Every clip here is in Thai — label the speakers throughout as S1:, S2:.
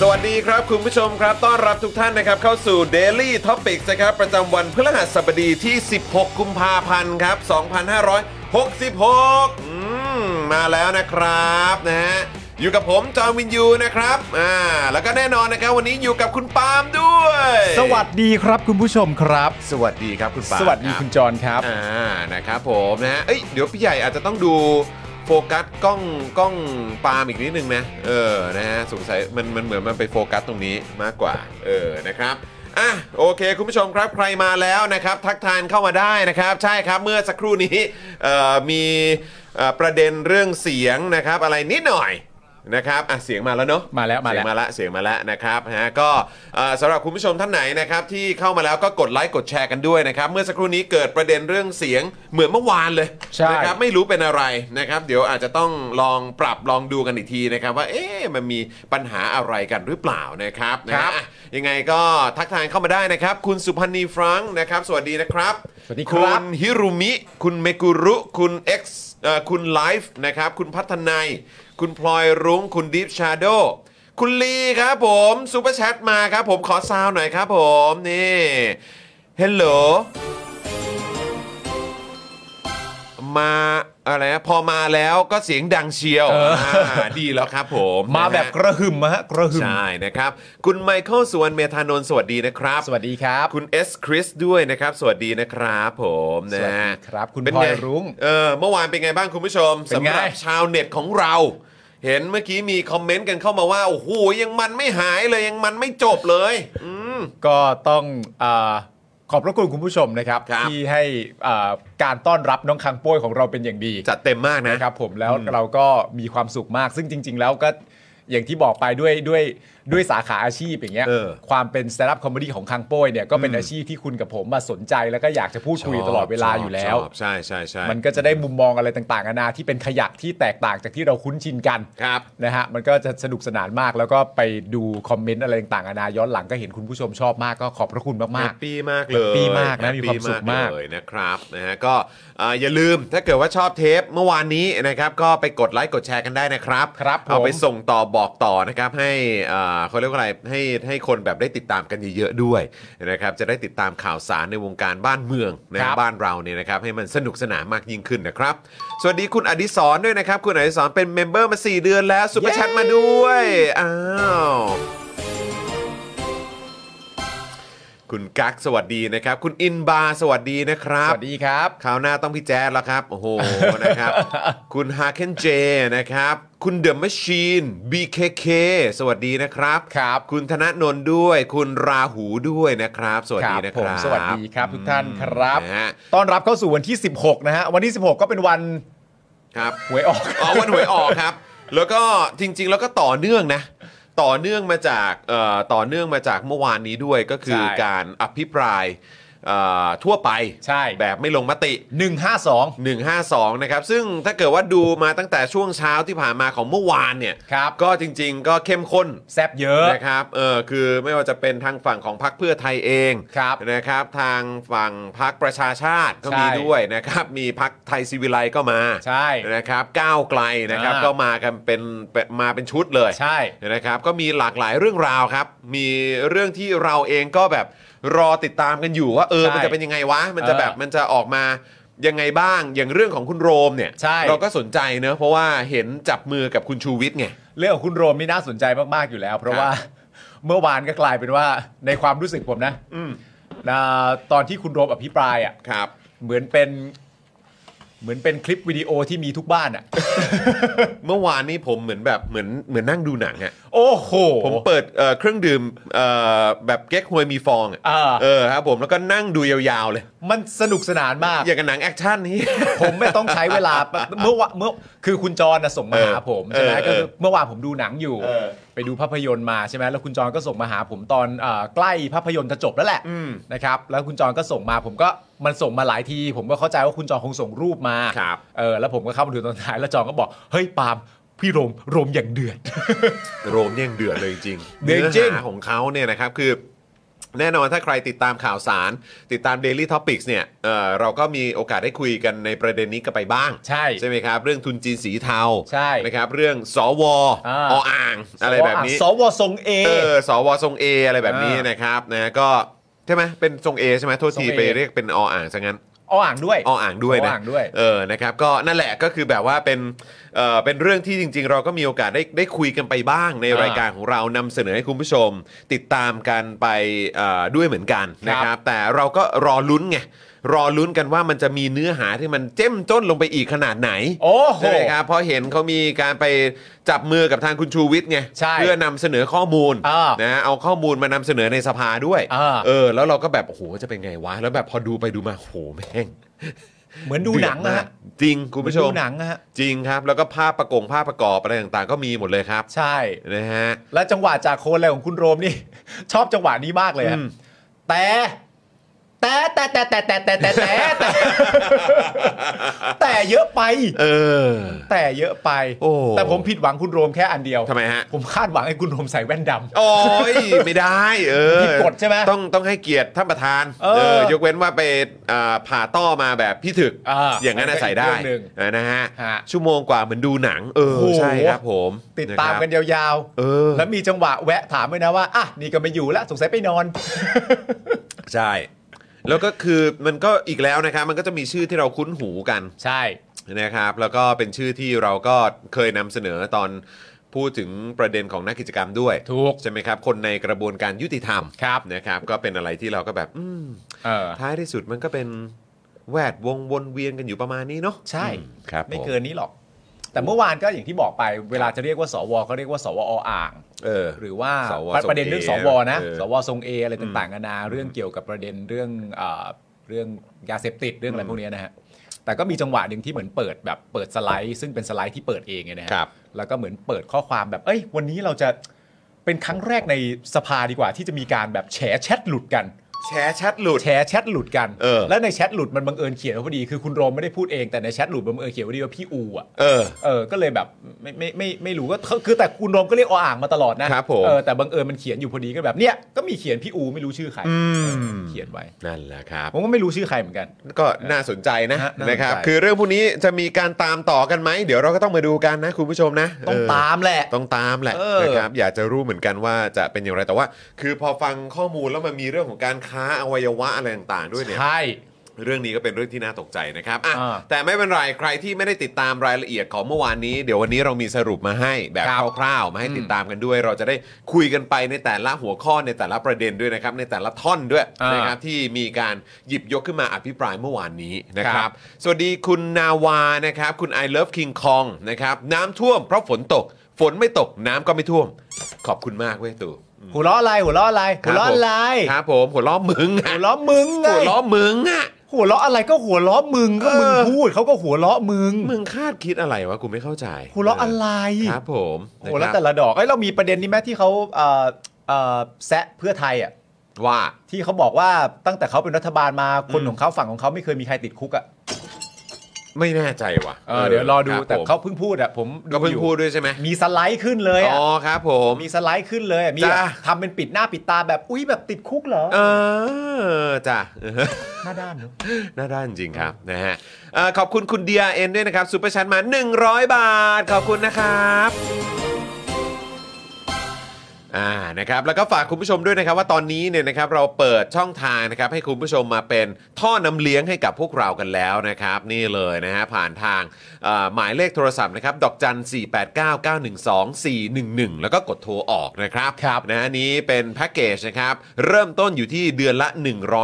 S1: สวัสดีครับ คุณผู้ชมครับ ต้อนรับทุกท่านนะครับ เข้าสู่ Daily Topics นะครับ ประจำวันพฤหัสบดีที่ 16 กุมภาพันธ์ครับ 2566 อืม มาแล้วนะครับนะฮะอยู่กับผมจอห์นวินยูนะครับอ่าแล้วก็แน่นอนนะครับ วันนี้อยู่กับคุณปาล์มด้วย
S2: สวัสดีครับคุณผู้ชมครับ
S1: สวัสดีครับคุณปาล์ม
S2: สวัสดีคุณจอห์นครับ
S1: อ่านะครับผมนะฮะเอ้ยเดี๋ยวพี่ใหญ่อาจจะต้องดูโฟกัสกล้องกล้องปาล์มอีกนิดนึงนะ เออนะฮะสงสัยมันมันเหมือนมันไปโฟกัสตรงนี้มากกว่า เออนะครับอ่ะโอเค คุณผู้ชมครับใครมาแล้วนะครับ ทักทานเข้ามาได้นะครับ ใช่ครับเมื่อสักครู่นี้เอ่อมีเอ่อประเด็นเรื่องเสียงนะครับ อะไรนิดหน่อยนะครับอ่ะเสียงมาแล้วเนาะ
S2: มาแล้วมาแล้ว
S1: เสียงมาละเสียงมาละนะครับฮะก็เอ่อสำหรับคุณผู้ชมท่านไหนนะครับที่เข้ามาแล้วก็กดไลค์กดแชร์กันด้วยนะครับ เมื่อสักครู่นี้เกิดประเด็นเรื่องเสียงเหมือนเมื่อวานเลย
S2: ใช่
S1: นะครับไม่รู้เป็นอะไรนะครับ เดี๋ยวอาจจะต้องลองปรับลองดูกันอีกทีนะครับ ว่าเอ๊ะมันมีปัญหาอะไรกันหรือเปล่านะครับนะฮะอ่ะยังไงก็ทักทายเข้ามาได้นะครับ คุณสุพันธ์นีฟรังก์นะครับ สวัสดีนะครับ
S2: สวัสดีครับ
S1: คุณฮิรุมิ คุณเมกุรุคุณ X เอ่อคุณไลฟ์นะครับ คุณพัฒนายคุณพลอยรุ้ง คุณด e ฟชาร์โด คุณลีครับผมซูเปอร์แชทมาครับผมขอซาวหน่อยครับผม นี่เฮลโหลมาอะไรนะพอมาแล้วก็เสียงดังเชียวาดีแล้วครับผม
S2: มาแบบก
S1: นะฮะ
S2: ระหึ่มฮะกระหึ่ม
S1: ใช่นะครับ คุณไมเคิลสุวรรณเมธานนท์สวัสดีนะครับ
S2: สวัสดีครับ
S1: คุณเอสคริสด้วยนะครับ สวัสดีนะครับผม
S2: ส
S1: นะ
S2: วัสดีครับ คุณ
S1: เป็น
S2: พลอ
S1: ไง
S2: ยรุ้ง
S1: เออเมื่อวานเป็นไงบ้างคุณผู้ชม
S2: เป็น
S1: สำ
S2: ไง
S1: หรับชาวเน็ตของเรา เห็นเมื่อกี้มีคอมเมนต์กันเข้ามาว่า โอ้โหยังมันไม่หายเลยยังมันไม่จบเลย อืม
S2: ก็ต้องอ่าขอบพระคุณคุณผู้ชมนะครับ
S1: ครับ
S2: ที่ให้อ่าการต้อนรับน้องคังโป้ยของเราเป็นอย่างดี
S1: จัดเต็มมากนะ
S2: นะครับผมแล้วเราก็มีความสุขมาก ซึ่งจริง ๆ แล้วก็อย่างที่บอกไปด้วยด้วยด้วยสาขาอาชีพอย่างเงี้ย
S1: เออ
S2: ความเป็นสแตนด์อัพคอมเมดี้ของคังโป้ยเนี่ยก็เป็นอาชีพที่คุณกับผมมาสนใจแล้วก็อยากจะพูดคุย
S1: ชอบ
S2: ตลอดเวลา
S1: ชอบ
S2: อยู่แล้ว
S1: ชอบใช่ใช่ใช่
S2: มันก็จะได้มุมมองอะไรต่างๆนานาที่เป็นขยักที่แตกต่างจากที่เราคุ้นชินกัน
S1: ครับ
S2: นะฮะมันก็จะสนุกสนานมากแล้วก็ไปดูคอมเมนต์อะไรต่างๆนานาย้อนหลังก็เห็นคุณผู้ชมชอบมากก็ขอบพระคุณมาก
S1: แฮปปี้มากเลย
S2: แฮปปี้มากนะ
S1: แฮป
S2: มีความสุขมาก
S1: ปี้เลยนะครับนะฮะก็เอ่ออย่าลืมถ้าเกิดว่าชอบเทปเมื่อวานนี้นะครับก็ไปกดไลค์กดแชร์กันได้นะครับ
S2: ครับผม
S1: เอาไปส่งต่อบอกต่อนะครับให้เอ่อเขาเรียกว่าอะไรให้ให้คนแบบได้ติดตามกันเยอะๆด้วยนะครับจะได้ติดตามข่าวสารในวงการบ้านเมืองนะบ
S2: ครับ
S1: บ้านเราเนี่ยนะครับให้มันสนุกสนานมากยิ่งขึ้นนะครับ สวัสดีคุณอดิศรด้วยนะครับ คุณอดิศรเป็นเมมเบอร์มาสี่เดือนแล้วซุปเปอร์แชทมาด้วยอ้าว คุณกั๊กสวัสดีนะครับ คุณอินบาร์สวัสดีนะค
S2: ๆ
S1: รั
S2: ส
S1: บ
S2: วัสดีครับ
S1: คราวหน้าต้องพี่แจ๊ดแล้วครับ โอ้โห นะครับ คุณฮาเคนเจนะครับ คุณเดอะม c ช i น BKK สวัสดีนะครับ
S2: ครับ
S1: คุณธนนนท์ด้วย คุณราหูด้วยนะครับ สวัสดีนะ
S2: ผ
S1: ค
S2: ม
S1: รับ
S2: สวัสดีครับทุกท่านครับ
S1: นะฮะ
S2: ต้อนรับเข้าสู่วันที่ 16 นะฮะ วันที่ 16 ก็เป็นวัน
S1: ครับ
S2: หวยออก
S1: อ๋อวันหวยออกครับ แล้วก็จริง ๆ แล้วก็ต่อเนื่องนะ ต่อเนื่องมาจากเอ่อต่อเนื่องมาจากเมื่อวานนี้ด้วยก็คือ
S2: ใช่
S1: การอภิปราย เอ่อทั่วไป
S2: ใช่
S1: แบบไม่ลงมติ
S2: 152
S1: 152 นะครับ ซึ่งถ้าเกิดว่าดูมาตั้งแต่ช่วงเช้าที่ผ่านมาของเมื่อวานเนี่ย
S2: ครับ
S1: ก็จริงๆ ก็เข้มข้น
S2: แซบเยอะ
S1: นะครับ เออคือไม่ว่าจะเป็นทางฝั่งของพรรคเพื่อไทยเอง
S2: ครับ
S1: นะครับ ทางฝั่งพรรคประชาชาติก็
S2: ใช่
S1: มีด้วยนะครับ มีพรรคไทยศิวิไลก็มา
S2: ใช่
S1: นะครับก้าวไกลนะครับ
S2: อ่า
S1: ก็มากันเป็นเป็นมาเป็นชุดเลย
S2: ใช่
S1: นะครับก็มีหลากหลายเรื่องราวครับ มีเรื่องที่เราเองก็แบบรอติดตามกันอยู่ว่าเออ
S2: ใช่
S1: มันจะเป็นยังไงวะ มันจะ
S2: เออ
S1: แบบมันจะออกมายังไงบ้างอย่างเรื่องของคุณโรมเนี่ย
S2: ใช่
S1: เราก็สนใจเนอะเพราะว่าเห็นจับมือกับคุณชูวิทย์ไง
S2: เรื่องของคุณโรมนี่น่าสนใจมากๆอยู่แล้ว เพราะ
S1: ครับ
S2: ว่า เมื่อวานก็กลายเป็นว่าในความรู้สึกผมนะ
S1: อืม
S2: อ่าตอนที่คุณโรมอภิปรายอ่ะ
S1: ครับ
S2: เหมือนเป็น เหมือนเป็นคลิปวิดีโอที่มีทุกบ้านอ่ะ
S1: เมื่อวานนี้ผมเหมือนแบบเหมือนเหมือนนั่งดูหนังอะ
S2: โอ้โห
S1: ผมเปิดเอ่อเครื่องดื่มเอ่อแบบเก๊กฮวยมีฟองอะ
S2: อ่า
S1: เออครับผมแล้วก็นั่งดูยาวๆเลย
S2: มันสนุกสนานมาก
S1: อย่างกับหนังแอคชั่นนี่
S2: ผมไม่ต้องใช้เวลา เมื่อวะเมื่อคือคุณจรนะส่งมา
S1: เออ
S2: หาผมใช่ไหม
S1: เออเออ
S2: ก็คือเมื่อวานผมดูหนังอยู่
S1: เออ
S2: ไปดูภาพยนตร์มาใช่ไหมแล้วคุณจรก็ส่งมาหาผมตอนเอ่อใกล้ภาพยนตร์จะจบแล้วแหละ
S1: อืม
S2: นะครับแล้วคุณจรก็ส่งมาผมก็มันส่งมาหลายที ผมก็เข้าใจว่าคุณจรคงส่งรูปมา
S1: ครับ
S2: เออแล้วผมก็เข้ามาดูตอนท้ายแล้วจรก็บอกเฮ้ยปาล์มพี่โรมโรมอย่างเดือด
S1: โรมเนี่ยยังเดือดเลยจริง
S2: เดือดจริง
S1: หาของเขาเนี่ยนะครับคือ แน่นอนถ้าใครติดตามข่าวสาร ติดตาม Daily Topics เนี่ยเอ่อเราก็มีโอกาสได้คุยกันในประเด็นนี้กันไปบ้าง
S2: ใช่
S1: ใช่ไหมครับ เรื่องทุนจีนสีเทา
S2: ใช่
S1: นะครับเรื่องสว
S2: อ่า
S1: ออ่าง อะไรแบบนี้
S2: สวทรงเอ
S1: เออสวทรงเออะไรแบบนี้
S2: อ่าน
S1: นะครับนะก็ใช่ไหมเป็นทรงเอใช่ไหมโทษที
S2: ทรง A
S1: ไปเรียกเป็นออ่างซะงั้น
S2: ออ่างด้วย
S1: ออ่างด้วย
S2: อ
S1: นะ
S2: อ่างด้วย
S1: เออนะครับก็นั่นแหละก็คือแบบว่าเป็นเอ่อเป็นเรื่องที่จริง ๆ เราก็มีโอกาสได้ได้คุยกันไปบ้างใน
S2: อ่าร
S1: รายการของเรานำเสนอให้คุณผู้ชม ติดตามกันไปเอ่อด้วยเหมือนกันนะค
S2: ครั
S1: รับบ แต่เราก็รอลุ้นไงรอลุ้นกันว่ามันจะมีเนื้อหาที่มันเจ้มจ้นลงไปอีกขนาดไหน
S2: โอ้โห
S1: ใช่ไหมครับเพราะเห็นเขามีการไปจับมือกับทางคุณชูวิทย์ไง
S2: ใช่
S1: เพื่อนำเสนอข้อมูล
S2: อ่าน
S1: นะเอาข้อมูลมานำเสนอในสภาด้วย
S2: อ่า
S1: เออแล้วเราก็แบบโอ้โหจะเป็นไงวะแล้วแบบพอดูไปดูมาโอ้โหแม่ง
S2: เหมือนดูหนัง
S1: เดือมา
S2: นะฮะ
S1: กจริง คุณผู้ช
S2: เห
S1: ม
S2: มือนดูหนังนะฮะ
S1: จริงครับ แล้วก็ภาพประกงภาพประกอบอะไรต่างๆ ก็มีหมดเลยครับ
S2: ใช่
S1: นะฮะ
S2: และจังหวะจากโคนอะไรของคุณโรมนี่ ชอบจังหวะนี้มากเลยอะ
S1: อืม
S2: แต่แต่แต่แต่แต่แต่แต่แต่แต่ แต่แต่เยอะไป
S1: เออ
S2: แต่เยอะไป
S1: โอ้
S2: แต่ผมผิดหวังคุณโรมแค่อันเดียว
S1: ทำไมฮะ
S2: ผมคาดหวังให้คุณโรมใส่แว่นด
S1: โอ้ย ไม่ได้ เออ
S2: ผิดกฎใช่ไหม
S1: ต้องต้องให้เกียรติท่านประธาน
S2: เออย
S1: กเว้นว่าไปอ่าผ่าต้อมาแบบพี่ถึก
S2: อ่า
S1: อย่างนั้นน่ะใส่ได้
S2: อีกเรื่องหนึ่ง
S1: นะฮะ
S2: ฮะ
S1: ชั่วโมงกว่าเหมือนดูหนัง เออ
S2: โอ้โห
S1: ใช่ครับผม
S2: ำติดตามกันะ
S1: ครั
S2: ยาว
S1: บเออ
S2: ๆ แล้วมีจังหวะแวะถามด้วยนะว่าอ่ะนี่ก็ไม่อยู่แล้วสงสัยไปนอน
S1: ใช่ แล้วก็คือมันก็อีกแล้วนะครับ มันก็จะมีชื่อที่เราคุ้นหูกัน
S2: ใช่
S1: นะครับแล้วก็เป็นชื่อที่เราก็เคยนำเสนอตอนพูดถึงประเด็นของนักกิจกรรมด้วย
S2: ถูก
S1: ใช่ไหมครับ คนในกระบวนการยุติธรรม
S2: ครับ
S1: นะครับ ก็เป็นอะไรที่เราก็แบบอืม
S2: เออ
S1: ท้ายที่สุดมันก็เป็นแวดวงวนเวียนกันอยู่ประมาณนี้เนาะ
S2: ใช่
S1: อืมครับ
S2: ไม่
S1: ผ
S2: เกินนี้หรอก แต่เมื่อวานก็อย่างที่บอกไป เวลาจะเรียกว่าสวก็เรียกว่าสวออ่าง
S1: เออ
S2: หรือว่า
S1: สว
S2: ประเด็นเรื่องส
S1: ทรง
S2: ว
S1: เอ
S2: นะ
S1: เออ
S2: สวทรงเออะไรต่างๆนานาเรื่องเกี่ยวกับประเด็นเรื่องเอ่อเรื่องยาเสพติดเรื่องอะไร
S1: อืม
S2: พวกเนี้ยนะฮะแต่ก็มีจังหวะหนึ่งที่เหมือนเปิดแบบเปิดสไลด์ ซึ่งเป็นสไลด์ที่เปิดเองไงนะฮะ
S1: ครับ
S2: แล้วก็เหมือนเปิดข้อความแบบเอ้ย วันนี้เราจะเป็นครั้งแรกในสภาดีกว่า ที่จะมีการแบบแฉแชทหลุดกัน
S1: แชร์แชทหลุด
S2: แชร์แชทหลุดกัน
S1: เออ
S2: แล้วในแชทหลุดมันบังเอิญเขียนไว้พอดีคือคุณโรมไม่ได้พูดเองแต่ในแชทหลุดมันบังเอิญเขียนไว้พอดีว่าพี่อูอ่ะ
S1: เออ
S2: เออ ก็เลยแบบไม่ไม่ไม่ไม่รู้ก็คือคือแต่คุณโรมก็เรียกออ่างมาตลอดนะครับ
S1: ผม
S2: เออแต่บังเอิญมันเขียนอยู่พอดีก็แบบเนี้ยก็มีเขียนพี่อูไม่รู้ชื่อใคร
S1: อืม
S2: เออเขียนไว้
S1: นั่นแหละครับ
S2: ผมก็ไม่รู้ชื่อใครเหมือนกัน
S1: ก็น่าสนใจนะ
S2: ฮะน่าสนใจ
S1: นะครับ คือเรื่องพวกนี้จะมีการตามต่อกันไหมเดี๋ยวเราก็ต้องมาดูกันนะคุณผู้ชมนะ
S2: ต้อง
S1: เ
S2: ตามแหละ
S1: ต้องตามแหละ
S2: เออ
S1: นะครับอยากจะรู้เหมือนกันว่าจะเป็นอย่างไรแต่ว่า คือพอฟังข้อมูลแล้วมันมีเรื่องของการค้าอวัยวะอะไรต่างๆด้วยเนี่ย
S2: ใช่
S1: เรื่องนี้ก็เป็นเรื่องที่น่าตกใจนะครับอ่ะ
S2: อ่า
S1: แต่ไม่เป็นไรใครที่ไม่ได้ติดตามรายละเอียดของเมื่อวานนี้ เดี๋ยววันนี้เรามีสรุปมาให้แบบ
S2: ครับ
S1: คร่าวๆมาให้ติดตามกันด้วย เราจะได้คุยกันไปในแต่ละหัวข้อในแต่ละประเด็นด้วยนะครับในแต่ละท่อนด้วย
S2: อ่าน
S1: นะครับที่มีการหยิบยกขึ้นมาอภิปรายเมื่อวานนี้นะค
S2: ครั
S1: รับ
S2: บ
S1: สวัสดีคุณนาวานะครับคุณ I love King Kong นะครับน้ำท่วมเพราะฝนตก ฝนไม่ตกน้ำก็ไม่ท่วม ขอบคุณมากเว้ยตู่
S2: หัวล้ออะไรหัวล้ออะไรหัวล้ออะไร
S1: ครับผมหัวล้อมึงอะ
S2: หัวล้อมึงไง
S1: หัวล้อมึงอะ
S2: หัวล้ออะไรก็หัวล้อมึงก็
S1: เออ
S2: มึงพูดเขาก็หัวล้อมึง
S1: มึงคาดคิดอะไรวะกูไม่เข้าใจ
S2: หัวล้ออะไร
S1: ครับผม
S2: หัว
S1: นะ
S2: ล้อ
S1: ครับ
S2: แต่ละดอกไอ้ยเรามีประเด็นนี้ไหมที่เขาเอ่อเอ่อแซะเพื่อไทยอ่ะ
S1: ว่า
S2: ที่เขาบอกว่าตั้งแต่เขาเป็นรัฐบาลมาคน
S1: อืม
S2: ของเขาฝั่งของเขาไม่เคยมีใครติดคุกอ่ะ
S1: ไม่แน่ใจว่ะ
S2: เออเดี๋ยวรอดู
S1: คบ
S2: แต่
S1: ผม
S2: เขาเพิ่งพูดอ่ะผม
S1: ก็เพิ่ง
S2: อยู่
S1: พูดด้วยใช่ไหม
S2: มีสไลด์ขึ้นเลยอ่ะ
S1: อ๋อครับผม
S2: มีสไลด์ขึ้นเลยอะมี
S1: จ้า
S2: แบบทำเป็นปิดหน้าปิดตาแบบอุ้ยแบบติดคุกเหรอ
S1: เออจ้ะ
S2: หน้าด้านเนอะ
S1: น่าด้านจริงครับนะฮะเอ่อขอบคุณคุณ DRN ด้วยนะครับซูเปอร์ชันมา 100 บาท ขอบคุณนะครับอ่านะครับแล้วก็ฝากคุณผู้ชมด้วยนะครับ ว่าตอนนี้เนี่ยนะครับเราเปิดช่องทางนะครับให้คุณผู้ชมมาเป็นท่อนำเลี้ยงให้กับพวกเรากันแล้วนะครับ นี่เลยนะฮะผ่านทางเอ่อหมายเลขโทรศัพท์นะครับดอกจัน 489912411 แล้วก็กดโทรออกนะครับ
S2: ครับ
S1: นะฮะนี้เป็นแพ็กเกจนะครับเริ่มต้นอยู่ที่เดือนละ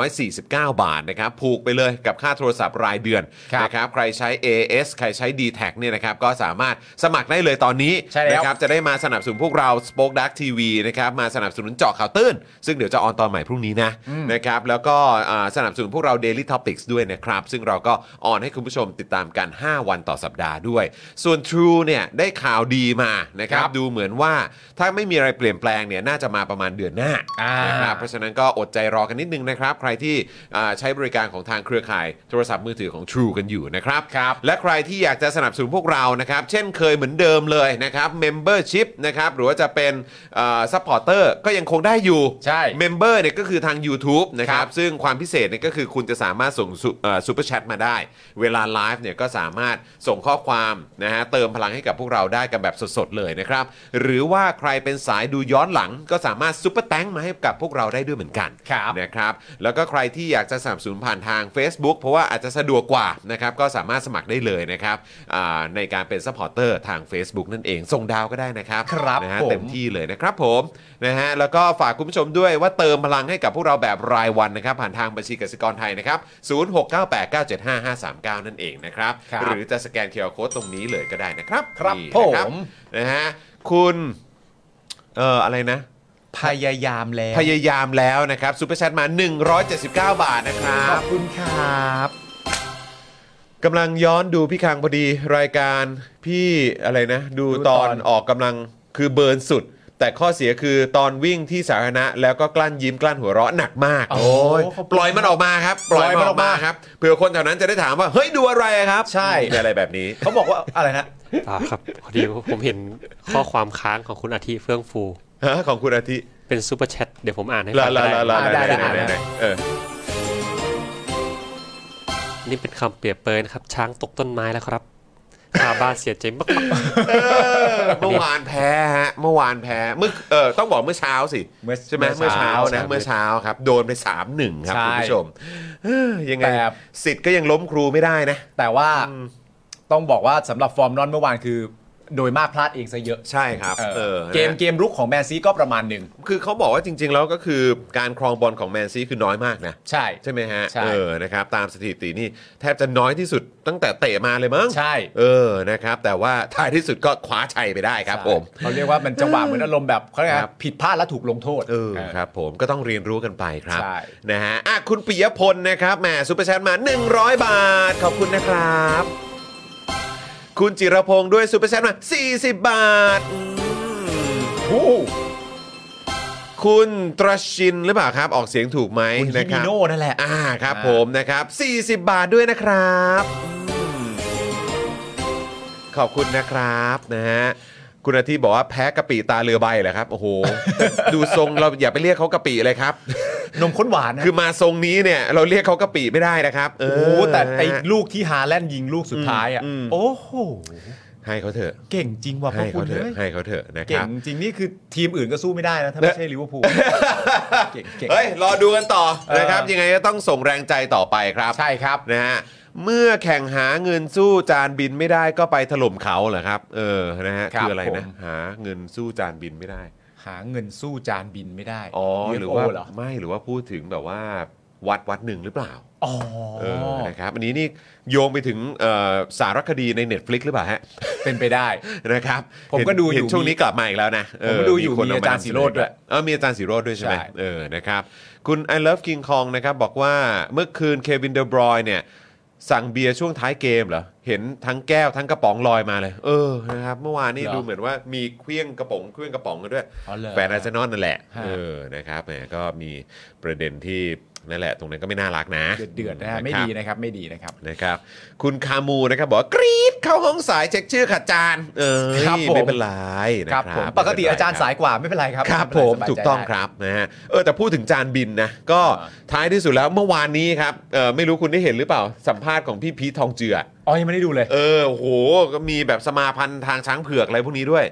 S1: 149 บาทนะครับผูกไปเลยกับค่าโทรศัพท์รายเดือน
S2: ครับ
S1: นะครับใครใช้ AS ใครใช้ d t แทเนี่ยนะครับก็สามารถสมัครได้เลยตอนนี้
S2: ใช่แล้ว
S1: นะครับจะได้มาสนับสนุนพวกเรา Spoke Dark TV นะครับมาสนับสนุนเจาะข่าวตื้น ซึ่งเดี๋ยวจะออนตอนใหม่พรุ่งนี้นะนะครับแล้วก็อ่าสนับสนุนพวกเรา Daily Topics ด้วยนะครับ ซึ่งเราก็ออนให้คุณผู้ชมติดตามกัน 5 วันต่อสัปดาห์ด้วย ส่วน True เนี่ยได้ข่าวดีมานะครับ
S2: ครับ
S1: ดูเหมือนว่าถ้าไม่มีอะไรเปลี่ยนแปลงเนี่ยน่าจะมาประมาณเดือนหน้า
S2: อ่าน
S1: นะครับ เพราะฉะนั้นก็อดใจรอกันนิดนึงนะครับ ใครที่อ่าใช้บริการของทางเครือข่ายโทรศัพท์มือถือของ True กันอยู่นะครับ
S2: ครับ
S1: และใครที่อยากจะสนับสนุนพวกเรานะครับ เช่นเคยเหมือนเดิมเลยนะครับ Membership นะครับ หรือว่าจะเป็นซัพพอร์เตอร์ก็ยังคงได้อยู่
S2: ใช่
S1: เมมเบอร์เนี่ยก็คือทาง YouTube นะครับ
S2: ครับ
S1: ซึ่งความพิเศษเนี่ยก็คือคุณจะสามารถส่งซูเปอร์แชทมาได้ เวลาไลฟ์เนี่ยก็สามารถส่งข้อความนะฮะเติมพลังให้กับพวกเราได้กันแบบสดๆเลยนะครับ หรือว่าใครเป็นสายดูย้อนหลัง ก็สามารถซูเปอร์แตงมาให้กับพวกเราได้ด้วยเหมือนกัน
S2: ครับ
S1: นะครับแล้วก็ใครที่อยากจะสนับสนุนผ่านทาง Facebook เพราะว่าอาจจะสะดวกกว่านะครับก็สามารถสมัครได้เลยนะครับอ่าในการเป็นซัพพอร์เตอร์ทาง Facebook นั่นเองส่งดาวก็ได้นะครับ
S2: ครับ
S1: นะฮะ
S2: ผม
S1: เต็มที่เลยนะครับผมนะฮะแล้วก็ฝากคุณผู้ชมด้วยว่าเติมพลังให้กับพวกเราแบบรายวันนะครับ ผ่านทางบัญชีกสิกรไทยนะครับ 0698975539 นั่นเองนะครับ
S2: ครับ
S1: หรือจะสแกนเคอร์โค้ดตรงนี้เลยก็ได้นะครับ
S2: ครับ
S1: นี่นะ
S2: ผม
S1: นะฮะคุณเอ่ออะไรนะ
S2: พยายามแล้ว
S1: พยายามแล้วนะครับซูเปอร์แชทมา 179 บาทนะครั
S2: ขอ
S1: บบ
S2: คุณครับ
S1: กำลังย้อนดูพี่คังพอดีรายการพี่อะไรนะ ดู
S2: ดู
S1: ต
S2: ต
S1: อ
S2: อน น
S1: ออกกำลังคือเบิร์นสุด แต่ข้อเสียคือตอนวิ่งที่สาธารณะแล้วก็กลั้นยิ้มกลั้นหัวเราะหนักมาก
S2: โอ้
S1: ย
S2: ขอบคุณ
S1: ปล่อยมันออกมาครับปล่อยมันออกมาครับเผื่อคนแถวนั้นจะได้ถามว่าเฮ้ยดูอะไรอะครับ
S2: ใช่
S1: อะไรแบบนี้
S2: เขาบอกว่า อะไรนะ
S3: อ่าครับ พอดีผมเห็นข้อความค้างของคุณอาทิเฟื่องฟู
S1: ฮะของคุณอาทิ
S3: เป็นซูเปอร์แชทเดี๋ยวผมอ่านให้
S1: ลา
S3: ฟัง
S1: ลา
S3: ก็
S1: ลาลา
S3: ได้
S2: ได้ได้
S1: หนหนหน
S2: ได้
S1: หนเออ
S3: นี่เป็นคำเปรียบเปรยนะครับ ช้างตกต้นไม้แล้ว ครับคาบ้านเสียใจมาก
S1: เออเมื่อวานแพ้ฮะเมื่อวานแพ้เมื่อเออต้องบอกเมื่อเช้าสิ
S2: เมื่อ
S1: ใช่ไหมเมื่อเช้านะเมื่อเช้าครับ โดนไป 3 1 ครับ
S2: ใช่
S1: คุณผู้ชมเอ้อยังไง
S2: แต่
S1: สิทธิ์ก็ยังล้มครูไม่ได้นะ
S2: แต่ว่าต้องบอกว่าสำหรับฟอร์มนอนเมื่อวานคือ โดยมากพลาดเองซะเยอะ
S1: ใช่ครับ
S2: เออ
S1: เออ
S2: เกม
S1: นะ
S2: เกมรุกของแมนซีก็ประมาณหนึ่ง
S1: คือเขาบอกว่าจริง ๆ แล้วก็คือการครองบอลของแมนซีคือน้อยมากนะ
S2: ใช่
S1: ใช่ไหมฮะ
S2: ใช่
S1: เออนะครับตามสถิตินี่แทบจะน้อยที่สุดตั้งแต่เตะมาเลยมั้ง
S2: ใช่
S1: เออนะครับ แต่ว่าท้ายที่สุดก็คว้าชัยไปได้ครับผม
S2: เขาเรียกว่ามันจังหวะเหมือนอารมณ์แบบเขาเรียกว่า
S1: ครับ
S2: ผิดพลาดและถูกลงโทษ
S1: เออครับผมก็ต้องเรียนรู้กันไปครับ
S2: ใช่
S1: นะฮะอ่ะคุณปิยพลนะครับแหมซุปเปอร์แชทมา 100 บาท ขอบคุณนะครับ คุณจิรพงศ์ด้วยซุปเปอร์แชทมา 40 บาทอืม
S2: โอ้
S1: คุณตรชินหรือเปล่าครับ ออกเสียงถูกไหม
S2: คุณฮิ
S1: นะค
S2: มิ
S1: รับ
S2: โน่นั่นแหละ
S1: อ่าครับ
S2: อ่า
S1: ผมนะครับ 40 บาทด้วยนะครับอืมขอบคุณนะครับนะฮะคุณอาทิตย์บอกว่าแพ้กะปิตาเรือใบเหรอครับ โอ้โห ดูทรงเราอย่าไปเรียกเขากะปิเลยครับ
S2: นมข้นหวานนะ
S1: คือมาทรงนี้เนี่ยเราเรียกเขากะปิไม่ได้นะครับเ
S2: โอ้โหแต่ไอ้
S1: นะฮะ
S2: ลูกที่ฮาแลนด์ยิงลูกสุดท้ายอ่ะ
S1: อืมอืม
S2: โอ้โห
S1: ให้เขาเถอะ
S2: เก่งจริงว่ะพ
S1: ให้
S2: วกคุ
S1: เขา
S2: ณ
S1: เถ
S2: เล
S1: อะ
S2: ย
S1: ให้เขาเถอะนะค
S2: เก่ง
S1: รับ
S2: จริงนี่คือทีมอื่นก็สู้ไม่ได้นะถ้าไม่ใช่ลิเวอร์พูล เก่งเก่ง
S1: เฮ้ย รอดูกันต่อนะครับ
S2: เออ
S1: ยังไงก็ต้องส่งแรงใจต่อไปครับ
S2: ใช่ครับ
S1: นะฮะเมื่อแข่งหาเงินสู้จานบินไม่ได้ก็ไปถล่มเขาเหรอครับ เออนะฮะ
S2: ครับ
S1: คืออะไรนะ
S2: ผม
S1: หาเงินสู้จานบินไม่ได้
S2: หาเงินสู้จานบินไม่ได้
S1: อ๋อห
S2: ห
S1: รื
S2: รืออ
S1: ว่า
S2: ว่า
S1: ไม่หรือว่าพูดถึงแบบว่าวัดวัดหนึ่งหรือเปล่า
S2: อ๋อ
S1: เออนะครับอันนี้นี่โยงไปถึงเอ่อสารคดีใน Netflix หรือเปล่าฮะ
S2: เป็นไปได้
S1: นะครับ
S2: ผม
S1: เห็น
S2: ก็ดูอยู่
S1: เห็นช่วงนี้กลับมาอีกแล้วนะเ
S2: ผมก็ดูอยู่
S1: คน
S2: มีอาจารย์
S1: เมนำเน
S2: ศิโรจน์ด้วย
S1: เออมีอาจารย์สิโรดด้วยใช่ไหม
S2: ใช่
S1: เออนะครับคุณ I love King Kong นะครับบอกว่าเมื่อคืนเควินเดอบรอยเนี่ย สั่งเบียร์ช่วงท้ายเกมเหรอ เห็นทั้งแก้วทั้งกระป๋องลอยมาเลย เออนะครับเมื่อวานนี่
S2: เหรอ
S1: ดูเหมือนว่ามีเครื่องกระป๋องเครื่องกระป๋องกันด้วย
S2: อ๋อเหรอ
S1: แฟนอาร์เซนอลนั่นแหละ
S2: ฮะ
S1: เออ นะครับแหมก็มีประเด็นที่นั่นแหละ ตรงนั้นก็ไม่น่ารักนะ
S2: เดือดเดือดๆนะฮะไม่
S1: ครับ
S2: ดีนะครับไม่ดีนะครับ
S1: นะครับคุณคามูนะครับบอกว่ากรีดเข้าห้องสายเช็คชื่อขัดจานเออ
S2: ครับผม
S1: ไม่เป็นไรนะค
S2: ค
S1: รั
S2: รับบ ผมปกติอาจารย์สายกว่าไม่เป็นไรครับ
S1: ครับ
S2: ไเป็น
S1: ผม
S2: ไสบายใจ
S1: ถูกต้อง
S2: ได้
S1: ครับนะฮะเออแต่พูดถึงจานบินนะก็
S2: อ่า
S1: ท้ายที่สุดแล้วเมื่อวานนี้ครับเออไม่รู้คุณได้เห็นหรือเปล่าสัมภาษณ์ของพี่พีททองเจือ
S2: อ๋อยังไม่ได้ดูเลย
S1: เออโอ้โหก็มีแบบสมาพันธ์ทางช้างเผือกอะไรพวกนี้ด้วย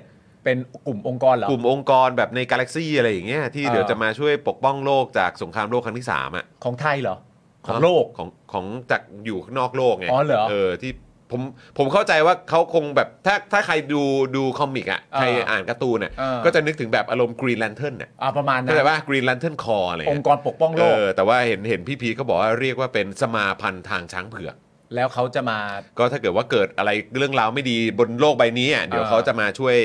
S2: เป็นกลุ่มองค์กรเหรอ
S1: กลุ่มองค์กรแบบในกาแล็กซี่อะไรอย่างเงี้ยที่
S2: อ่า
S1: เดี๋ยวจะมาช่วยปกป้องโลกจากสงครามโลกครั้งที่สามอ่ะ
S2: ของไทยเหรอ ของโลก
S1: ของของจากอยู่ข้างนอกโลกไง
S2: อ๋อเหรอ
S1: เออที่ผมผมเข้าใจว่าเขาคงแบบถ้าถ้าใครดูดูคอมิกอ่ะ
S2: เออ
S1: ใครอ่านการ์ตูนอ่ะ
S2: เออ
S1: ก็จะนึกถึงแบบอารมณ์กรีนแลนเทิร์นอ่ะ
S2: อ่าประมาณนั้
S1: เข้าน ใจป่ะกรีนแลนเทิร์นคออะไร
S2: องค์กรปกป้อง
S1: เอ
S2: โลก
S1: อแต่ว่าเห็นเห็นพี่พีก็บอกว่าเรียกว่าเป็นสมาพันธ์ทางช้างเผือก
S2: แล้วเขาจะมา
S1: ก็ถ้าเกิดว่าเกิดอะไรเรื่องราวไม่ดีบนโลกใบนี้อ่ะเดี๋ยว
S2: เออ
S1: เขาจะมาช่วย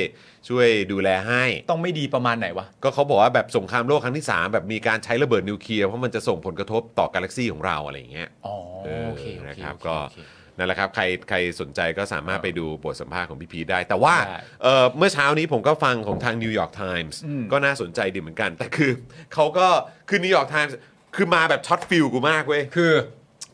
S1: ช่วยดูแลให้
S2: ต้องไม่ดีประมาณไหนวะ
S1: ก็เขาบอกว่าแบบสงครามโลกครั้งที่สามแบบมีการใช้ระเบิดนิวเคลียร์เพราะมันจะส่งผลกระทบต่อกาแล็กซีของเราอะไรอย่างเงี้ย
S2: อ๋อ
S1: เออ
S2: โอเคโอ
S1: นะ
S2: เค
S1: ครับ
S2: โอเค
S1: ก็
S2: โอเค
S1: นั่นแหละครับ ใครใครสนใจก็สามารถ
S2: เออ
S1: ไปดูบทสัมภาษณ์ของพี่พีชได้ แต่ว่า
S2: ได้
S1: เอ่อเมื่อเช้านี้ผมก็ฟังของทาง New York Times
S2: อืม
S1: ก็น่าสนใจดีเหมือนกัน แต่คือเขาก็คือ New York Times คือมาแบบช็อตฟิลกูมากเว้ย คือ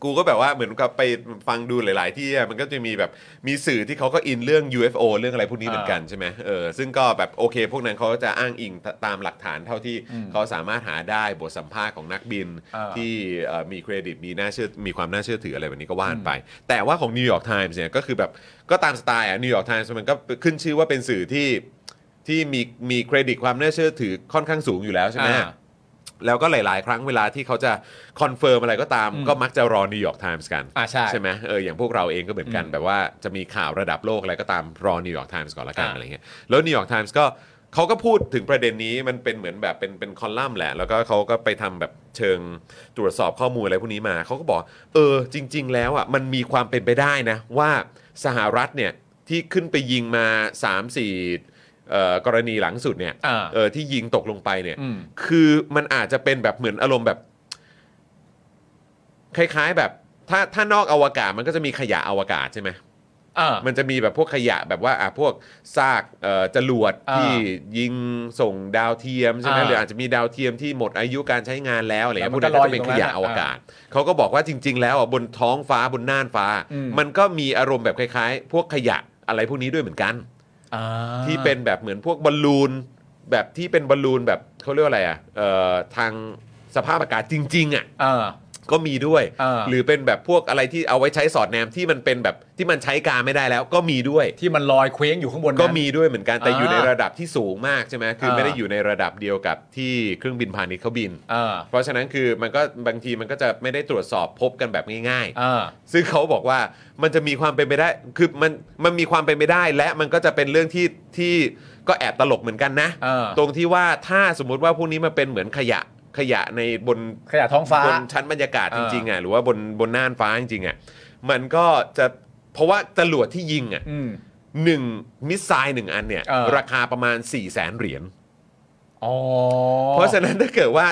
S1: กูก็แบบว่าเหมือนกับไปฟังดูหลาย ๆ ที่อะมันก็จะมีแบบมีสื่อที่เขาก็อินเรื่อง UFO เรื่องอะไรพวกนี้
S2: อ่า
S1: เหมือนกันใช่ไหมเออซึ่งก็แบบโอเค พวกนั้นเขาก็จะอ้างอิงตตามหลักฐานเท่าที่
S2: อืม
S1: เขาสามารถหาได้บทสัมภาษณ์ของนักบิน
S2: อ่า
S1: ที่เอ่อมีเครดิตมีน่าเชื่อมีความน่าเชื่อถืออะไรแบบนี้ก็ว่ากันไป แต่ว่าของ New York Times เนี่ยก็คือแบบก็ตามสไตล์อะ New York Times มันก็ขึ้นชื่อว่าเป็นสื่อที่ที่มีมีเครดิตความน่าเชื่อถือค่อนข้างสูงอยู่แล้วใช่ไหม
S2: อ่า
S1: แล้วก็หลาย ๆ ครั้งเวลาที่เขาจะคอนเฟิร์มอะไรก็ตาม
S2: อืม
S1: ก็มักจะรอ New York Times กัน
S2: อ่าใช่
S1: ไหมเอออย่างพวกเราเองก็เหมือนกัน
S2: อืม
S1: แบบว่าจะมีข่าวระดับโลกอะไรก็ตามรอ New York Times ก่อนละกัน
S2: อ่า
S1: อะไรเงี้ยแล้ว New York Times ก็เขาก็พูดถึงประเด็นนี้มันเป็นเหมือนแบบเป็นเป็นคอลัมน์แหละ แล้วก็เขาก็ไปทำแบบเชิงตรวจสอบข้อมูลอะไรพวกนี้มาเขาก็บอก เออจริง ๆ แล้วอ่ะมันมีความเป็นไปได้นะ ว่าสหรัฐเนี่ยที่ขึ้นไปยิงมา 3-4เอ่อกรณีหลังสุดเนี่ย
S2: อ่า
S1: เออที่ยิงตกลงไปเนี่ย
S2: อืม
S1: คือมันอาจจะเป็นแบบเหมือนอารมณ์แบบ คล้าย ๆ แบบ ถ้าถ้านอกอวกาศมันก็จะมีขยะอวกาศใช่ไหม
S2: อ่า
S1: มันจะมีแบบพวกขยะแบบว่าอ่ะพวกซากเอ่อจรวด
S2: อ่า
S1: ที่ยิงส่งดาวเทียมใช่ไหม
S2: อ่า
S1: หรืออาจจะมีดาวเทียมที่หมดอายุการใช้งานแล้วอะไรเงี้ยพว
S2: แล้วมั
S1: ก
S2: นก็
S1: นั้นก็จะเป็นขยะ
S2: ลอยอยู่
S1: อ
S2: ตรง
S1: ว
S2: นั้นอ่ะ
S1: กาศเขาก็บอกว่าจริง ๆ แล้วอ่ะบนท้องฟ้าบนน่านฟ้า
S2: อืม
S1: มันก็มีอารมณ์แบบคล้าย ๆ พวกขยะอะไรพวกนี้ด้วยเหมือนกัน
S2: อ่า
S1: ที่เป็นแบบเหมือนพวกบอลลูนแบบที่เป็นบอลลูนแบบเขาเรียกว่าอะไรอ่ะเอ่อทางสภาพอากาศจริงๆอ่ะ
S2: เออ
S1: ก็มีด้วย
S2: อ่า
S1: หรือเป็นแบบพวกอะไรที่เอาไว้ใช้สอดแนมที่มันเป็นแบบที่มันใช้การไม่ได้แล้วก็มีด้วย
S2: ที่มันลอยเคว้งอยู่ข้างบนนั้น
S1: ก็มีด้วยเหมือนกันแต่
S2: อ่า
S1: อยู่ในระดับที่สูงมากใช่ไหมคืออา ไม่ได้อยู่ในระดับเดียวกับที่เครื่องบินพาณิชย์เขาบิน
S2: เออ
S1: เพราะฉะนั้นคือมันก็บางทีมันก็จะไม่ได้ตรวจสอบพบกันแบบง่าย ๆ
S2: เออ
S1: ซึ่งเขาบอกว่ามันจะมีความเป็นไปได้ คือมันมันมีความเป็นไปได้และมันก็จะเป็นเรื่องที่ที่ก็แอบตลกเหมือนกันนะ
S2: เออ
S1: ตรงที่ว่าถ้าสมมุติว่าพวกนี้มันเป็นเหมือนขยะขยะในบน
S2: ขยะท้องฟ้า
S1: บนชั้นบรรยากาศ
S2: เออ
S1: จริงๆอ่ะหรือว่าบนบนน่านฟ้าจริงๆอ่ะมันก็จะเพราะว่าจรวดที่ยิงอ่ะ
S2: อืม
S1: หนึ่งมิสไซล์หนึ่งอันเนี่ย
S2: เออ
S1: ราคาประมาณ4ี่แสนเหรียญ
S2: อ๋อ
S1: เพราะฉะนั้นถ้าเกิดว่า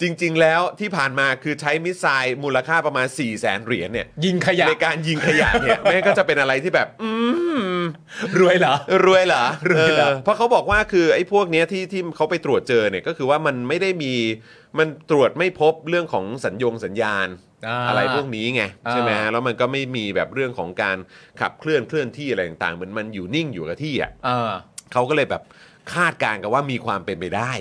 S1: จริง ๆ แล้วที่ผ่านมาคือใช้มิสไซล์มูลค่าประมาณ4ี่แสนเหรียญเนี่ย
S2: ยิงขยะ
S1: ในการยิงขยะ เนี่ย แม่งก็จะเป็นอะไรที่แบบอืม
S2: รวยเหรอ
S1: รวยเหรอ
S2: รวยเหรอ
S1: เออเพราะเขาบอกว่าคือไอ้พวกเนี้ยที่ที่เขาไปตรวจเจอเนี่ยก็คือว่ามันไม่ได้มีมันตรวจไม่พบเรื่องของสัญญงสัญญาณ
S2: า
S1: อะไรพวกนี้ไงใช่ไหม
S2: อ่า
S1: แล้วมันก็ไม่มีแบบเรื่องของการขับเคลื่อนเคลื่อนที่อะไรต่างๆเหมือนมันอยู่นิ่งอยู่กับที่อ่ะ
S2: เออ
S1: เขาก็เลยแบบคาดการณ์กันว่ามีความเป็นไปได้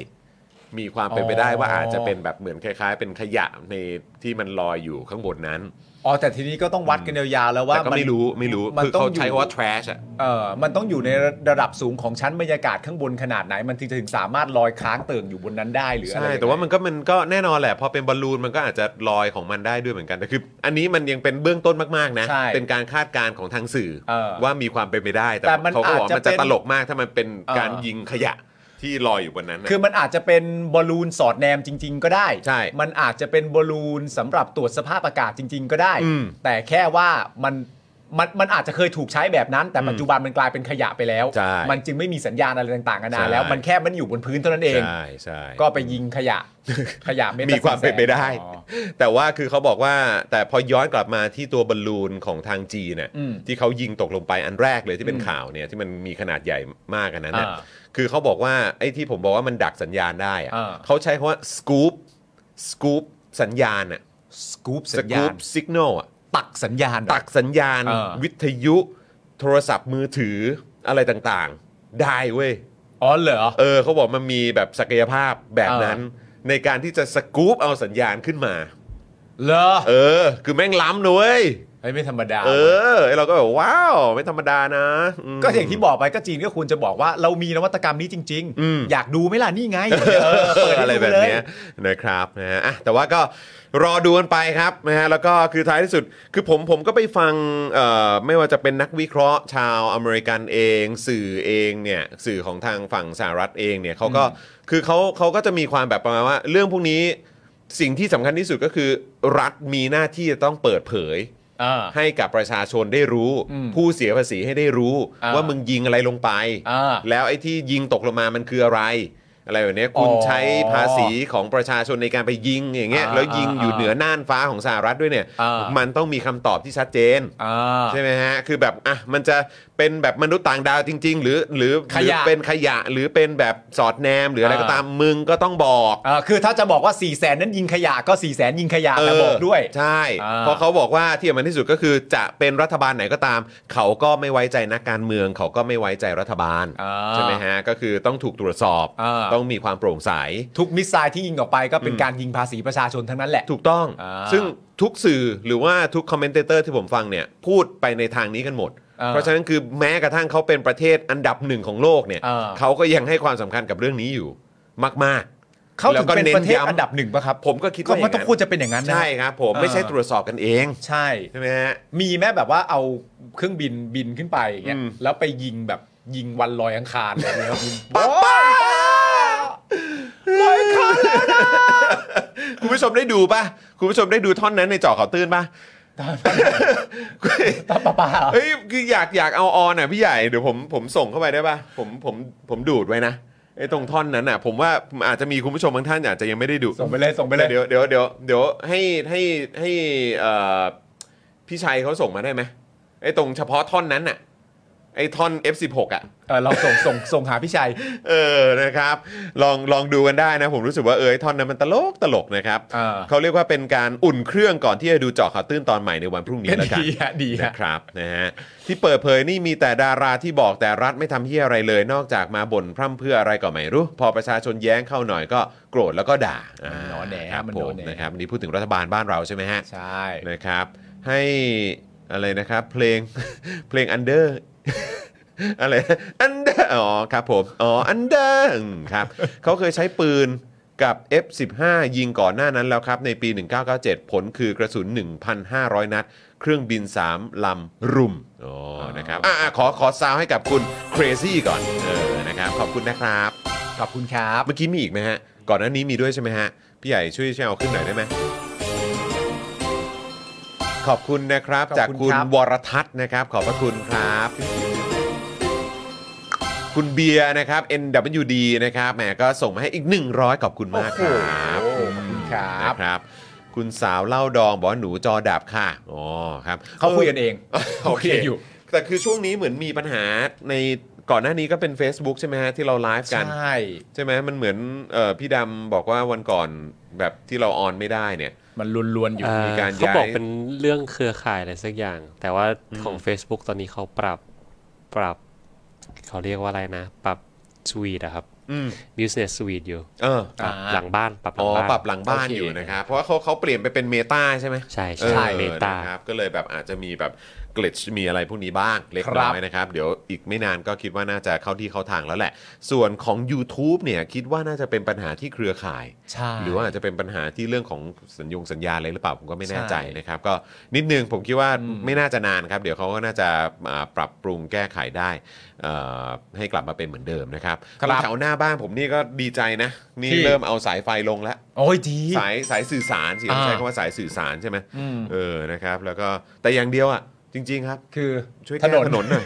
S1: มีความเป็นไปได้ว่าอาจจะเป็นแบบเหมือนคล้าย ๆ เป็นขยะในที่มันลอยอยู่ข้างบนนั้น
S2: อ๋อแต่ทีนี้ก็ต้องวัดกันยาวๆแล้วว่า
S1: แต่ก็ไม่รู้ไม่รู้
S2: มัน
S1: คือ
S2: ต้อง
S1: เขา
S2: อยู่
S1: ใช้คำว่า trash อะ
S2: เออมันต้องอยู่ในระดับสูงของชั้นบรรยากาศข้างบนขนาดไหน มันถึงจะถึงสามารถลอยค้างเติ่งอยู่บนนั้นได้หรืออะไร
S1: ใช่ แต่ว่ามันก็มันก็แน่นอนแหละพอเป็นบอลลูนมันก็อาจจะลอยของมันได้ด้วยเหมือนกันแต่คือ อันนี้มันยังเป็นเบื้องต้นมากๆนะ
S2: ใช่
S1: เป็นการคาดการณ์ของทางสื่อ
S2: เออ
S1: ว่ามีความเป็นไปได้ แต่
S2: แต่มัน
S1: เขาก็บอก
S2: อาจจะ
S1: มันจะ
S2: เป็น
S1: ตลกมากถ้ามันเป็นการ
S2: เออ
S1: ยิงขยะที่ลอยอยู่บนนั้นนะ
S2: คือมันอาจจะเป็นบอลลูนสอดแนมจริง ๆ ก็ได้
S1: ใช่
S2: มันอาจจะเป็นบอลลูนสำหรับตรวจสภาพอากาศจริง ๆ ก็ได้
S1: อืม
S2: แต่แค่ว่ามัน มันมันอาจจะเคยถูกใช้แบบนั้น แต่ปัจจุบันมันกลายเป็นขยะไปแล้ว
S1: ใช่
S2: มันจึงไม่มีสัญญาณอะไรต่างๆกันา
S1: ใช่
S2: นาแล้วมันแค่มันอยู่บนพื้นเท่านั้นเอง
S1: ใช่ใช่
S2: ก็ไปยิงขยะ ขยะเม็ดละ
S1: มีความ
S2: 400,000
S1: เป็นไปได้
S2: อ๋อ
S1: แต่ว่าคือเขาบอกว่าแต่พอย้อนกลับมาที่ตัวบอลลูนของทางจีนเนี่ย
S2: อืม
S1: ที่เขายิงตกลงไปอันแรกเลยที่เป็น
S2: อืม
S1: ข่าวเนี่ยที่มันมีขนาดใหญ่มากกันนั้นน่ะ
S2: อ่า
S1: คือเขาบอกว่าไอ้ที่ผมบอกว่ามันดักสัญญาณได้อะ
S2: อ่า
S1: เขาใช้คำว่าสกู๊ปสกู๊ปสัญญาณอะ
S2: สกู๊ป
S1: ส
S2: สัญญา
S1: กู๊
S2: ณ
S1: ปสัญญาณอะ
S2: ตักสัญญาณ
S1: ตักสัญญาณ
S2: อ่า
S1: วิทยุโทรศัพท์มือถืออะไรต่างๆ ได้เว้ย
S2: อ๋อเหรอ
S1: เออเขาบอกมันมีแบบศักยภาพแบบนั้น ในการที่จะสกู๊ปเอาสัญญาณขึ้นมา
S2: เหรอ
S1: เออ คือแม่งล้ำนุ้ย
S2: เฮ้ยไม่ธรรมดา
S1: เออไอ้เราก็แบบว้าว ไม่ธรรมดานะม
S2: ก็อย่างที่บอกไปก็จีนก็ควรจะบอกว่าเรามีนวัตกรรมนี้จริง
S1: อืม
S2: ๆ อยากดูไหมล่ะนี่ไงเออเปิดให้
S1: อะ
S2: ดู
S1: ไรแบบ
S2: เลย
S1: เนี้ยนะครับนะฮะอ่ะแต่ว่าก็รอดูกันไปครับนะฮะแล้วก็คือท้ายที่สุด คือผมผมก็ไปฟังเอ่อไม่ว่าจะเป็นนักวิเคราะห์ชาวอเมริกันเอง สื่อเองเนี่ยสื่อของทางฝั่งสหรัฐเองเนี่ยเขาก็คือเขาเขาก็จะมีความแบบประมาณว่า เรื่องพวกนี้สิ่งที่สำคัญที่สุดก็คือ รัฐมีหน้าที่จะต้องเปิดเผย
S2: อ่า
S1: ให้กับประชาชนได้รู้
S2: อืม
S1: ผู้เสียภาษีให้ได้รู้
S2: อ่า
S1: ว่ามึงยิงอะไรลงไป
S2: อ่า
S1: แล้วไอ้ที่ยิงตกลงมามันคืออะไร อะไรแบบเนี้ยคุณ
S2: อ๋อ
S1: ใช้ภาษีของประชาชนในการไปยิงอย่างเงี้ย
S2: อ่า
S1: แล้วยิง
S2: อ่า
S1: อยู่เหนือน่านฟ้าของสหรัฐด้วยเนี่ย
S2: อ่ามั
S1: มันต้องมีคำตอบที่ชัดเจน
S2: อ่า
S1: ใช่ไหมฮะ คือแบบอ่ะมันจะเป็นแบบมนุษย์ต่างดาวจริง ๆ หรือหรือ
S2: ข
S1: หรื
S2: ยะ
S1: อเป็นขยะหรือเป็นแบบสอดแนม หรืออะไรก็ตามมึงก็ต้องบอก
S2: เอ่อคือถ้าจะบอกว่า4ี่แสนนั้นยิงขยะก็4ี่แสนยิงขยะแต่บอกด้วย
S1: ใช่
S2: อ่า
S1: เพราะเขาบอกว่าที่มันที่สุดก็คือจะเป็นรัฐบาลไหนก็ตาม เขาก็ไม่ไว้ใจนักการเมือง เขาก็ไม่ไว้ใจรัฐบาล
S2: อ่า
S1: ใช่ไหมฮะ ก็คือต้องถูกตรวจสอบ
S2: อ่า
S1: ต้องมีความโปร่งใส
S2: ทุกมิสไซล์ที่ยิงออกไปก็เป็นการยิงภาษีประชาชนทั้งนั้นแหละ
S1: ถูกต้อง
S2: อ่า
S1: ซึ่งทุกสื่อหรือว่าทุกคอมเมนเตเตอร์ที่ผมฟังเนี่ย พูดไปในทางนี้กันหมด
S2: อ่า
S1: เพราะฉะนั้นคือแม้กระทั่งเขาเป็นประเทศอันดับหนึ่งของโลกเนี่ย
S2: อ่า
S1: เขาก็ยังให้ความสำคัญกับเรื่องนี้อยู่มากๆ
S2: เขาถึงเป็น
S1: แล้วก็
S2: ประเทศ
S1: ย้ำ
S2: อันดับหนึ่งปะครับ
S1: ผมก็คิด
S2: ก็
S1: ว่า
S2: มันต้องควรจะเป็นอย่างนั้นนะ
S1: ใช่ครับ ผมไม่ใช่
S2: อ่า
S1: ตรวจสอบกันเอง
S2: ใช่
S1: ใช่ไหมฮะ
S2: มีแม้แบบว่าเอาเครื่องบินบินขึ้นไปอย่างเงี้ย
S1: อืม
S2: แล้วไปยิงแบบยิงวันลอยอัง คารอะไรเงี้ยครับยิง
S1: ป๊าป้าลอยคอแล้วนะ คุณผู้ชมได้ดูป่ะ คุณผู้ชมได้ดูท่อนนั้นในเจอข่าวตื้น ป่ะ
S2: ตามปะปาเหรอ
S1: เฮ้ยคืออยากอยากเอาออนอ่ะพี่ใหญ่เดี๋ยวผมผมส่งเข้าไปได้ป่ะผมผมผมดูดไว้นะไอ้ตรงท่อนนั้นอ่ะ ผมว่าอาจจะมีคุณผู้ชมบางท่านอาจจะยังไม่ได้ดู
S2: ส่งไปเลยส่งไปเลย
S1: เดี๋ยวเดี๋ยวเดี๋ยวเดี๋ยวให้ให้ให้เอ่อพี่ชัยเขาส่งมาได้ไหมไอ้ตรงเฉพาะท่อนนั้นอ่ะไอ้ท่อน F16 อ่ะ
S2: เออเราส่งส่งส่งหาพี่ชัย
S1: เออ นะครับ ลอง ลองดูกันได้นะ ผมรู้สึกว่าเออไอท่อนนั้นมันตลก ตลกนะครับ
S2: อ่า
S1: เขาเรียกว่าเป็นการอุ่นเครื่องก่อนที่จะดูเจาะข่าวตื้นตอนใหม่ในวันพรุ่งนี้แล้วกัน
S2: ดีฮะดีฮะ
S1: นะครับนะฮะที่เปิดเผยนี่มีแต่ดาราที่บอกแต่รัฐไม่ทำเฮียอะไรเลย นอกจากมาบ่นพร่ำเพื่ออะไรก็ไม่รู้ พอประชาชนแย้งเข้าหน่อยก็โกรธแล้วก็ด่าา
S2: หนอแหน่
S1: ครับ
S2: มัน
S1: ผ
S2: หนอ
S1: ม
S2: แหน่
S1: นะครับอันนี่พูดถึงรัฐบาลบ้านเราใช่ไหมฮะ
S2: ใช่
S1: นะครับให้อะไรนะครับเพลง เพลง under อะไร under อ๋อครับผมอ๋อ under อืมครับ เขาเคยใช้ปืนกับ F15 ยิงก่อนหน้านั้นแล้วครับ ในปี 1997 ผลคือกระสุน 1,500 นัด เครื่องบิน 3 ลำรุมอ๋อนะครับอ่ะอ่ะขอขอซาวให้กับคุณ crazy ก่อนเออนะครับ ขอบคุณนะครับ
S2: ขอบคุณครับ
S1: เมื่อกี้มีอีกไหมฮะ ก่อนหน้านี้มีด้วยใช่ไหมฮะ พี่ใหญ่ช่วยช่วยเอาขึ้นหน่อยได้ไหม ขอบคุณนะครับ จากคุณวรทัศน์นะครับ ขอบพระคุณครับ คุณเบียร์นะครับ NWD นะครับ แหมก็ส่งมาให้อีก 100 ขอบคุณมากครับ
S2: โอ้โหขอบคุณครับ
S1: นะครับ คุณสาวเล่าดองบอกว่าหนูจอดับค่ะ อ๋อครับ
S2: เขาคุยกันเอง
S1: โอเค
S2: ยนอยู่
S1: แต่คือช่วงนี้เหมือนมีปัญหาในก่อนหน้านี้ก็เป็น Facebook ใช่ไหมฮะที่เราไลฟ์
S2: ใช
S1: กัน
S2: ่
S1: ใช่ไหมมันเหมือนเออพี่ดำบอกว่าวันก่อนแบบที่เราออนไม่ได้เนี่ย
S2: มันลวนๆอยู่
S3: เอ่อ
S1: มีการ
S3: เขา
S1: ย้าย
S3: บอกเป็นเรื่องเครือข่ายอะไรสักอย่าง แต่ว่าของ Facebook ตอนนี้เขาปรับปรับ เขาเรียกว่าอะไรนะ ปรับสวีทอะครับ
S1: อืม
S3: Business Suite อยู่
S1: เออ
S3: ปรับ
S2: อ่า
S3: หลังบ้านปรับห
S1: อ๋
S3: ลั
S1: อง
S3: บ้าน
S1: ปรับหลังบ้าน
S2: โอเค
S1: อยู่นะครับ เพราะว่าเขาเขาเปลี่ยนไปเป็นเมตาใช่ไหม
S3: ใช่
S1: อ
S3: ใช่
S1: อ
S3: ใช่ Meta
S1: นะครับก็เลยแบบอาจจะมีแบบกลิชมีอะไรพวกนี้บ้างเล็ก
S2: ครับ
S1: น้อยนะครับ เดี๋ยวอีกไม่นานก็คิดว่าน่าจะเข้าที่เข้าทางแล้วแหละ ส่วนของ YouTube เนี่ยคิดว่าน่าจะเป็นปัญหาที่เครือข่าย
S2: ใช่
S1: หรือว่าอาจจะเป็นปัญหาที่เรื่องของสัญญงสัญญาอะไรหรือเปล่าผมก็ไม่แน่ใจ
S2: ใช่
S1: นะครับ ก็นิดนึงผมคิดว่า
S2: อืม
S1: ไม่น่าจะนานครับ เดี๋ยวเขาก็น่าจะอ่าปรับปรุงแก้ไขได้เอ่อให้กลับมาเป็นเหมือนเดิมนะครับ
S2: ครับ
S1: แถวหน้าบ้านผมนี่ก็ดีใจนะ นี่
S2: ที่
S1: เริ่มเอาสายไฟลงแล้ว
S2: โอ้ยดี
S1: สายสายสื่อสารสิต้องใช้
S2: อ่า
S1: คำว่าสายสื่อสารใช่ไหม
S2: อืม
S1: เออนะครับ แล้วก็แต่อย่างเดียวอ่ะ จริง ๆ ครับ
S2: คือ
S1: ช่วยแก้ถนนหน่อย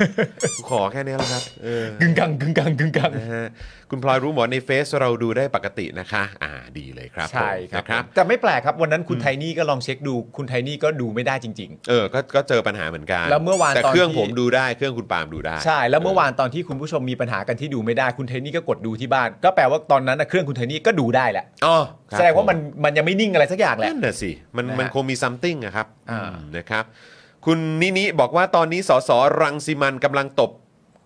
S1: ขอแค่นี้แล้วครับเออก
S2: ึ่งกลางกึ่งกลางกึ่งกลาง
S1: นะฮะคุณพลอยรู้หมอในเฟซเราดูได้ปกตินะคะ อ่าดีเลยครับ
S2: ใช่
S1: ผมนะครับ
S2: แต่ไม่แปลกครับวันนั้นคุณไทนี่ก็ลองเช็คดู คุณไทนี่ก็ดูไม่ได้จริง
S1: เออก็ก็เจอปัญหาเหมือนกัน
S2: แล้วเมื่อวาน
S1: แต่
S2: ตอน
S1: เครื่อง
S2: ที่
S1: ผมดูได้เครื่องคุณปาล์มดูได้
S2: ๆ ใช่แล้วเมื่อวานตอนที่คุณผู้ชมมีปัญหากันที่ดูไม่ได้คุณไทนี่ก็กดดูที่บ้าน ก็แปลว่าตอนนั้นนะเครื่องคุณไทนี่ก็ดูได้แหละ
S1: อ๋อครับ
S2: แสดงว่ามันมันยังไม่นิ่งอะไรสักอย่างแหละ
S1: นั่นน่ะสิ มัน
S2: นะฮะ
S1: มันคงมี something อะครับ
S2: อ่า
S1: อืมนะครับ คุณนินิบอกว่าตอนนี้สสรังสิมันกำลังตบ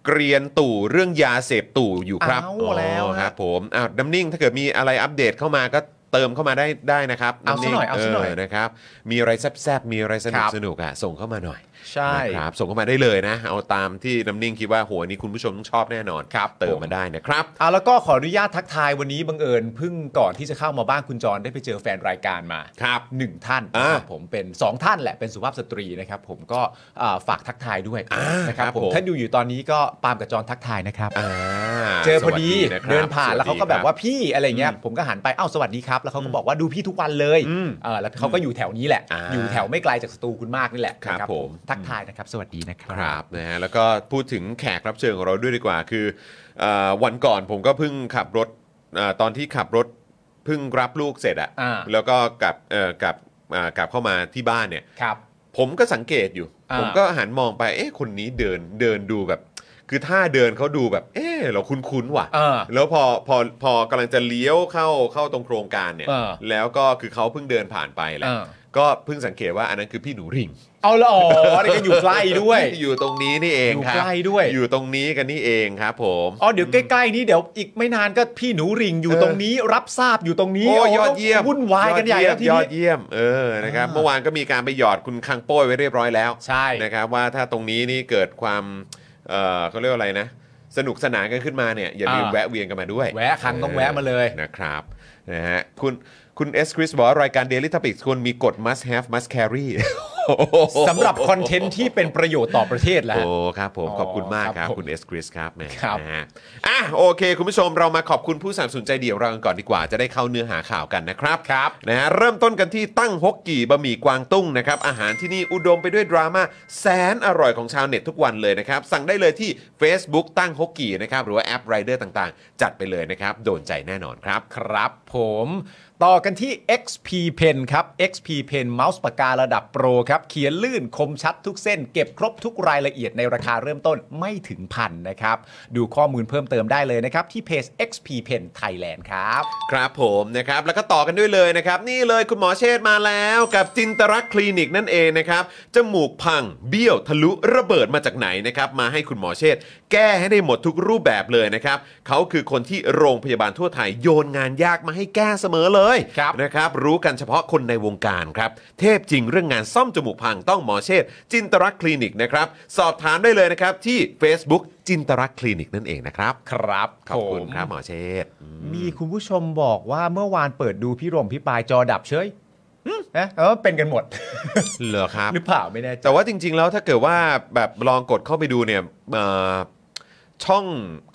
S1: เกรียนตู่เรื่องยาเสพตู่อยู่ครับ
S2: เอาแล้ว
S1: อ๋อ
S2: ฮะ
S1: ครับผมอ้าวน้ำนิ่งถ้าเกิดมีอะไรอัปเดตเข้ามาก็เติมเข้ามาได้ได้นะครับ
S2: เอาซะหน่อยเอาซะหน่อย
S1: นะครับ มีอะไรแซบๆมีอะไรสนุ
S2: ค
S1: ก
S2: รับ
S1: สนุกๆอ่ะส่งเข้ามาหน่อย
S2: ใช่
S1: นะครับส่งเข้ามาได้เลยนะ เอาตามที่น้ำนิ่งคิดว่าโหัวนี้คุณผู้ชมต้องชอบแน่นอน
S2: ครับ
S1: เติม
S2: ผม
S1: มาได้นะครับ
S2: อ่ะแล้วก็ขออนุญาตทักทายวันนี้บังเอิญเพิ่งก่อนที่จะเข้ามาบ้านคุณจรได้ไปเจอแฟนรายการมา
S1: ครับ
S2: หนึ่งท่าน
S1: อ่า
S2: นะครับผมเป็น 2 ท่านแหละเป็นสุภาพสตรีนะครับผมก็อ่าฝากทักทายด้วย
S1: อ่า
S2: นะครับ
S1: ครับ
S2: ผม
S1: ผม
S2: ถ้าดูอยู่ตอนนี้ก็ปาล์มกับจรทักทายนะครับ
S1: อ่า
S2: เจอพอดี
S1: สสะครับ
S2: เดินผ่านแล้วเขาก็แบบว่า
S1: สสดี
S2: พี่อะไรเงี้ย
S1: อืม
S2: ผมก็หันไปเอ้าสวัสดีครับ แล้วเขาก็บอกว่าดูพี่ทุกวันเลย
S1: อืม
S2: เออแล้วเขาก็อยู่แถวนี้แหละ
S1: อ่า
S2: อยู่แถวไม่ไกลจากสตูคุณมากนี่แหละ
S1: ครับ
S2: นะ
S1: ผม
S2: ทักทายนะครับ สวัสดีนะค
S1: ค
S2: รั
S1: รับ บนะฮะแล้วก็พูดถึงแขกรับเชิญของเราด้วยดีกว่า คือเออวันก่อนผมก็เพิ่งขับรถเออตอนที่ขับรถเพิ่งรับลูกเสร็จอะ
S2: อ่า
S1: แล้วก็กลับเอ่อกลับอ่ากลับเข้ามาที่บ้านเนี่ย
S2: ครับ
S1: ผมก็สังเกตอยู่
S2: อ่า
S1: ผมก็หันมองไปเอ๊ะคนนี้เดินเดินดูแบบ คือถ้าเดินเขาดูแบบ เอ๊ะเราคุ้นๆว่ะ
S2: เออ
S1: แล้วพอพอพอกำลังจะเลี้ยวเข้าเข้าตรงโครงการเนี่ย
S2: เออ
S1: แล้วก็คือเขาเพิ่งเดินผ่านไปแห
S2: เอ
S1: ละ
S2: อ
S1: ก็เพิ่งสังเกตว่าอันนั้นคือพี่หนูริง
S2: เอาละอ๋อนี่ก็อยู่ใกล้ด้วย
S1: อยู่ตรงนี้นี่เอง
S2: อยู่
S1: ครับ
S2: ใกล้ด้วย
S1: อยู่ตรงนี้กันนี่เองครับผม
S2: อ๋อเดี๋ยวใกล้ๆนี้เดี๋ยวอีกไม่นานก็พี่หนูริงอยู่
S1: เออ
S2: ตรงนี้รับทราบอยู่ตรงนี้
S1: โอ้ยอดเยี่ยม
S2: วุ่นวายกันใหญ่แล้วที
S1: ยอ
S2: นี้
S1: ดเยี่ยมเออนะครับ
S2: อ่า
S1: เมื่อวานก็มีการไปหยอดคุณคังโป้ยไว้เรียบร้อยแล้ว
S2: ใช่
S1: นะครับว่าถ้าตรงนี้นี่เกิดความเออเขาเรียกว่าอะไรนะ สนุกสนานกันขึ้นมาเนี่ยอย่าลืม
S2: อ่า
S1: แวะเวียนกันมาด้วย
S2: แวะคังต้องแวะมาเลย
S1: นะครับนะฮะคุณคุณเอสคริสบอกว่ารายการ Daily Topics ควรมีกฎ must have must carry
S2: สำหรับคอนเทนต์ที่เป็นประโยชน์ต่อประเทศแหละ
S1: โอ้ครับผม
S2: อ๋อ
S1: ขอบคุณมากค
S2: ครั
S1: รับบ
S2: ผม
S1: คุณเอสคริสครับแหม
S2: ครับ
S1: นะฮะอ่ะโอเค คุณผู้ชมเรามาขอบคุณผู้สนับสนุนใจเดียวเรากันก่อนดีกว่าจะได้เข้าเนื้อหาข่าวกันนะครับครับนะฮะเริ่มต้นกันที่ตั้งฮกกี่บะหมี่กวางตุ้งนะครับอาหารที่นี่อุดมไปด้วยดราม่าแสนอร่อยของชาวเน็ตทุกวันเลยนะครับสั่งได้เลยที่ Facebook ตั้งฮกกี่นะครับหรือว่าแอปไรเดอร์ต่างๆ จัดไปเลยนะครับโดนใจแน่นอนครับ
S2: ครับผมต่อกันที่ XP Pen ครับ XP Pen เมาส์ปากการะดับโปรครับเขียนลื่นคมชัดทุกเส้น เก็บครบทุกรายละเอียดในราคาเริ่มต้นไม่ถึงพันนะครับ ดูข้อมูลเพิ่มเติมได้เลยนะครับ ที่เพจ XP Pen Thailand ครับ
S1: ครับผมนะครับแล้วก็ต่อกันด้วยเลยนะครับ นี่เลยคุณหมอเชษฐ์มาแล้วกับจินตรักษณ์คลินิกนั่นเองนะครับจมูกพังเบี้ยวทะลุระเบิดมาจากไหนนะครับมาให้คุณหมอเชษฐ์แก้ให้ได้หมดทุกรูปแบบเลยนะครับเขาคือคนที่โรงพยาบาลทั่วไทยโยนงานยากมาให้แก้เสมอเลย
S2: ครับ
S1: นะครับรู้กันเฉพาะคนในวงการครับเทพจริงเรื่องงานซ่อมจมูกพังต้องหมอเชษฐ์จินตรักษณ์คลินิกนะครับสอบถามได้เลยนะครับที่ Facebook จินตรักษณ์คลินิกนั่นเองนะครับ
S2: ครับ
S1: ขอบคุณ
S2: ผม
S1: ครับหมอเชษฐ์
S2: มีคุณผู้ชมบอกว่าเมื่อวานเปิดดูพี่รมพี่ปายจอดับเฉยนะเออเป็นกันหมด
S1: เหรอครับ
S2: หรือเปล่าไม่แน่ใจ
S1: แต่ว่าจริง ๆ แล้วถ้าเกิดว่าแบบลองกดเข้าไปดูเนี่ยเอ่อช่อง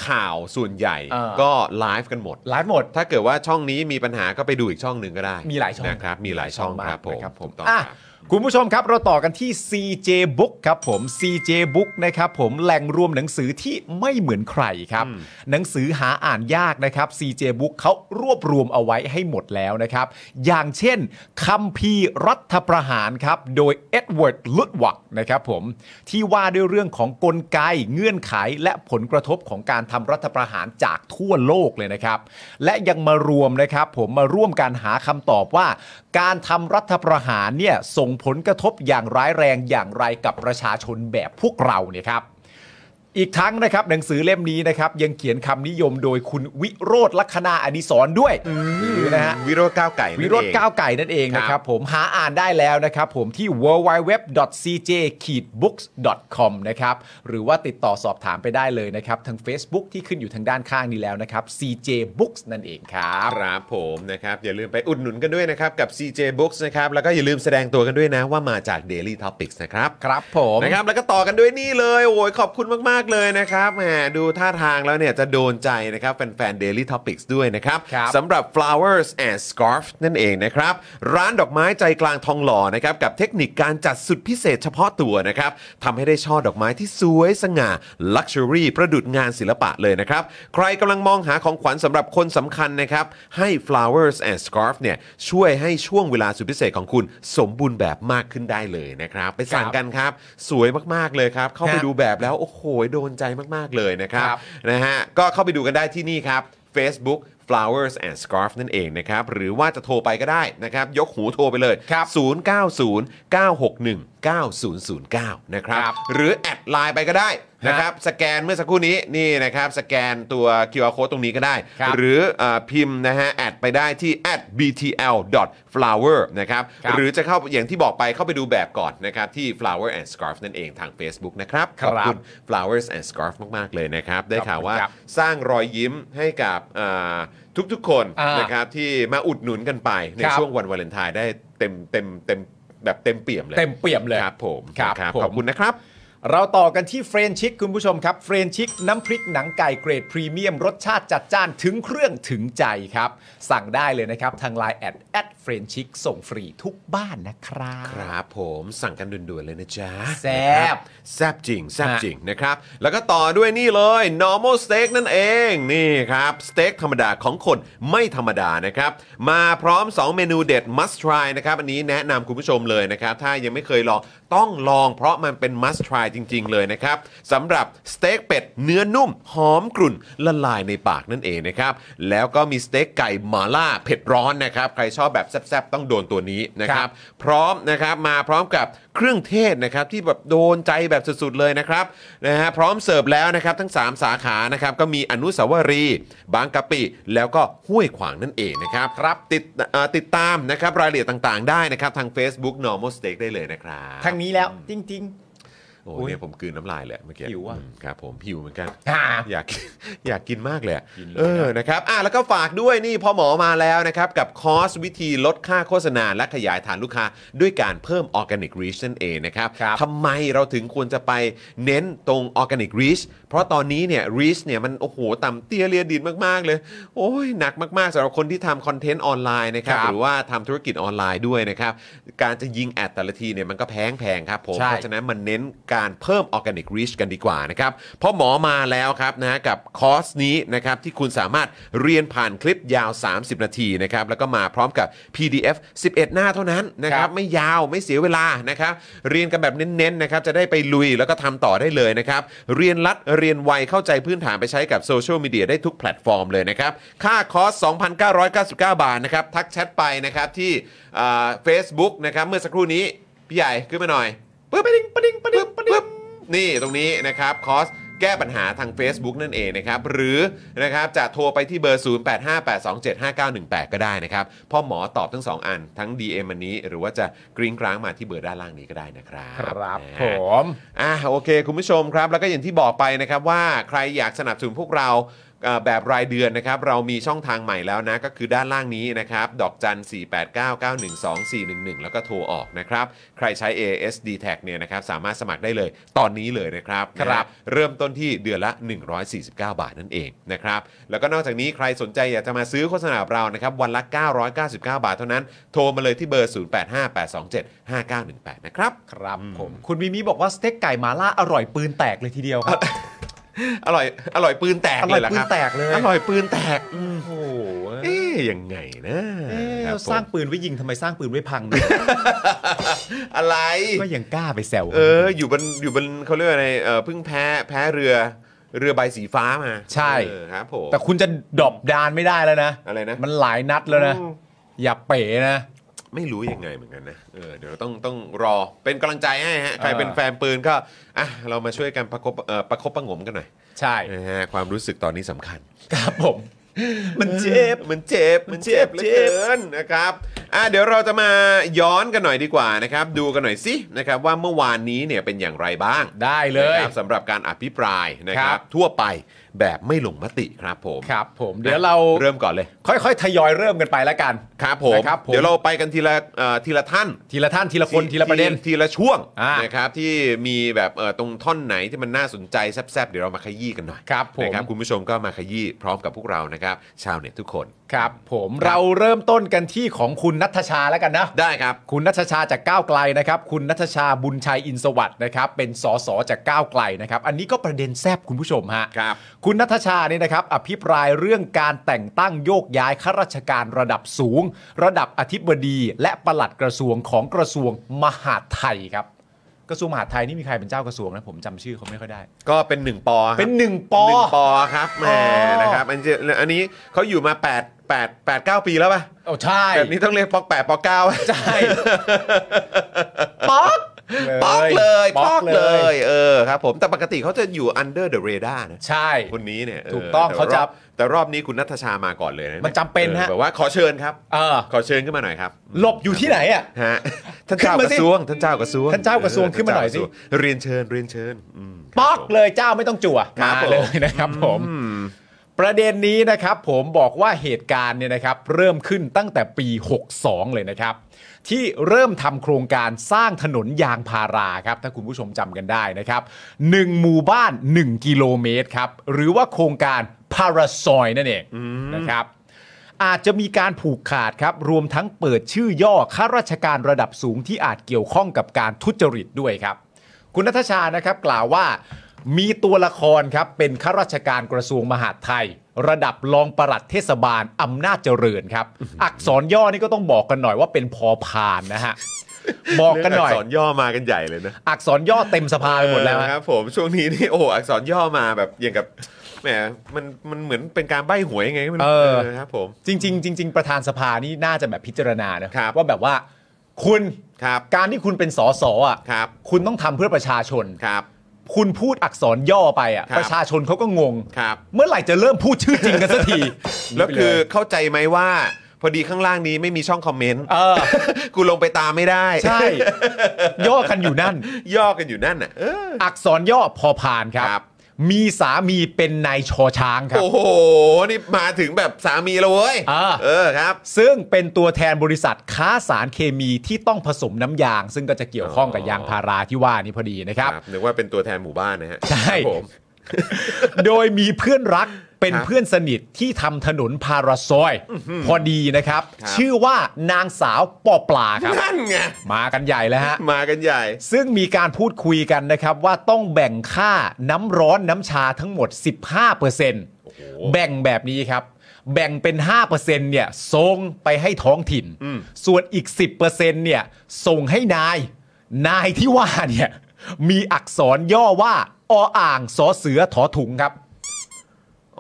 S1: ข่าวส่วนใหญ่
S2: อ่า
S1: ก็ไลฟ์กันหมด
S2: ไลฟ์หมด
S1: ถ้าเกิดว่าช่องนี้มีปัญหาก็ไปดูอีกช่องหนึ่งก็ได้
S2: มีหลายช่อง
S1: นะครับ มีหลายช่องครับผม
S2: นะครับผม
S1: ถูกต้อง
S2: อ่ะ
S1: ครับ
S2: คุณผู้ชมครับเราต่อกันที่ CJ Book ครับผม CJ Book นะครับผมแหล่งรวมหนังสือที่ไม่เหมือนใครครับ หนังสือหาอ่านยากนะครับ CJ Book เขารวบรวมเอาไว้ให้หมดแล้วนะครับ อย่างเช่นคัมภีร์รัฐประหารครับ โดยเอ็ดเวิร์ดลุดวักนะครับผม ที่ว่าด้วยเรื่องของกลไกเงื่อนไขและผลกระทบของการทำรัฐประหารจากทั่วโลกเลยนะครับ และยังมารวมนะครับผมมาร่วมกันหาคำตอบว่า การทำรัฐประหารเนี่ยส่งผลกระทบอย่างร้ายแรงอย่างไรกับประชาชนแบบพวกเราเนี่ยครับ อีกทั้งนะครับหนังสือเล่มนี้นะครับยังเขียนคำนิยมโดยคุณวิโรธลัคนาอดิศรด้วยหรือนะฮะ
S1: วิโรจน์ก้าวไก่
S2: วิโรจน์
S1: นั่นเอง
S2: ก้าวไก่นั่นเองนะค
S1: ครั
S2: รั
S1: บบ
S2: ผมหาอ่านได้แล้วนะครับผมที่ www.cj-books.com นะครับหรือว่าติดต่อสอบถามไปได้เลยนะครับ ทาง Facebook ที่ขึ้นอยู่ทางด้านข้างนี้แล้วนะครับ CJ Books นั่นเองครับ
S1: ครับผมนะครับอย่าลืมไปอุดหนุนกันด้วยนะครับ กับ CJ Books นะครับ แล้วก็อย่าลืมแสดงตัวกันด้วยนะว่ามาจาก Daily Topics นะครับ
S2: ครับผม
S1: นะครับแล้วก็ต่อกันด้วยนี่เลยโอ้ยขอบคุณมาก ากเลยนะครับแหมดูท่าทางแล้วเนี่ยจะโดนใจนะครับแฟนๆ Daily Topics ด้วยนะครับ
S2: ครับ
S1: สำหรับ flowers and scarf นั่นเองนะครับ ร้านดอกไม้ใจกลางทองหล่อนะครับกับเทคนิคการจัดสุดพิเศษเฉพาะตัวนะครับทำให้ได้ช่อดอกไม้ที่สวยสง่า luxury ประดุจงานศิลปะเลยนะครับ ใครกำลังมองหาของขวัญสำหรับคนสำคัญนะครับให้ flowers and scarf เนี่ยช่วยให้ช่วงเวลาสุดพิเศษของคุณสมบูรณ์แบบมากขึ้นได้เลยนะครับไปสั่ง
S2: ครับ
S1: กันครับ สวยมากๆเลยครับ เข้าไป
S2: ฮะ
S1: ดูแบบแล้ว โอ้โห โดนใจมากๆเลยนะครับ
S2: ครับ
S1: นะฮะก็เข้าไปดูกันได้ที่นี่ครับ Facebook flowers and scarf นั่นเองนะครับ หรือว่าจะโทรไปก็ได้นะครับ ยกหูโทรไปเลย
S2: ครับ
S1: 0909619009 นะครับ
S2: ครับ
S1: หรือแอดไลน์ไปก็ได้นะครับ สแกนเมื่อสักครู่นี้นี่นะครับ สแกนตัว QR code ตรงนี้ก็ได้
S2: ครับ
S1: หรือเออพิมพ์นะฮะแอดไปได้ที่ @btl.flower นะครับ
S2: ครับ
S1: หรือจะเข้าอย่างที่บอกไปเข้าไปดูแบบก่อนนะครับ ที่ flower and scarf นั่นเองทาง Facebook นะครับ
S2: ค
S1: ขอ
S2: รับบ
S1: คุณ flowers and scarf มาก ๆ เลยนะครับ ได้ข่าวว่า
S2: ครับ
S1: สร้างรอยยิ้มให้กับอ่าทุก ๆ คน
S2: อ่าน
S1: นะครับที่มาอุดหนุนกันไป ใน
S2: ครับ
S1: ช่วงวันวาเลนไทน์ได้เต็มเต็มเต็มแบบเต็มเปี่ยมเลย
S2: เต็มเปี่ยมเลย
S1: ครับผม
S2: ครับ
S1: นะ
S2: ผม
S1: ขอบคุณนะครับ
S2: เราต่อกันที่เฟรนชิกคุณผู้ชมครับ เฟรนชิกน้ำพริกหนังไก่เกรดพรีเมียม รสชาติจัดจ้านถึงเครื่องถึงใจครับ สั่งได้เลยนะครับ ทางไลน์แอดแอดเฟรนชิกส่งฟรีทุกบ้านนะครับ
S1: ครับผมสั่งกันด่วนๆเลยนะจ๊ะ
S2: แซ่
S1: นะครั
S2: บ
S1: บแซบจริงแซบจริงนะครับ แล้วก็ต่อด้วยนี่เลย normal steak นั่นเอง นี่ครับสเต็กธรรมดาของคนไม่ธรรมดานะครับ มาพร้อม 2 เมนูเด็ด must try นะครับ อันนี้แนะนำคุณผู้ชมเลยนะครับ ถ้ายังไม่เคยลองต้องลองเพราะมันเป็น must try จริง ๆ เลยนะครับสำหรับสเต็กเป็ดเนื้อนุ่ม หอมกรุ่นละลายในปากนั่นเองนะครับ แล้วก็มีสเต็กไก่หมาล่าเผ็ดร้อนนะครับ ใครชอบแบบแซ่บๆต้องโดนตัวนี้นะค
S2: ครั
S1: รับ
S2: บ
S1: พร้อมนะครับมาพร้อมกับเครื่องเทศนะครับที่แบบโดนใจแบบสุดๆเลยนะครับนะฮะพร้อมเสิร์ฟแล้วนะครับทั้ง 3 สาขานะครับก็มีอนุสาวรีย์บางกะปิ แล้วก็ห้วยขวางนั่นเองนะครับครับติดเอ่อติดตามนะครับรายละเอียดต่างๆ ได้นะครับทาง Facebook normal steak ได้เลยนะครับ
S2: ทางนี้แล้วจริง
S1: โอ้ยเนี่ยผมกลืนน้ำลายเลยเมื่อกี้
S2: หิวอะ
S1: มครับผมหิวเหมือนกัน
S2: ๆอ่า
S1: อยากกิ นอยากกินมากเลยอะ
S2: กินเลย
S1: เออนะครับอ่ะแล้วก็ฝากด้วยนี่พอหมอมาแล้วนะครับ กับคอร์สวิธีลดค่าโฆษณาและขยายฐานลูกค้า ด้วยการเพิ่มออร์แกนิกรีชนั่นเองนะครับ
S2: ครับ
S1: ทำไมเราถึงควรจะไปเน้นตรงออร์แกนิกรีชเพราะตอนนี้เนี่ยรีชเนี่ยมันโอ้โหต่ำเตี้ยเรียดินมาก ๆ เลย โอ้ยหนักมาก ๆสำหรับคนที่ทำคอนเทนต์ออนไลน์นะครับ
S2: ครับ
S1: หรือว่าทำธุรกิจออนไลน์ด้วยนะครับการจะยิงแอดแต่ละทีเนี่ยมันก็แพงแพงๆครับผม
S2: ใช่
S1: เพราะฉะนั้น นะมันเน้นการเพิ่มออร์แกนิกรีชกันดีกว่านะครับ เพราะหมอมาแล้วครับนะกับคอร์สนี้นะครับที่คุณสามารถเรียนผ่านคลิปยาว 30 นาทีนะครับ แล้วก็มาพร้อมกับ PDF 11 หน้าเท่านั้นนะค
S2: ค
S1: รั
S2: รับ บ
S1: ไม่ยาวไม่เสียเวลานะครับ เรียนกันแบบเน้นๆนะครับจะได้ไปลุยแล้วก็ทำต่อได้เลยนะครับ เรียนรัดเรียนไวเข้าใจพื้นฐานไปใช้กับโซเชียลมีเดียได้ทุกแพลตฟอร์มเลยนะครับ ค่าคอร์ส 2,999 บาทนะครับ ทักแชทไปนะครับที่เฟซบุ๊กนะครับเมื่อสักครู่นี้พี่ใหญ่ขึ้นมาหน่อย ปึ๊บปะดิ้งปะดิ้งปะดิ้งปะดิ้งนี่ตรงนี้นะครับคอสแก้ปัญหาทาง Facebook นั่นเองนะครับ หรือนะครับจะโทรไปที่เบอร์ 0858275918 ก็ได้นะครับพ่อหมอตอบทั้ง 2 อันทั้ง DM อันนี้ หรือว่าจะกริ้งกร้างมาที่เบอร์ด้านล่างนี้ก็ได้นะครับ
S2: ครับ
S1: นะฮะ
S2: ผม
S1: อ่ะโอเค คุณผู้ชมครับ แล้วก็อย่างที่บอกไปนะครับว่าใครอยากสนับสนุนพวกเราเอ่อแบบรายเดือนนะครับ เรามีช่องทางใหม่แล้วนะ ก็คือด้านล่างนี้นะครับ ดอกจัน 489912411 แล้วก็โทรออกนะครับ ใครใช้ ASD tag เนี่ยนะครับ สามารถสมัครได้เลยตอนนี้เลยนะครับ
S2: ครับ
S1: นะฮะเริ่มต้นที่เดือนละ 149 บาทนั่นเองนะครับ แล้วก็นอกจากนี้ใครสนใจอยากจะมาซื้อโฆษณากับเรานะครับวันละ 999 บาทเท่านั้น โทรมาเลยที่เบอร์ 0858275918 นะครับ
S2: ครับผม คุณมิมิบอกว่าสเต็กไก่หมาล่าอร่อยปืนแตกเลยทีเดียวครับ
S1: อร่อยอร่อยปืนแตกเลยเหรอครับ
S2: อร่อยปืนแตกเลย
S1: อร่อยปืนแตกอืม
S2: โอ้โห
S1: เอ๊ยยังไงนะ
S2: เอ๊ะ
S1: คบ
S2: สร้าง
S1: ผม
S2: ปืนไว้ยิงทำไมสร้างปืนไว้พัง ด้วย
S1: อะไร
S2: ก็ยังกล้าไปแซว
S1: เออ อยู่บนอยู่บนเขาเรียกว่าอะไรเออเพิ่งแพ้แพ้เรือเรือใบสีฟ้ามา
S2: ใช่
S1: เออครับผม
S2: แต่คุณจะดรอบดานไม่ได้แล้วนะ
S1: อะไรนะ
S2: มันหลายนัดแล้วนะ อย่าเป๋นะ
S1: ไม่รู้ยังไงเหมือนกันนะเออเดี๋ยวต้องต้องรอเป็นกำลังใจให้ฮะใครเป็นแฟนปืนก็อ่ะเรามาช่วยกันประคบเอ่อประคบประหงมกันหน่อย
S2: ใช่
S1: นะฮะความรู้สึกตอนนี้สำคัญ
S2: ครับผม มันเจ็บ
S1: มันเจ็บ มันเจ็บเหลือเกินนะครับ อ่ะเดี๋ยวเราจะมาย้อนกันหน่อยดีกว่านะครับ ดูกันหน่อยสินะครับว่าเมื่อวานนี้เนี่ยเป็นอย่างไรบ้าง
S2: ได้เลย
S1: นะครับสำหรับการอภิปรายนะค
S2: ครั
S1: รับบ ทั่วไป แบบไม่ลงมติครับผม
S2: ครับผมเดี๋ยวเรา
S1: เริ่มก่อนเลย
S2: ค่อยๆ ทยอยเริ่มกันไปแล้วกัน
S1: ครับผม
S2: นะครับผม
S1: เดี๋ยวเราไปกันทีละเอ่อทีละท่าน
S2: ทีละท่านทีละคนทีละประเด็น
S1: ทีละช่วง
S2: อ่าน
S1: นะครับที่มีแบบเอ่อตรงท่อนไหนที่มันน่าสนใจแซบๆเดี๋ยวเรามาขยี้กันหน่อย
S2: ครับผม
S1: นะครับคุณผู้ชมก็มาขยี้พร้อมกับพวกเรานะครับชาวเน็ตทุกคน
S2: ครับผมเราเริ่มต้นกันที่ของคุณนัทชาแล้วกันนะ
S1: ได้ครับ
S2: คุณนัทชาจากก้าวไกลนะครับ คุณนัทชาบุญชัยอินสวัสด์นะครับ เป็นสสจากก้าวไกลนะครับ อันนี้ก็ประเด็นแซบคุณผู้ชมฮะ
S1: ครับ
S2: คุณนัทชาเนี่ยนะครับ อภิปรายเรื่องการแต่งตั้งโยกย้ายข้าราชการระดับสูง ระดับอธิบดีและปลัดกระทรวงของกระทรวงมหาดไทยครับ กระทรวงมหาดไทยนี่มีใครเป็นเจ้ากระทรวงนะผมจำชื่อเขาไม่ค่อยได้
S1: ก็เป็นหนึ่งปอครับ
S2: เป็นหนึ่งปอ
S1: หนึ่งปอครับแหม
S2: อ๋อ
S1: นะครับอันนี้อันนี้เขาอยู่มา8 8 8 9 ปีแล้วป่ะ
S2: โอ้ใช่
S1: แบบนี้ต้องเรียกปอก8ปอก9
S2: ใช่
S1: ป๊อกปอกเลย
S2: ป๊
S1: ป
S2: อ
S1: อก ก
S2: เล
S1: เลย ยเออครับผมแต่ปกติเขาจะอยู่ under the radar นะ
S2: ใช่
S1: คนนี้เนี่ยเ
S2: ถูกต้อง
S1: แ
S2: เขาจะ
S1: รบแต่รอบนี้คุณนัทชามาก่อนเลยนะ
S2: มันจำเป็น
S1: อ
S2: ฮะ
S1: อแบบว่าขอเชิญครับ
S2: เออ
S1: ขอเชิญขึ้นมาหน่อยครับ
S2: หลบอยู่ที่ไหนอ่ะ
S1: ฮะท่านเจ้าก
S2: ขึ้นมาสิ
S1: ระทรวงท่านเจ้ากระทรวง
S2: ท่านเจ้ากระทรวง
S1: เ
S2: ขึ้นมาหน่อยสิ
S1: ท่เจ้กระทรวงเรียนเชิญเรียนเชิญอืม
S2: ป๊อก
S1: ครับผม
S2: เลยเจ้าไม่ต้องจั่ว
S1: ครั
S2: มา
S1: บผม
S2: เลยนะครับผม ประเด็นนี้นะครับผมบอกว่าเหตุการณ์เนี่ยนะครับเริ่มขึ้นตั้งแต่ปี 62 เลยนะครับ ที่เริ่มทำโครงการสร้างถนนยางพาราครับถ้าคุณผู้ชมจำกันได้นะครับ 1 หมู่บ้าน 1 กิโลเมตรครับ หรือว่าโครงการพาราซอยนั่นเองนะครับ อาจจะมีการผูกขาดครับ รวมทั้งเปิดชื่อย่อข้าราชการระดับสูงที่อาจเกี่ยวข้องกับการทุจริตด้วยครับ คุณนัทชานะครับกล่าวว่ามีตัวละครครับเป็นข้าราชการกระทรวงมหาดไทย ระดับรองปลัดเทศบาลอำนาจเจริญครับ อักษรย่อนี่ก็ต้องบอกกันหน่อยว่าเป็นพอพานนะฮะบอกกันหน่อย
S1: เรื่งอักษรย่อมากันใหญ่เลยนะ
S2: อักษรย่อเต็มสภาไปหมดแล้ว
S1: เออ
S2: ฮะ
S1: ครับ ผมช่วงนี้นี่โอ้โหอักษรย่อมาแบบอย่างกับแหมมันมันเหมือนเป็นการใบ้หวยยังไงก็ไม่รู้
S2: เออ
S1: เออครับผม
S2: จริงๆจริงๆประธานสภานี่น่าจะแบบพิจารณานะครับ ว่าแบบว่าคุณ
S1: ครับ
S2: การที่คุณเป็นสสอ่ะ
S1: ครับ
S2: คุณต้องทำเพื่อประชาชน
S1: ครับ
S2: คุณพูดอักษรย่อไปอ่ะ
S1: ครับ
S2: ประชาชนเขาก็งง
S1: ครับ
S2: เมื่อไหร่จะเริ่มพูดชื่อจริงกันสักที
S1: แล้วคือเข้าใจไหมว่า พอดีข้างล่างนี้ไม่มีช่องคอมเมนต์
S2: เออ
S1: กูลงไปตามไม่ได้
S2: ใช่ ย่อกันอยู่ นั่น
S1: ย่อกันอยู่นั่นน่ะเออ
S2: อักษรย่อพอพานครั
S1: ครับ บ
S2: มีสามีเป็นนายชอช้างครับ
S1: โอ้โห นี่มาถึงแบบสามีแล้วเว้ย
S2: อ่า
S1: เออครับ
S2: ซึ่งเป็นตัวแทนบริษัทค้าสารเคมีที่ต้องผสมน้ำยาง ซึ่งก็จะเกี่ยวข้องกับ
S1: อ๋อ
S2: ยางพาราที่ว่านี้พอดีนะครับ
S1: นึกว่าเป็นตัวแทนหมู่บ้านนะฮะ
S2: ใช่
S1: ครับผม
S2: โดยมีเพื่อนรักเป็น
S1: ครับ
S2: เพื่อนสนิทที่ทำถนนพาราซอย พอดีนะครับ
S1: ครับ
S2: ชื่อว่านางสาวปอปลาครับ
S1: นั่นไง
S2: มากันใหญ่แล้วฮะ
S1: มากันใหญ่
S2: ซึ่งมีการพูดคุยกันนะครับว่าต้องแบ่งค่าน้ำร้อนน้ำชาทั้งหมด 15%แบ่งแบบนี้ครับ แบ่งเป็น 5%เนี่ยส่งไปให้ท้องถิ่น ส่วนอีก 10%เนี่ยส่งให้นาย นายที่ว่าเนี่ยมีอักษรย่อว่า ออ่างสอเสือถอถุงครับ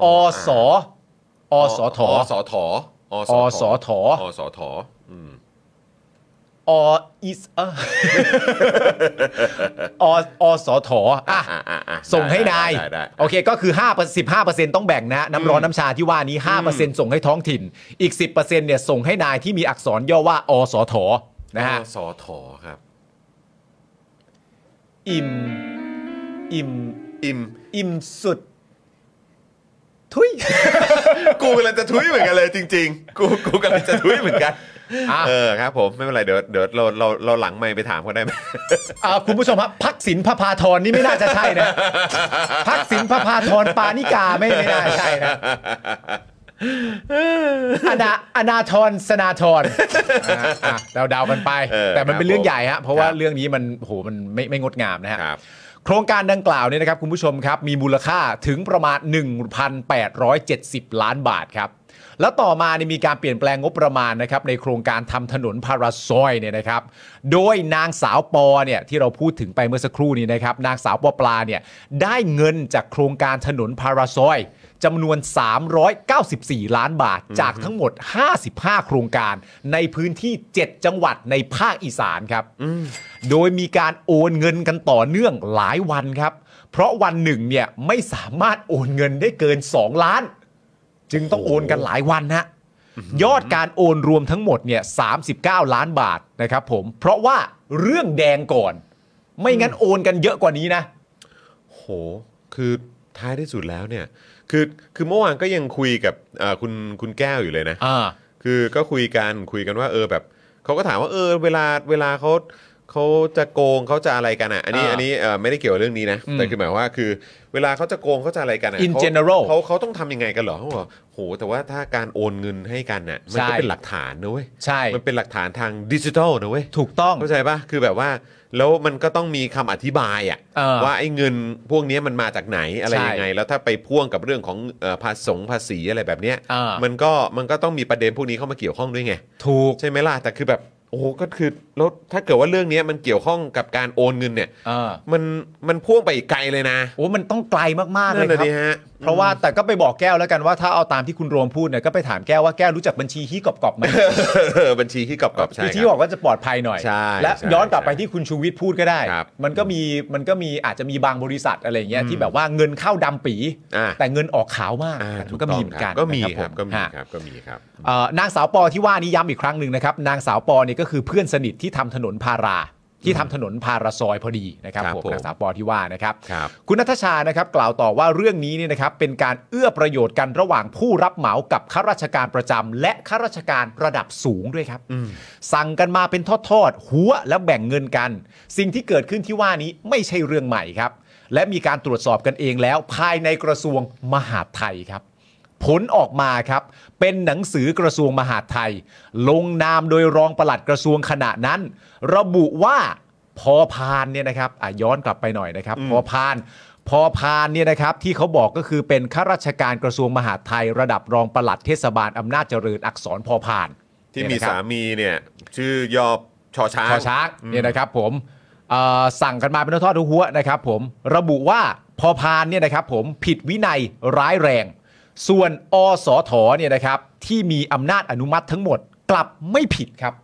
S2: อสออสอถอ
S1: อสอถออ
S2: อสอถอ
S1: อสอถออืม
S2: ออิส เออออสอถออ่ะ
S1: อ่ะอ่ะอ่ะ
S2: ส่งให้นาย
S1: ได้ได้ได้
S2: โอเคก็คือ5 15 ต้องแบ่งนะ น้ำร้อนน้ำชาที่ว่านี้ 5 ส่งให้ท้องถิ่น อีก 10%เนี่ยส่งให้นายที่มีอักษรย่อว่า อสทนะฮะ
S1: อสอถอครับ
S2: อิ่มอิ่ม
S1: อิม
S2: อิ่มสุด ทุย
S1: กูกำลังจะทุยเหมือนกันเลยจริง ๆ กูกูกำลังจะทุยเหมือนกัน
S2: อ่ะ
S1: เออครับผมไม่เป็นไรเดี๋ยวเดี๋ยวเราเราเราหลังไม่ไปถามเขาได้ไหม
S2: อ่าคุณผู้ชมฮะพักสินพพาทรนี่ไม่น่าจะใช่ นะ พักสินพพาทรปานิกาไม่ไม่น่าใช่ นะอนาอนาทรสนาท รอ่ะอ่ะเราเดากันไป
S1: เออ
S2: แต่มันเป็นเรื่อง
S1: ครับผม
S2: ใหญ่ฮะเพราะว่า
S1: ครับ
S2: เรื่องนี้มันโหมันไม่ไม่งดงามนะฮะ
S1: ครับ
S2: โครงการดังกล่าวเนี่ยนะครับคุณผู้ชมครับ มีมูลค่าถึงประมาณ 1,870 ล้านบาทครับ แล้วต่อมาเนี่ยมีการเปลี่ยนแปลงงบประมาณนะครับ ในโครงการทำถนนพาราซอยเนี่ยนะครับ โดยนางสาวปอเนี่ยที่เราพูดถึงไปเมื่อสักครู่นี้นะครับ นางสาวปอปลาเนี่ยได้เงินจากโครงการถนนพาราซอยจำนวน 394 ล้านบาทจากทั้งหมด 55 โครงการในพื้นที่ 7 จังหวัดในภาคอีสานครับ โดยมีการโอนเงินกันต่อเนื่องหลายวันครับ เพราะวันหนึ่งเนี่ยไม่สามารถโอนเงินได้เกิน 2 ล้าน จึงต้องโอนกันหลายวันฮะยอดการโอนรวมทั้งหมดเนี่ย39 ล้านบาทนะครับผม เพราะว่าเรื่องแดงก่อน ไม่งั้นโอนกันเยอะกว่านี้นะ
S1: โห คือท้ายที่สุดแล้วเนี่ย คือคือเมื่อวานก็ยังคุยกับเอ่อคุณคุณแก้วอยู่เลยนะ
S2: อ่า
S1: คือก็คุยกันคุยกันว่าเออแบบเขาก็ถามว่าเออเวลาเวลาเขาเขาจะโกงเขาจะอะไรกันอ่ะอันนี้
S2: อ่า
S1: อันนี้เอ่อไม่ได้เกี่ยวกับเรื่องนี้นะ
S2: อืม
S1: แต่คือหมายว่าคือเวลาเขาจะโกงเขาจะอะไรกันอ่ะ
S2: In
S1: เขา
S2: general
S1: เขาเขาต้องทำยังไงกันเหรอเขาบอกโหแต่ว่าถ้าการโอนเงินให้กันน่ะมันก็
S2: ใช่
S1: เป็นหลักฐานนะเว้ย
S2: ใช่
S1: มันเป็นหลักฐานทางดิจิทัลนะเว้ย
S2: ถูกต้อง
S1: เข้าใจปะคือแบบว่าแล้วมันก็ต้องมีคำอธิบายอ่ะ
S2: เออ
S1: ว่าไอ้เงินพวกเนี้ยมันมาจากไหนอะไร
S2: ใช่
S1: ยังไง แล้วถ้าไปพ่วงกับเรื่องของเอ่อภาษงภาษีอะไรแบบเนี้ย
S2: เออ
S1: มันก็มันก็ต้องมีประเด็นพวกนี้เข้ามาเกี่ยวข้องด้วยไง
S2: ถูก
S1: ใช่ไหมล่ะ แต่คือแบบ โอ้โหก็คือแล้วถ้าเกิดว่าเรื่องเนี้ยมันเกี่ยวข้องกับการโอนเงินเนี่ย
S2: เออ
S1: มันมันพ่วงไปอีกไกลเลยนะ
S2: โอ้ มันต้องไกลมาก ๆ เล
S1: นั่
S2: ย
S1: นแหละ
S2: ครั
S1: ดิ
S2: บ
S1: ฮะ
S2: เพราะว่าแต่ก็ไปบอกแก้วแล้วกันว่าถ้าเอาตามที่คุณโรมพูดเนี่ยก็ไปถามแก้วว่าแก้วรู้จักบัญชีฮี่กอบๆไหม
S1: เออบัญชีที่กอบกับใช่
S2: คือ
S1: ค
S2: ที่บ
S1: รั
S2: อบ กว่าจะปลอดภัยหน่อย
S1: ใช่
S2: และ
S1: ใช่
S2: ย้อนกลับไป
S1: ใช่
S2: ที่คุณชูวิทย์พูดก็ได้
S1: ครับ
S2: มันก็มีมันก็มีอาจจะมีบางบริษัทอะไรอย่างเงี้ยที่แบบว่าเงินเข้าดำปี
S1: อ่า
S2: แต่เงินออกขาวมาก
S1: อ่า
S2: มันก็มีเหมือนกัน
S1: ก็มี
S2: นะครับ ผม
S1: ก็มี
S2: ฮะ
S1: ครับก็มีครับ
S2: เอ่อนางสาวปอที่ว่านี้ย้ำอีกครั้งหนึ่งนะครับนางสาวปอเนี่ยก็คือเพื่อนสนิทที่ทำถนนพารา ที่ทำถนนพาราซอยพอดีนะครับ
S1: ครับ
S2: ผม
S1: ผม
S2: นางสาวปอที่ว่านะครับ
S1: ครับ
S2: คุณนัทชานะครับกล่าวต่อว่าเรื่องนี้เนี่ยนะครับเป็นการเอื้อประโยชน์กันระหว่างผู้รับเหมากับข้าราชการประจำและข้าราชการระดับสูงด้วยครับสั่งกันมาเป็นทอดๆหัวแล้วแบ่งเงินกัน สิ่งที่เกิดขึ้นที่ว่านี้ไม่ใช่เรื่องใหม่ครับ และมีการตรวจสอบกันเองแล้วภายในกระทรวงมหาดไทยครับ ผลออกมาครับ เป็นหนังสือกระทรวงมหาดไทย ลงนามโดยรองปลัดกระทรวงขณะนั้น ระบุว่าพอพานเนี่ยนะครับอ่ะย้อนกลับไปหน่อยนะครับ พอพาน พอพานเนี่ยนะครับที่เขาบอกก็คือเป็นข้าราชการกระทรวงมหาดไทย ระดับรองปลัดเทศบาลอำนาจเจริญอักษรพอพาน
S1: ที่มี
S2: เนี่ยนะครับ
S1: สามีเนี่ย ชื่อยอชอช้าง
S2: ชอช้างเนี่ยนะครับผมเอ่อสั่งกันมาเป็นทอดๆทุกหัวนะครับผมระบุว่าพอพานเนี่ยนะครับผมผิดวินัยร้ายแรง ส่วนอสอถอเนี่ยนะครับที่มีอำนาจอนุมัติทั้งหมดกลับไม่ผิดครับ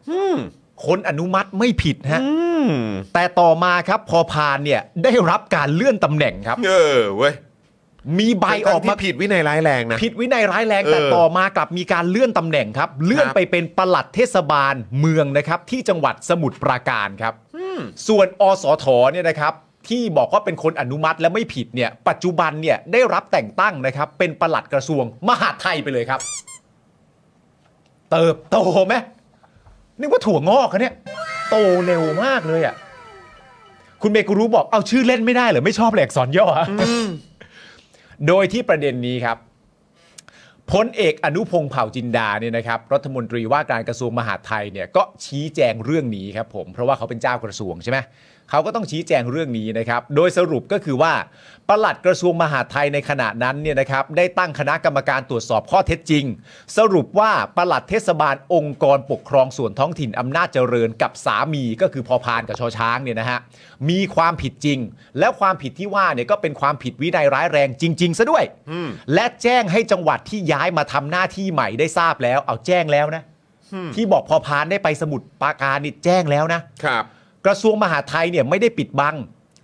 S2: คนอนุมัติไม่ผิดฮะแต่ต่อมาครับพอพานเนี่ยได้รับการเลื่อนตำแหน่งครับ
S1: เออเว้ย
S2: มีใบออก
S1: ทั้ง
S2: มา
S1: ที่ผิดวินัยร้ายแรงนะ
S2: ผิดวินัยร้ายแรงแต่
S1: เออ
S2: ต่อมากลับมีการเลื่อนตำแหน่งครับ เลื่อน
S1: ครับ
S2: ไปเป็นปลัดเทศบาลเมืองนะครับ ที่จังหวัดสมุทรปราการครับส่วนอสถเนี่ยนะครับ ที่บอกว่าเป็นคนอนุมัติและไม่ผิดเนี่ยปัจจุบันเนี่ยได้รับแต่งตั้งนะครับ เป็นปลัดกระทรวงมหาดไทยไปเลยครับ เติบโตไหมนึกว่าถั่วงอกอะเนี่ย โตเร็วมากเลยอะ่ะคุณเมกุรู้บอกเอาชื่อเล่นไม่ได้เหรอไม่ชอบแหลกสอนย่ออะโดยที่ประเด็นนี้ครับ พลเอกอนุพงษ์เผ่าจินดาเนี่ยนะครับ รัฐมนตรีว่าการกระทรวงมหาดไทยเนี่ยก็ชี้แจงเรื่องนี้ครับผม เพราะว่าเขาเป็นเจ้ากระทรวงใช่ไหมเขาก็ต้องชี้แจงเรื่องนี้นะครับ โดยสรุปก็คือว่าปลัดกระทรวงมหาดไทยในขณะนั้นเนี่ยนะครับได้ตั้งคณะกรรมการตรวจสอบข้อเท็จจริง สรุปว่าปลัดเทศบาลองค์กรปกครองส่วนท้องถิ่นอำนาจเจริญกับสามีก็คือพอพานกับชอช้างเนี่ยนะฮะมีความผิดจริง แล้วความผิดที่ว่าเนี่ยก็เป็นความผิดวินัยร้ายแรงจริง ๆซะด้วย และแจ้งให้จังหวัดที่ย้ายมาทำหน้าที่ใหม่ได้ทราบแล้ว เอาแจ้งแล้วนะ ที่บอกพอพานได้ไปสมุดปราการนี่แจ้งแล้วนะ
S1: ครับ
S2: กระทรวงมหาดไทยเนี่ยไม่ได้ปิดบัง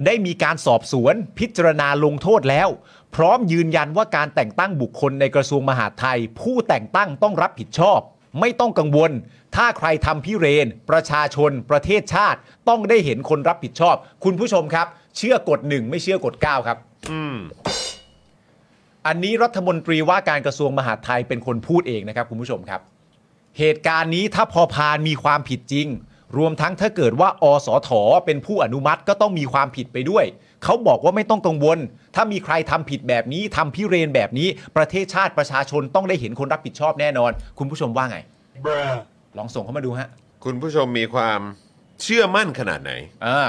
S2: ได้มีการสอบสวน พิจารณาลงโทษแล้ว พร้อมยืนยันว่าการแต่งตั้งบุคคลในกระทรวงมหาดไทย ผู้แต่งตั้งต้องรับผิดชอบ ไม่ต้องกังวล ถ้าใครทำพิเรน ประชาชน ประเทศชาติ ต้องได้เห็นคนรับผิดชอบ คุณผู้ชมครับ เชื่อกดหนึ่งไม่เชื่อกดเก้าครับ
S1: อืม
S2: อันนี้รัฐมนตรีว่าการกระทรวงมหาดไทยเป็นคนพูดเองนะครับคุณผู้ชมครับ เหตุการณ์นี้ถ้าพอพานมีความผิดจริง รวมทั้งถ้าเกิดว่า อสถเป็นผู้อนุมัติก็ต้องมีความผิดไปด้วย เขาบอกว่าไม่ต้องกังวล ถ้ามีใครทำผิดแบบนี้ทำพิเรนแบบนี้ประเทศชาติประชาชนต้องได้เห็นคนรับผิดชอบแน่นอน คุณผู้ชมว่าไง ลองส่งเข้ามาดูฮะ
S1: คุณผู้ชมมีความเชื่อมั่นขนาดไหน
S2: อ่า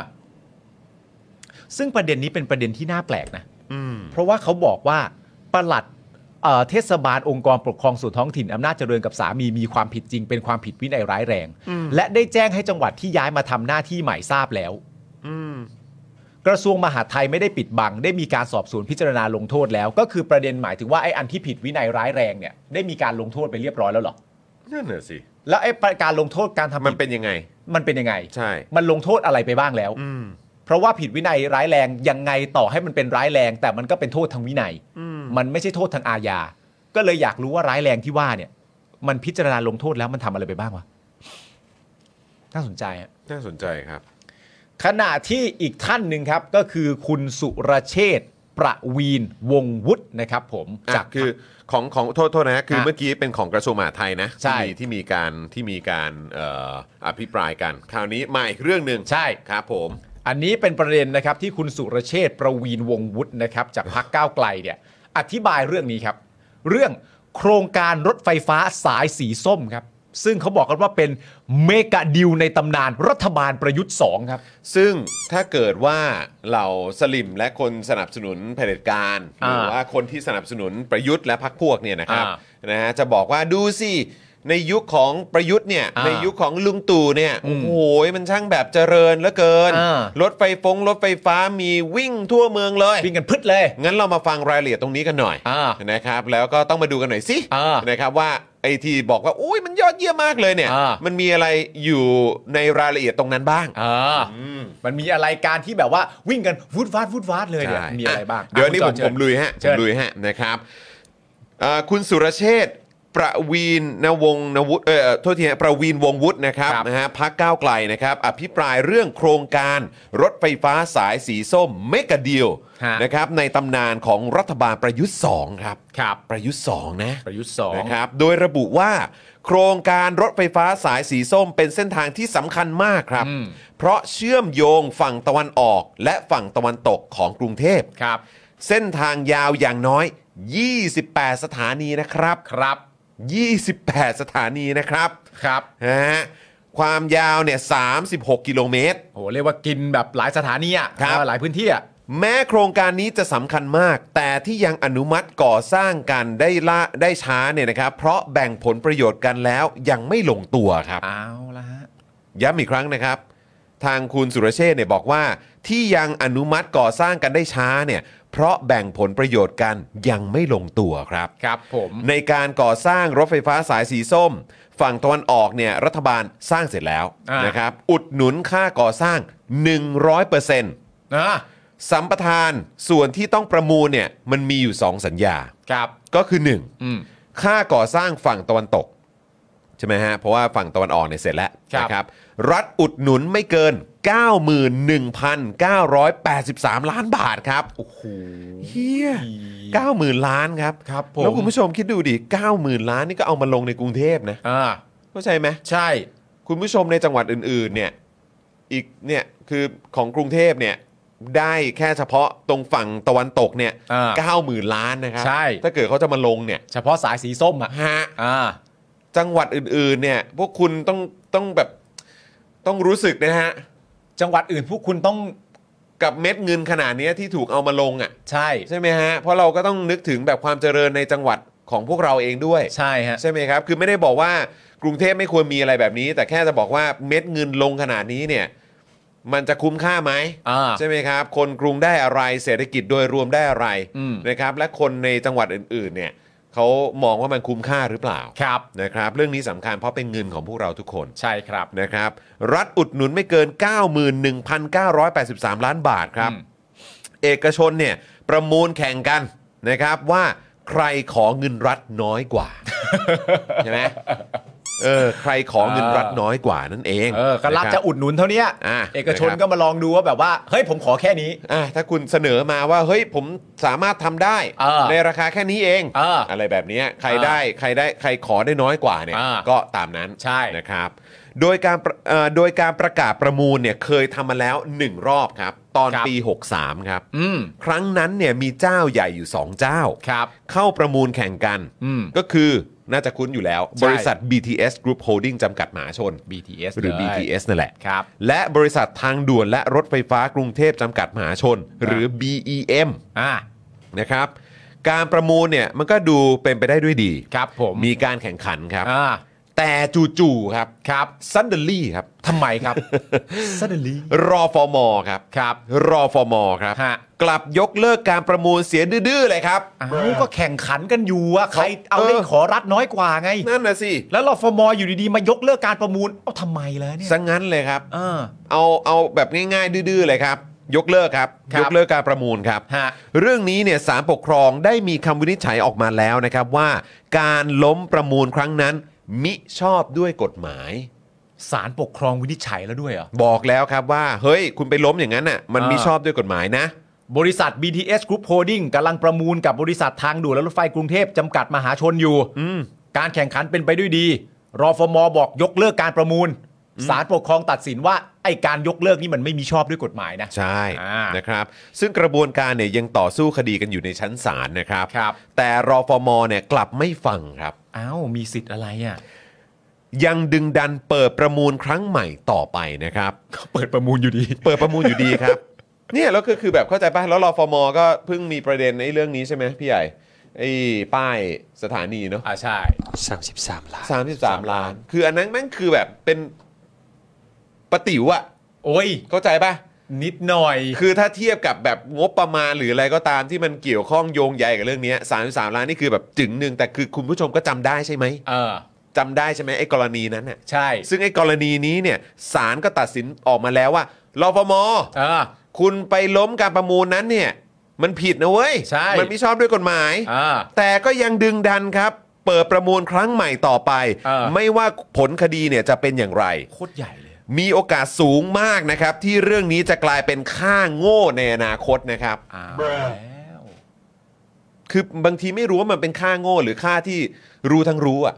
S2: ซึ่งประเด็นนี้เป็นประเด็นที่น่าแปลกนะ
S1: อืม
S2: เพราะว่าเขาบอกว่าปลัดเอ่อเทศบาลองค์กรปกครองส่วนท้องถิ่นอำนาจเจริญกับสามีมีความผิดจริง เป็นความผิดวินัยร้ายแรง และได้แจ้งให้จังหวัดที่ย้ายมาทำหน้าที่ใหม่ทราบแล้ว
S1: อืม
S2: กระทรวงมหาดไทยไม่ได้ปิดบัง ได้มีการสอบสวนพิจารณาลงโทษแล้ว ก็คือประเด็นหมายถึงว่าไอ้อันที่ผิดวินัยร้ายแรงเนี่ยได้มีการลงโทษไปเรียบร้อยแล้วเหรอ
S1: นั่นน่ะสิ
S2: แล้วไอ้ประการลงโทษการทำผิด
S1: มันเป็นยังไง
S2: มันเป็นยังไง
S1: ใช่
S2: มันลงโทษอะไรไปบ้างแล้ว
S1: อืม
S2: เพราะว่าผิดวินัยร้ายแรงยังไงต่อให้มันเป็นร้ายแรง แต่มันก็เป็นโทษทางวินัย มันไม่ใช่โทษทางอาญา ก็เลยอยากรู้ว่าร้ายแรงที่ว่าเนี่ย มันพิจารณาลงโทษแล้วมันทำอะไรไปบ้างวะน่าสนใจฮะ
S1: น่าสนใจครับ
S2: ขณะที่อีกท่านหนึ่งครับ ก็คือคุณสุรเชษฐ์ ประวีนวงศ์วุฒินะครับผม
S1: อ่ะ
S2: จาก
S1: คือของของโทษโทษนะคือ
S2: ฮะ
S1: เมื่อกี้เป็นของกระทรวงมหาดไทยนะ
S2: ใช่
S1: ที่มีที่มีการที่มีการเอ่ออภิปรายกัน คราวนี้มาอีกเรื่องหนึ่ง
S2: ใช่
S1: ครับผม
S2: อันนี้เป็นประเด็นนะครับที่คุณสุรเชษฐ์ประวีนวงศ์วุฒินะครับจากพักก้าวไกลเนี่ยอธิบายเรื่องนี้ครับ เรื่องโครงการรถไฟฟ้าสายสีส้มครับ ซึ่งเขาบอกกันว่าเป็นเมกะดิวในตำนานรัฐบาลประยุทธ์ 2 ครับ
S1: ซึ่งถ้าเกิดว่าเหล่าสลิมและคนสนับสนุนเผด็จการห
S2: อ่า
S1: รือว่าคนที่สนับสนุนประยุทธ์และพรรคพวกเนี่ยนะครับ
S2: อ่า
S1: นะฮะจะบอกว่าดูสิในยุคของประยุทธ์เนี่ย
S2: อ่า
S1: ในยุคของลุงตู่เนี่ย
S2: อื
S1: โอ้
S2: ม
S1: โหมันช่างแบบเจริญเหลือเกิน
S2: อ่า
S1: รถไฟฟงรถไฟฟ้ามีวิ่งทั่วเมืองเลย
S2: วิ่งกันพึดเลย
S1: งั้นเรามาฟังรายละเอียดตรงนี้กันหน่อย
S2: อ่า
S1: นะครับ แล้วก็ต้องมาดูกันหน่อยสิ
S2: อ่า
S1: นะครับว่าไอทีบอกว่าอุ้ยมันยอดเยี่ยมมากเลยเนี่ย
S2: อ่ามั
S1: มันมีอะไรอยู่ในรายละเอียดตรงนั้นบ้าง
S2: อ่ามันมีอะไรการที่แบบว่าวิ่งกันวูดวาดวูดวาดเลยเนี่ย
S1: ใช่
S2: มีอะไรบ้าง
S1: เดี๋ยวอันนี้ผ
S2: อ่ะ
S1: มผ
S2: คุณจอห์
S1: ม
S2: ญ
S1: ลุยฮะผ
S2: เชิญ
S1: มลุยฮะนะครับเอ่อคุณสุรเชษฐ์ประวีนนวงศ์นวุฒิเออโทษทีฮะประวีนวงศ์วุฒินะครับ
S2: ครับ
S1: นะฮะพักก้าวไกลนะครับ อภิปรายเรื่องโครงการรถไฟฟ้าสายสีส้มเมกะเดียวนะครับในตำนานของรัฐบาลประยุทธ์2ครับ
S2: ครับ
S1: ประยุทธ์2นะ
S2: ประยุทธ์สอง
S1: นะครับ โดยระบุว่า โครงการรถไฟฟ้าสายสีส้มเป็นเส้นทางที่สำคัญมากครับ
S2: อืม
S1: เพราะเชื่อมโยงฝั่งตะวันออกและฝั่งตะวันตกของกรุงเทพ
S2: ครับ
S1: เส้นทางยาวอย่างน้อย 28 สถานีนะครับ
S2: ครับ
S1: 28 สถานีนะครับ
S2: ครับ
S1: นะฮะความยาวเนี่ย 36 กิโลเมตร
S2: โหเรียกว่ากินแบบหลายสถานีอ่ะ
S1: ครับ
S2: หลายพื้นที่อ่ะ
S1: แม้โครงการนี้จะสำคัญมาก แต่ที่ยังอนุมัติก่อสร้างกันได้ละได้ช้าเนี่ยนะครับ เพราะแบ่งผลประโยชน์กันแล้วยังไม่ลงตัวครับ
S2: เอาละฮะ
S1: ย้ำอีกครั้งนะครับ ทางคุณสุรเชษฐ์เนี่ยบอกว่า ที่ยังอนุมัติก่อสร้างกันได้ช้าเนี่ยเพราะแบ่งผลประโยชน์กันยังไม่ลงตัวครับ
S2: ครับผม
S1: ในการก่อสร้างรถไฟฟ้าสายสีส้ม ฝั่งตะวันออกเนี่ยรัฐบาลสร้างเสร็จแล้ว
S2: อ่าน
S1: นะครับ อุดหนุนค่าก่อสร้าง 100%
S2: นะ
S1: สัมปทานส่วนที่ต้องประมูลเนี่ยมันมีอยู่ 2 สัญญา
S2: ครับ
S1: ก็คือ
S2: อืม
S1: 1. ค่าก่อสร้างฝั่งตะวันตก ใช่ไหมฮะ เพราะว่าฝั่งตะวันออกเนี่ยเสร็จแล้ว
S2: ครับ
S1: นะครับ รัฐอุดหนุนไม่เกิน 91,983 ล้านบาทครับ
S2: โอ้โห
S1: เฮียเก้าหมื่นล้านครับ
S2: ครับผม
S1: แล้วคุณผู้ชมคิดดูดิเก้าหมื่นล้านนี่ก็เอามาลงในกรุงเทพนะ
S2: อ่า
S1: เข้าใจไหม
S2: ใช่
S1: คุณผู้ชมในจังหวัดอื่น ๆ เนี่ย อีกเนี่ยคือของกรุงเทพเนี่ยได้แค่เฉพาะตรงฝั่งตะวันตกเนี่ย
S2: อ่า
S1: เก้าหมื่นล้านนะครั
S2: ใช่
S1: ถ้าเกิดเขาจะมาลงเนี่ย
S2: เฉพาะสายสีส้มอ่ะ
S1: ฮะ
S2: อ่า
S1: จังหวัดอื่น ๆ เนี่ยพวกคุณต้องต้องแบบต้องรู้สึกนะฮะ
S2: จังหวัดอื่นพวกคุณต้อง
S1: กับเม็ดเงินขนาดเนี้ยที่ถูกเอามาลงอ่ะ
S2: ใช่
S1: ใช่ไหมฮะ เพราะเราก็ต้องนึกถึงแบบความเจริญในจังหวัดของพวกเราเองด้วย
S2: ใช่ฮะ
S1: ใช่ไหมครับ คือไม่ได้บอกว่ากรุงเทพไม่ควรมีอะไรแบบนี้ แต่แค่จะบอกว่าเม็ดเงินลงขนาดนี้เนี่ย มันจะคุ้มค่าไหม
S2: อ่า
S1: ใช่ไหมครับ คนกรุงได้อะไร เศรษฐกิจโดยรวมได้อะไร
S2: อืม
S1: นะครับ และคนในจังหวัดอื่น ๆ เนี่ยเขามองว่ามันคุ้มค่าหรือเปล่า
S2: ครับ
S1: นะครับ เรื่องนี้สำคัญเพราะเป็นเงินของพวกเราทุกคน
S2: ใช่ครับ
S1: นะครับ รัฐอุดหนุนไม่เกิน 91,983 ล้านบาทครับ
S2: อืม
S1: เอกชนเนี่ยประมูลแข่งกันนะครับว่าใครขอเงินรัฐน้อยก ว่า ใช่ไหมเออใครขอเงินรัฐน้อยกว่านั่นเอง
S2: เออก็รัฐ
S1: นคบ
S2: จะอุดหนุนเท่าเนี้ย
S1: อ่า
S2: เอกชน
S1: นะครับ
S2: ก็มาลองดูว่าแบบว่า เฮ้ย ผมขอแค่นี้
S1: อ่ะถ้าคุณเสนอมาว่าเฮ้ยผมสามารถทำได้
S2: เออ
S1: ในราคาแค่นี้เอง
S2: เออ
S1: อะไรแบบเนี้ยใคร
S2: เออ
S1: ได้ใครได้ใครขอได้น้อยกว่าเนี่ย
S2: อ่า
S1: ก็ตามนั้น
S2: ใช่
S1: นะครับ โดยการประเอ่อโดยการประกาศประมูลเนี่ยเคยทำมาแล้ว 1 รอบครับ ตอนปี 63 ครับ
S2: อืม
S1: ครั้งนั้นเนี่ยมีเจ้าใหญ่อยู่ 2 เจ้า
S2: ครับ
S1: เข้าประมูลแข่งกัน
S2: อืม
S1: ก็คือน่าจะคุ้นอยู่แล้ว
S2: ใช่
S1: บริษัท BTS Group Holding จำกัดมหาชน
S2: BTS
S1: หรือ
S2: เลย
S1: BTS นั่นแหละ
S2: ครับ
S1: และบริษัททางด่วนและรถไฟฟ้ากรุงเทพจำกัดมหาชน หรือ BEM
S2: อ่า
S1: นะครับ การประมูลเนี่ยมันก็ดูเป็นไปได้ด้วยดี
S2: ครับผม
S1: มีการแข่งขันครับ
S2: อ่า
S1: แต่จู่ๆครับครับ suddenly ครับ
S2: ทำไมครับ suddenly
S1: รอฟอมอครับ
S2: ครับ
S1: รอฟอมอครับ
S2: ฮะ
S1: กลับยกเลิกการประมูลเสียดื้อๆเลยครับ
S2: อ้าวก็แข่งขันกันอยู่อะใครเอา
S1: เออ
S2: ได้ขอรัฐน้อยกว่าไง
S1: นั่นน่ะสิ
S2: แล้วรอฟมอยู่ดีๆ มายกเลิกการประมูล เอ้าทำไมล่ะเนี่ย
S1: ซะงั้นเลยครับ
S2: เออ
S1: เอาเอาแบบง่ายๆ ดื้อๆเลยครับ ยกเลิกครับ
S2: ครับ
S1: ยกเลิกการประมูลครับ
S2: ฮะ
S1: เรื่องนี้เนี่ยสารปกครองได้มีคำวินิจฉัยออกมาแล้วนะครับว่าการล้มประมูลครั้งนั้น มิชอบด้วยกฎหมาย
S2: สารปกครองวินิจฉัยแล้วด้วยเหรอ
S1: บอกแล้วครับว่า เฮ้ย คุณไปล้มอย่างนั้นน่ะมันมิชอบด้วยกฎหมายนะ
S2: บริษัท BTS Group Holding กำลังประมูลกับบริษัททางด่วนและรถไฟกรุงเทพจำกัดมหาชนอยู่ การแข่งขันเป็นไปด้วยดี รอฟมบอกยกเลิกการประมูลศาลปกครองตัดสินว่าไอการยกเลิกนี่มันไม่มีชอบด้วยกฎหมายนะ
S1: ใช่
S2: อ่าน
S1: นะครับ ซึ่งกระบวนการเนี่ยยังต่อสู้คดีกันอยู่ในชั้นศาลนะครับ
S2: ครับ
S1: แต่รอฟมเนี่ยกลับไม่ฟังครับ
S2: อ้าวมีสิทธิ์อะไรอ่ะ
S1: ยังดึงดันเปิดประมูลครั้งใหม่ต่อไปนะครับ
S2: ก็เปิดประมูลอยู่ดี
S1: เปิดประมูลอยู่ดีครับ เนี่ยแล้วก็คือแบบเข้าใจป่ะแล้วรอฟมก็เพิ่งมีประเด็นในเรื่องนี้ใช่ไหมพี่ใหญ่ไอ้ป้ายสถานีเนาะ
S2: อ่าใช่
S3: สามสิบสามล้าน
S1: สามสิบสามล้าน คืออันนั้นแม่งคือแบบเป็นปะติ๋วอะ
S2: โอ้ย
S1: เข้าใจป่ะ
S2: นิดหน่อย
S1: คือถ้าเทียบกับแบบงบประมาณหรืออะไรก็ตามที่มันเกี่ยวข้องโยงใยกับเรื่องเนี้ย33 ล้านนี่คือแบบจึงหนึ่งแต่คือคุณผู้ชมก็จำได้ใช่ไหม
S2: เออ
S1: จำได้ใช่ไหมไอ้กรณีนั้นน่ะ
S2: ใช่
S1: ซึ่งไอ้กรณีนี้เนี่ยศาลก็ตัดสินออกมาแล้วว่ารฟม
S2: เออ
S1: คุณไปล้มการประมูลนั้นเนี่ย มันผิดนะเว้ย
S2: ใช่
S1: มันไม่ชอบด้วยกฎหมาย
S2: เออ
S1: แต่ก็ยังดึงดันครับ เปิดประมูลครั้งใหม่ต่อไป
S2: เออ
S1: ไม่ว่าผลคดีเนี่ยจะเป็นอย่างไร
S2: โคตรใหญ่เลย
S1: มีโอกาสสูงมากนะครับ ที่เรื่องนี้จะกลายเป็นค่าโง่ในอนาคตนะครับ
S2: อ้าวแล้ว
S1: คือบางทีไม่รู้ว่ามันเป็นค่าโง่หรือค่าที่รู้ทั้งรู้อ่ะ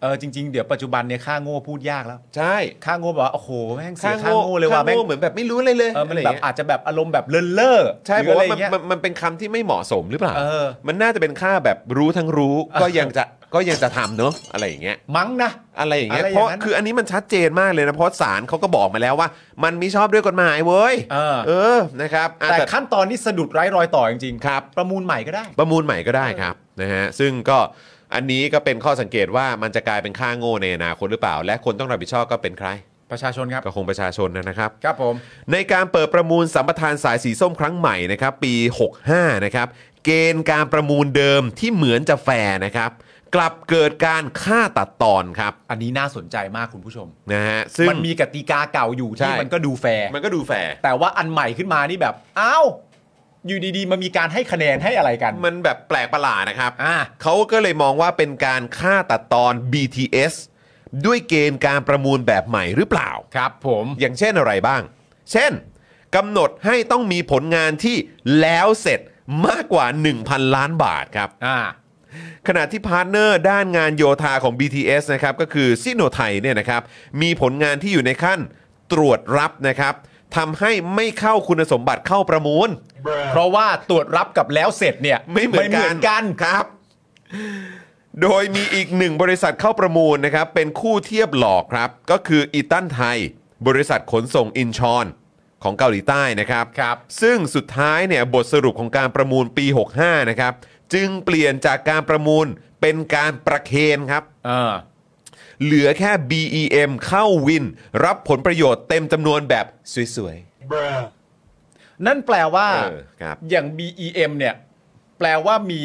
S2: เออจริง ๆ เดี๋ยวปัจจุบันเนี่ยค่าโง่พูดยากแล้ว
S1: ใช่
S2: ค่าโง่บอกว่าโอ้โหแม่งเสียค่าโง่เลยว่ะ
S1: ค่
S2: แม่ง
S1: โง่เหมือนแบบไม่รู้เลยเลย
S2: เออมัน
S1: ไร
S2: แบ
S1: ย่าง
S2: บ
S1: งี้ย
S2: อาจจะแบบอารมณ์แบบเลินเล่อ
S1: ใช่
S2: ห
S1: เพ
S2: รือ
S1: ราะ
S2: อะไร
S1: ว่ามั
S2: อย่าน งเงี้ย
S1: มันมันเป็นคำที่ไม่เหมาะสมหรือเปล่า
S2: เออ
S1: มันน่าจะเป็นค่าแบบรู้ทั้งรู้ก็ยังจะก็ยังจะทำเนอะอะไรอย่างเงี้ย
S2: มั้งนะ
S1: อะไรอย่างเงี้ย
S2: อะไรอ
S1: เพ
S2: ย่าง
S1: ราะ
S2: นั้น
S1: คืออันนี้มันชัดเจนมากเลยนะเพราะศาลเขาก็บอกมาแล้วว่า มันไม่ชอบด้วยกฎหมายเว้ย
S2: เออ
S1: อนะครับอ่ะ
S2: แต่
S1: แต่
S2: ขั้นตอนนี้สะดุดไร้รอยต่อจริงๆ
S1: ครับ
S2: ประมูลใหม่ก็ได้
S1: ประมูลใหม่ก็ได้ครับนะฮะซึ่งก็อันนี้ก็เป็นข้อสังเกตว่ามันจะกลายเป็นค่าโง่ในอนาคตหรือเปล่า และคนต้องรับผิดชอบก็เป็นใคร
S2: ประชาชนครับ
S1: ก็คงประชาชนนะครับ
S2: ครับผม
S1: ในการเปิดประมูลสัมปทานสายสีส้มครั้งใหม่นะครับปี 65 นะครับ เกณฑ์การประมูลเดิมที่เหมือนจะแฟร์นะครับ กลับเกิดการฆ่าตัดตอนครับ
S2: อันนี้น่าสนใจมากคุณผู้ชม
S1: นะฮะซึ่ง
S2: มันมีกติกาเก่าอยู่
S1: ใช่
S2: ที่มันก็ดูแฟร์
S1: มันก็ดูแฟร์
S2: แต่ว่าอันใหม่ขึ้นมานี่แบบอ้าวอยู่ดีๆมันมีการให้คะแนนให้อะไรกัน
S1: มันแบบแปลกประหลาดนะครับ
S2: อ่า
S1: เขาก็เลยมองว่าเป็นการฆ่าตัดตอน BTS ด้วยเกณฑ์การประมูลแบบใหม่หรือเปล่า
S2: ครับผม
S1: อย่างเช่นอะไรบ้าง เช่นกำหนดให้ต้องมีผลงานที่แล้วเสร็จมากกว่า 1,000 ล้านบาทครับ
S2: อ่า
S1: ขณะที่พาร์ทเนอร์ด้านงานโยธาของ BTS นะครับก็คือซิโนไทยเนี่ยนะครับมีผลงานที่อยู่ในขั้นตรวจรับนะครับทำให้ไม่เข้าคุณสมบัติเข้าประมูล
S2: เพราะว่าตรวจรับกับแล้วเสร็จเนี่ย
S1: ไม่เหมือนกันครับ โดยมีอีกหนึ่งบริษัทเข้าประมูลนะครับ เป็นคู่เทียบหลอกครับ ก็คืออีตันไทย บริษัทขนส่งอินชอนของเกาหลีใต้นะครับ
S2: ครับ
S1: ซึ่งสุดท้ายเนี่ยบทสรุปของการประมูลปี 65 นะครับ จึงเปลี่ยนจากการประมูลเป็นการประเคนครับ
S2: เออ
S1: เหลือแค่ BEM เข้าวิน รับผลประโยชน์เต็มจำนวนแบบสวย
S2: นั่นแปลว่า
S1: เออครับ
S2: อย่าง BEM เนี่ย แปลว่ามี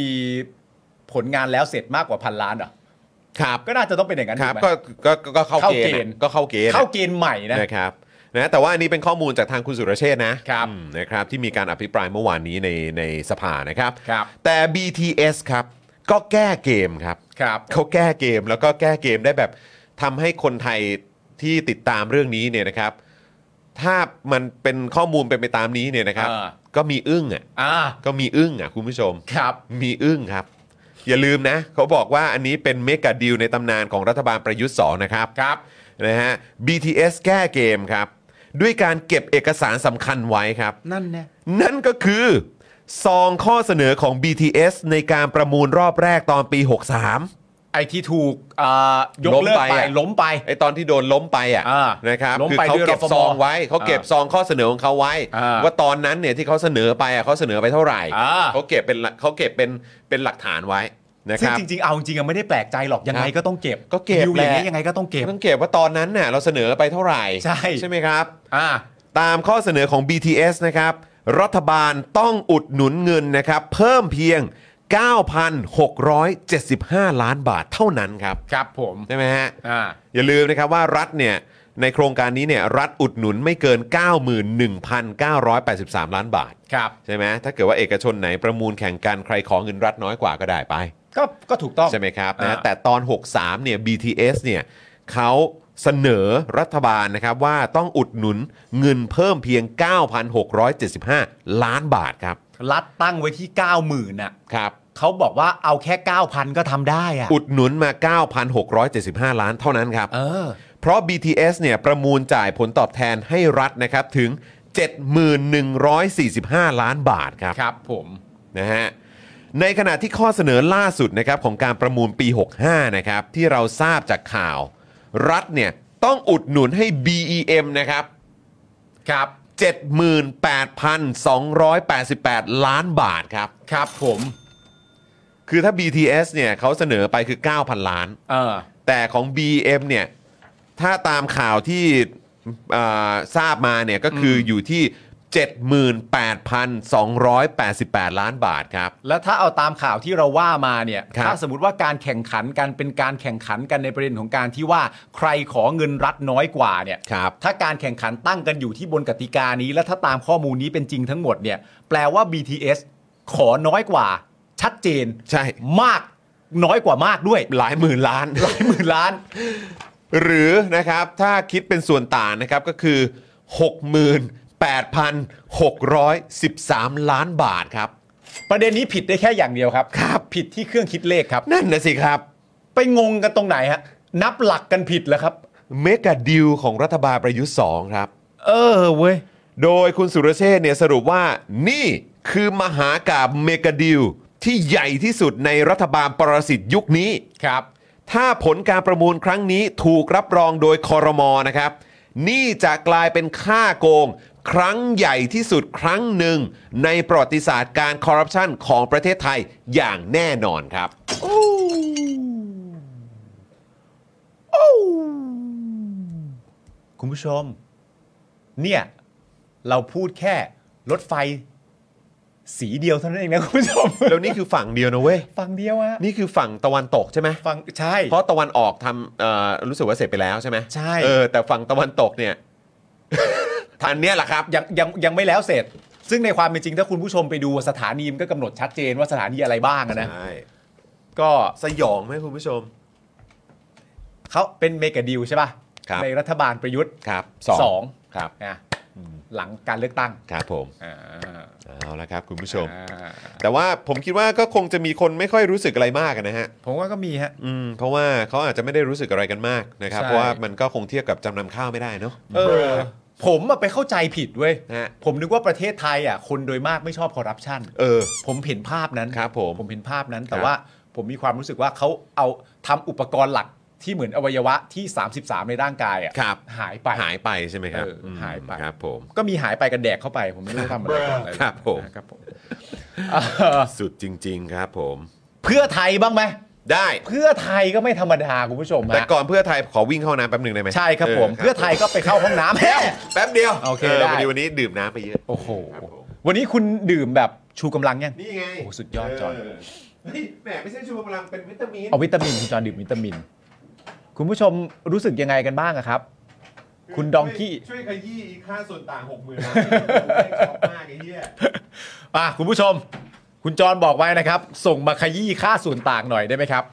S2: ผลงานแล้วเสร็จมากกว่าพันล้านเหรอ
S1: ๆ ครับ
S2: ก็น่าจะต้องเป็นอย่างนั้น
S1: ครับ
S2: ถูกไหม
S1: ก็ก็ก็ก็เข้า
S2: เข้า
S1: เกณฑ์
S2: เก
S1: อะ
S2: ณฑ์
S1: ก็เข้าเกณฑ์อะ
S2: เข้าเกณฑ์ใหม่นะ
S1: นะครับนะแต่ว่าอันนี้เป็นข้อมูลจากทางคุณสุรเชษฐ์นะครับ อืมนะครับที่มีการอภิปรายเมื่อวานนี้ในในสภานะครับ
S2: ครับ
S1: แต่ BTS ครับ ก็แก้เกมครับ
S2: ครับ
S1: เขาแก้เกมแล้วก็แก้เกมได้แบบทำให้คนไทยที่ติดตามเรื่องนี้เนี่ยนะครับ ถ้ามันเป็นข้อมูลเป็นไปตามนี้เนี่ยนะครับ
S2: อ่า
S1: ก็มีอึ้งอ่ะ
S2: อ่า
S1: ก็มีอึ้งอ่ะคุณผู้ชม
S2: ครับ
S1: มีอึ้งครับ อย่าลืมนะ เขาบอกว่าอันนี้เป็นเมกะดีลในตำนานของรัฐบาลประยุทธ์2นะครับ
S2: ครับ
S1: นะฮะ BTS แก้เกมครับ ด้วยการเก็บเอกสารสำคัญไว้ครับ
S2: นั่นเนี่ย
S1: นั่นก็คือ ซองข้อเสนอของ BTS ในการประมูลรอบแรกตอนปี 63
S2: ไอ้ที่ถูกอ่ายกเลิก
S1: ล้มไป
S2: ไป
S1: อะ
S2: ล้มไป
S1: ไอตอนที่โดนล้มไปอ่ะ
S2: อ่า
S1: นะครับ
S2: ล้ม
S1: คือ
S2: ไป
S1: เขา
S2: ด้วย
S1: เก็บ
S2: รฟม
S1: ซองไว้เขาเก็บ
S2: อ่า
S1: ซองข้อเสนอของเขาไว้
S2: อ่า
S1: ว่าตอนนั้นเนี่ยที่เขาเสนอไปอ่ะเขาเสนอไปเท่าไหร่
S2: อ่า
S1: เขาเก็บเป็นหลักเขาเก็บเป็นเป็นหลักฐานไว้นะค
S2: ซึ่ง
S1: รับ
S2: จริงๆเอาจริงๆอะไม่ได้แปลกใจหรอกยังไง
S1: ครับ
S2: ก็ต้องเก็บ
S1: ก็เก็บ
S2: ดิวอย่างนี้
S1: แหละ
S2: ยังไงก็ต้องเก็บ
S1: ต้องเก็บว่าตอนนั้นน่ะเราเสนอไปเท่าไหร่
S2: ใช่
S1: ใช่ไหมครับ
S2: อ่า
S1: ตามข้อเสนอของ BTS นะครับ รัฐบาลต้องอุดหนุนเงินนะครับ เพิ่มเพียง 9,675 ล้านบาทเท่านั้นครับ
S2: ครับผม
S1: ใช่ไหมฮะ
S2: อ่า
S1: อย่าลืมนะครับว่ารัฐเนี่ย ในโครงการนี้เนี่ย รัฐอุดหนุนไม่เกิน 91,983 ล้านบาท
S2: ครับ
S1: ใช่ไหมถ้าเกิดว่าเอกชนไหนประมูลแข่งกันใครขอเงินรัฐน้อยกว่าก็ได้ไป
S2: ก็ก็ถูกต้อง
S1: ใช่ไหมครับนะ
S2: อ่า
S1: แต่ตอน 63 เนี่ย BTS เนี่ยเขา เสนอรัฐบาลนะครับว่าต้องอุดหนุนเงินเพิ่มเพียง 9,675 ล้านบาทครับ
S2: รัฐตั้งไว้ที่ 90,000น่ะ
S1: ครับ
S2: เขาบอกว่าเอาแค่ 9,000 ก็ทำได้อะ
S1: อุดหนุนมา 9,675 ล้านเท่านั้นครับ
S2: เออ
S1: เพราะ BTS เนี่ยประมูลจ่ายผลตอบแทนให้รัฐนะครับถึง 7,145 ล้านบาทครับ
S2: ครับผม
S1: นะฮะในขณะที่ข้อเสนอล่าสุดนะครับของการประมูลปี 65 นะครับที่เราทราบจากข่าว รัฐเนี่ยต้องอุดหนุนให้ BEM นะครับ
S2: ครับ
S1: 78,288 ล้านบาทครับ
S2: ครับผม
S1: คือถ้า BTS เนี่ยเขาเสนอไปคือ 9,000 ล้าน
S2: เออ
S1: แต่ของ BM เนี่ยถ้าตามข่าวที่อ่าทราบมาเนี่ยก็คืออยู่ที่ 78,288 ล้านบาทครับ
S2: แล้วถ้าเอาตามข่าวที่เราว่ามาเนี่ย
S1: ครับ
S2: ถ้าสมมติว่าการแข่งขันกันเป็นการแข่งขันกันในประเด็นของการที่ว่าใครขอเงินรัฐน้อยกว่าเนี่ย
S1: ครับ
S2: ถ้าการแข่งขันตั้งกันอยู่ที่บนกติกานี้ และถ้าตามข้อมูลนี้เป็นจริงทั้งหมดเนี่ย แปลว่า BTS ขอน้อยกว่า ชัดเจน
S1: ใช่
S2: มากน้อยกว่ามากด้วย
S1: หลายหมื่นล้ าน
S2: หลายหมื่นล้าน
S1: หรือนะครับถ้าคิดเป็นส่วนต่างนะครับก็คือ 68,613 ล้านบาทครับ
S2: ประเด็นนี้ผิดได้แค่อย่างเดียวครับครับ ผิดที่เครื่องคิดเลขครับ
S1: นั่นนะสิครับ
S2: ไปงงกันตรงไหนฮะ นับหลักกันผิดแล้วครับ
S1: เมกะดิวของรัฐบาลประยุทธ์ 2 ครับ
S2: เออเว้ย
S1: โดยคุณสุรเชษฐ์เนี่ยสรุปว่านี่คือมหากาบเมกะดิวที่ใหญ่ที่สุดในรัฐบาลปรสิตยุคนี้
S2: ครับ
S1: ถ้าผลการประมูลครั้งนี้ถูกรับรองโดยคอรมอนะครับ นี่จะกลายเป็นค่าโกง ครั้งใหญ่ที่สุดครั้งหนึ่ง ในประวัติศาสตร์การคอร์รัปชันของประเทศไทยอย่างแน่นอนครับ
S2: คุณผู้ชม เนี่ย เราพูดแค่รถไฟ สีเดียวเท่านั้นเองนะคุณผู้ชม
S1: แล้วนี่คือฝั่งเดียวนะเว้ย
S2: ฟังเดียวอะ
S1: นี่คือฝั่งตะวันตกใช่ไหม
S2: ฟังใช่
S1: เพราะตะวันออกทำเอ่อรู้สึกว่าเสร็จไปแล้วใช่ไหม
S2: ใช่
S1: เออแต่ฝั่งตะวันตกเนี่ย ทันเนี้ยแหละครับ
S2: ยังยังยังไม่แล้วเสร็จ ซึ่งในความเป็นจริงถ้าคุณผู้ชมไปดูสถานีมันก็กำหนดชัดเจนว่าสถานีอะไรบ้างอะนะ
S1: ใช่
S2: ก็
S1: สยองไหมคุณผู้ชม
S2: เขาเป็นเมกะดิวใช่ป่ะ
S1: ครับ
S2: ในรัฐบาลประยุทธ์
S1: ครับ
S2: สอง
S1: ครับ
S2: นะหลังการเลือกตั้ง
S1: ครับผม
S2: อ่า
S1: เอาละครับคุณผู้ชม
S2: อ่า
S1: แต่ว่าผมคิดว่าก็คงจะมีคนไม่ค่อยรู้สึกอะไรมากอะนะฮะ
S2: ผมว่าก็มีฮะ
S1: อืม เพราะว่าเขาอาจจะไม่ได้รู้สึกอะไรกันมากนะครับ
S2: ใช่
S1: เพราะว่ามันก็คงเทียบกับจำนำข้าวไม่ได้เนาะ
S2: เออผมอะไปเข้าใจผิดเว้ย
S1: ฮะ
S2: ผมนึกว่าประเทศไทยอ่ะคนโดยมากไม่ชอบคอร์รัปชัน
S1: เออ
S2: ผมเห็นภาพนั้น
S1: ครับผม
S2: ผมเห็นภาพนั้น แต่
S1: ครับ
S2: ว่าผมมีความรู้สึกว่าเขาเอาทำอุปกรณ์หลักที่เหมือนอวัยวะที่ 33 ในร่างกายอ่ะ
S1: ครับ
S2: หายไป
S1: หายไปใช่ไหมครับ
S2: เออหายไป
S1: อืมครับผม
S2: ก็มีหายไปกันแดกเข้าไป ผมไม่รู้ทำอะไรกันอะไร
S1: ครับผม
S2: นะครับผม
S1: สุดจริง ๆ ครับผม
S2: เพื่อไทยบ้างไหม
S1: ได้
S2: เพื่อไทยก็ไม่ธรรมดาคุณผู้ชมฮะ
S1: แต่ก่อนเพื่อไทยขอวิ่งเข้าน้ำแป๊บหนึ่งได้ไหม
S2: ใช่ครับผม เพื่อไทยก็ไปเข้าห้องน้ำแฮ่
S1: แป๊บเดียว
S2: โอเค
S1: พ
S2: ได้
S1: อดีวันนี้ดื่มน้ำไปเยอะ
S2: โอ้โห
S1: ครับผม
S2: วันนี้คุณดื่มแบบชูกำลังยัง
S1: นี่ไง
S2: โอ้สุดยอดจอน
S1: เเฮ้ยแหมไม่ใช่ชูกำลังเป็นวิตามิน
S2: เอาวิตามินคุณจอนดื่มวิตามิน คุณผู้ชมรู้สึกยังไงกันบ้างอะครับ คุณดองกี้
S1: ช่วยขยี้อีกค่าส่วนต่างหกหมื่นมากไอ้เหี้ย
S2: อ่ะคุณผู้ชม คุณจอนบอกไว้นะครับ ส่งมาขยี้ค่าส่วนต่างหน่อยได้ไหมครับ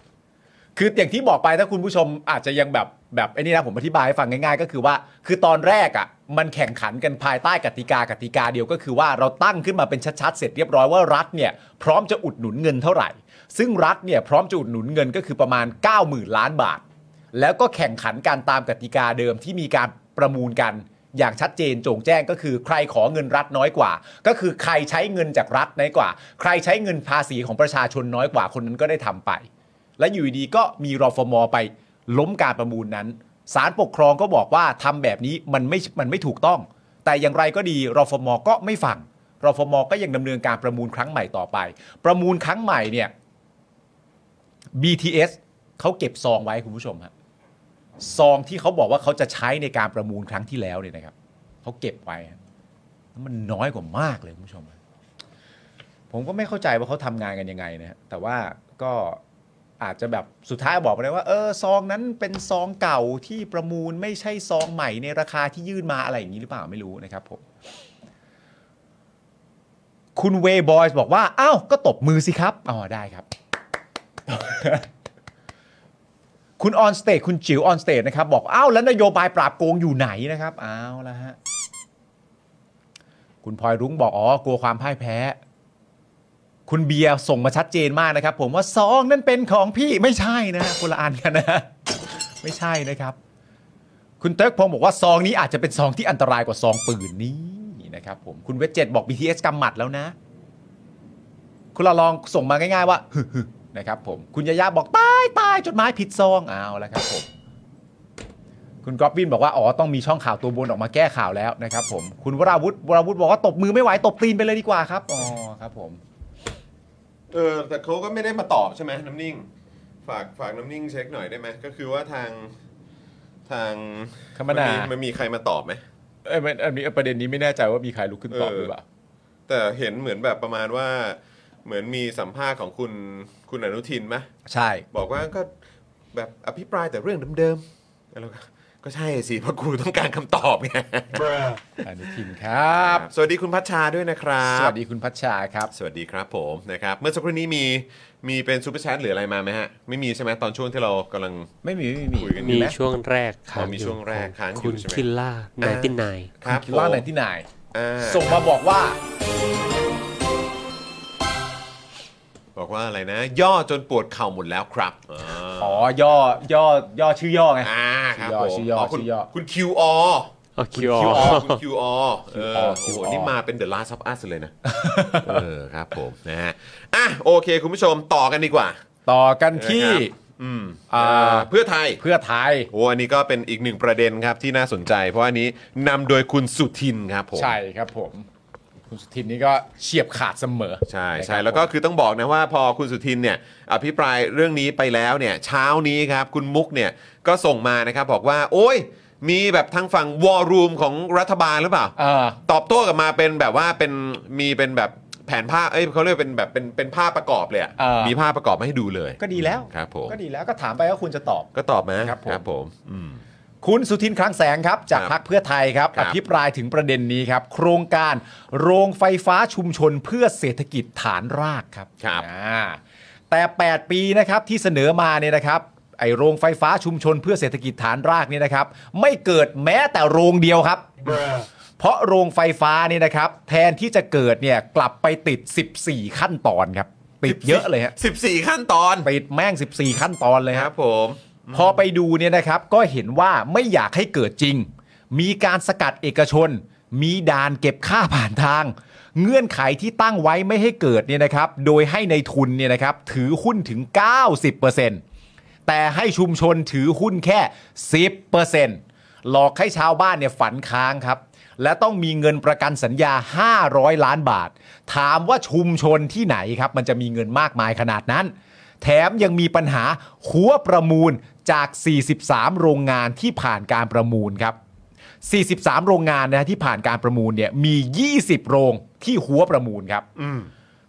S2: คืออย่างที่บอกไปถ้าคุณผู้ชมอาจจะยังแบบแบบไอ้นี่นะผมอธิบายให้ฟังง่าย ๆ ก็คือว่า คือตอนแรกอะ่ะมันแข่งขันกันภายใต้กติกากติกาเดียวก็คือว่าเราตั้งขึ้นมาเป็นชัดๆเสร็จเรียบร้อยว่ารัฐเนี่ยพร้อมจะอุดหนุนเงินเท่าไหร่ ซึ่งรัฐเนี่ยพร้อมจะอุดหนุนเงินก็คือประมาณ 90,000 ล้านบาท แล้วก็แข่งขันการตามกติกาเดิมที่มีการประมูลกัน อย่างชัดเจนโจงแจ้งก็คือใครขอเงินรัฐน้อยกว่า ก็คือใครใช้เงินจากรัฐน้อยกว่า ใครใช้เงินภาษีของประชาชนน้อยกว่าคนนั้นก็ได้ทำไป และอยู่ดีๆก็มีรอฟมไปล้มการประมูลนั้นศาลปกครองก็บอกว่าทำแบบนี้มันไม่มันไม่ถูกต้อง แต่อย่างไรก็ดีรอฟมก็ไม่ฟังรอฟมก็ยังดำเนินการประมูลครั้งใหม่ต่อไป ประมูลครั้งใหม่เนี่ย BTS เขาเก็บซองไว้คุณผู้ชมฮะซองที่เขาบอกว่าเขาจะใช้ในการประมูลครั้งที่แล้วเนี่ยนะครับเขาเก็บไว้ฮะแล้วมันน้อยกว่ามากเลยคุณผู้ชมฮะผมก็ไม่เข้าใจว่าเขาทำงานกันยังไงนะฮะแต่ว่าก็อาจจะแบบสุดท้ายบอกไปเลยว่าเออซองนั้นเป็นซองเก่าที่ประมูลไม่ใช่ซองใหม่ในราคาที่ยื่นมาอะไรอย่างนี้หรือเปล่าไม่รู้นะครับผม คุณเวย์บอยส์บอกว่า อ้าวก็ตบมือสิครับอ๋อได้ครับ คุณออนสเต e คุณจิ๋วออนสเต e นะครับ บอกอ้าวแล้วนโยบายปราบโกงอยู่ไหนนะครับอ้าวแล้วฮะ คุณพลอยรุ้งบอก อ๋อ กลัวความพ่ายแพ้ คุณเบียร์ส่งมาชัดเจนมากนะครับ ผมว่าซองนั่นเป็นของพี่ไม่ใช่นะฮะ คนละอันกันนะฮะไม่ใช่นะครับ คุณเติร์กพงศ์บอกว่าซองนี้อาจจะเป็นซองที่อันตรายกว่าซองปืนนี้นะครับผมคุณเวจเจตบอก BTS กำหมัดแล้วนะ คุณละลองส่งมาง่ายๆว่า ฮึ่มๆนะครับผม คุณยายาบอกตายตายจดหมายผิดซองเอาแล้วครับผม คุณก๊อบวินบอกว่า อ๋อ ต้องมีช่องข่าวตัวบนออกมาแก้ข่าวแล้วนะครับผม คุณวราวุฒิวราวุฒิบอกว่าตบมือไม่ไหว ตบตีนไปเลยดีกว่าครับ อ๋อครับผม
S1: เออแต่เขาก็ไม่ได้มาตอบใช่ไหมน้ำนิ่ง ฝากฝากน้ำนิ่งเช็คหน่อยได้ไหมก็คือว่าทางทาง
S2: คมนา
S1: มันมีใครมาตอบไหม
S2: เอ้ยมันอันนี้ประเด็นนี้ไม่แน่ใจว่ามีใครลุกขึ้นตอบหรือเปล่า
S1: แต่เห็นเหมือนแบบประมาณว่าเหมือนมีสัมภาษณ์ของคุณคุณอนุทินไหม
S2: ใช่
S1: บอกว่าก็แบบอภิปรายแต่เรื่องเดิมๆแล้วก็ก็ใช่สิเพราะกูต้องการคำตอบไง
S2: อันนี้ทีมครับ
S1: สวัสดีคุณพัชชาด้วยนะครับ
S2: สวัสดีคุณพัชชาครับ
S1: สวัสดีครับผมนะครับเมื่อสักครู่นี้มีมีเป็นซูเปอร์แชทหรืออะไรมาไหมฮะ ไม่มีใช่ไหมตอนช่วงที่เรากำลัง
S2: ไม่มีไม่มี
S1: คุยกัน
S3: มี
S2: ไหม
S3: ช่วงแรกค้าง
S1: อ๋อมี
S3: อยู่
S1: ช่วงแรกค้างอยู่
S3: คุณ
S1: ใช่ไหม
S3: คิลล่าไนตินไน
S1: ครับ
S2: คิดว่าไหนที่ไหน
S1: อ่า
S2: ส่งมาบอกว่า
S1: บอกว่าอะไรนะ ย่อจนปวดเข่าหมดแล้วครับอ๋อ
S2: อ๋อย่อย่อย่อชื่อย่อไง
S1: อ่าครับผม
S2: ชื่อย่อ
S1: คุณ
S2: ชื่อย่อ
S1: คุณ QR
S3: โอเค
S1: คุณ
S3: อ๋อ
S1: QR คุณ QR เออ
S2: QR
S1: โอ้โหนี่มาเป็น The Last of Us เลยนะ เออครับผมนะฮะอ่ะโอเค คุณผู้ชมต่อกันดีกว่า
S2: ต่อกันที่
S1: นะครับ อืม
S2: อ่า
S1: เออเพื่อไทย
S2: เพื่อไทย
S1: โอ้อันนี้ก็เป็นอีกหนึ่งประเด็นครับที่น่าสนใจ เพราะอันนี้นำโดยคุณสุทินครับผม
S2: ใช่ครับผม คุณสุทินนี่ก็เฉียบขาดเสมอ
S1: ใช่ใช่
S2: นะครับ
S1: แล้วก็
S2: ผม
S1: คือต้องบอกนะว่าพอคุณสุทินเนี่ยอภิปรายเรื่องนี้ไปแล้วเนี่ยเช้านี้ครับคุณมุกเนี่ยก็ส่งมานะครับบอกว่า โอ้ย มีแบบทางฝั่งวอ r รูมของรัฐบาลหรือเปล่า
S2: เออ
S1: ตอบโต้กลับมาเป็นแบบว่าเป็นมีเป็นแบบแผนภาพเอ้ยเขาเรียกเป็นแบบเป็นเป็นภาพประกอบเลยอะ
S2: เออ
S1: มีภาพประกอบมาให้ดูเลย
S2: ก็ดีแล้ว
S1: ครับผม
S2: ก็ดีแล้วก็ถามไปว่าคุณจะตอบ
S1: ก็ตอบมา
S2: ครับผม
S1: ผมอืม
S2: คุณสุทินคลังแสงครับ จาก
S1: ครับ
S2: พรรคเพื่อไทยครับ
S1: ครั
S2: อบ ภิปรายถึงประเด็นนี้ครับ โครงการโรงไฟฟ้าชุมชนเพื่อเศรษฐกิจฐานรากครับ
S1: ครับ
S2: อ่าแต่ 8 ปีนะครับที่เสนอมาเนี่ยนะครับไอโรงไฟฟ้าชุมชนเพื่อเศรษฐกิจฐานรากเนี่ยนะครับ ไม่เกิดแม้แต่โรงเดียวครับ เพราะโรงไฟฟ้าเนี่ยนะครับ แทนที่จะเกิดเนี่ยกลับไปติด 14 ขั้นตอนครับ ติดเยอะเลยฮะ
S1: 14 ขั้นตอน
S2: ติดแม่ง 14 ขั้นตอนเลย
S1: ค
S2: ค
S1: รั
S2: รั
S1: บบ ผม
S2: พอไปดูเนี่ยนะครับก็เห็นว่าไม่อยากให้เกิดจริง มีการสกัดเอกชน มีด่านเก็บค่าผ่านทาง เงื่อนไขที่ตั้งไว้ไม่ให้เกิดเนี่ยนะครับ โดยให้ในทุนเนี่ยนะครับถือหุ้นถึง 90%แต่ให้ชุมชนถือหุ้นแค่ 10%หลอกให้ชาวบ้านเนี่ยฝันค้างครับ และต้องมีเงินประกันสัญญา 500 ล้านบาท ถามว่าชุมชนที่ไหนครับ มันจะมีเงินมากมายขนาดนั้น แถมยังมีปัญหาหัวประมูลจาก 43 โรงงานที่ผ่านการประมูลครับ 43 โรงงานนะที่ผ่านการประมูลเนี่ยมี 20 โรงที่หัวประมูลครับ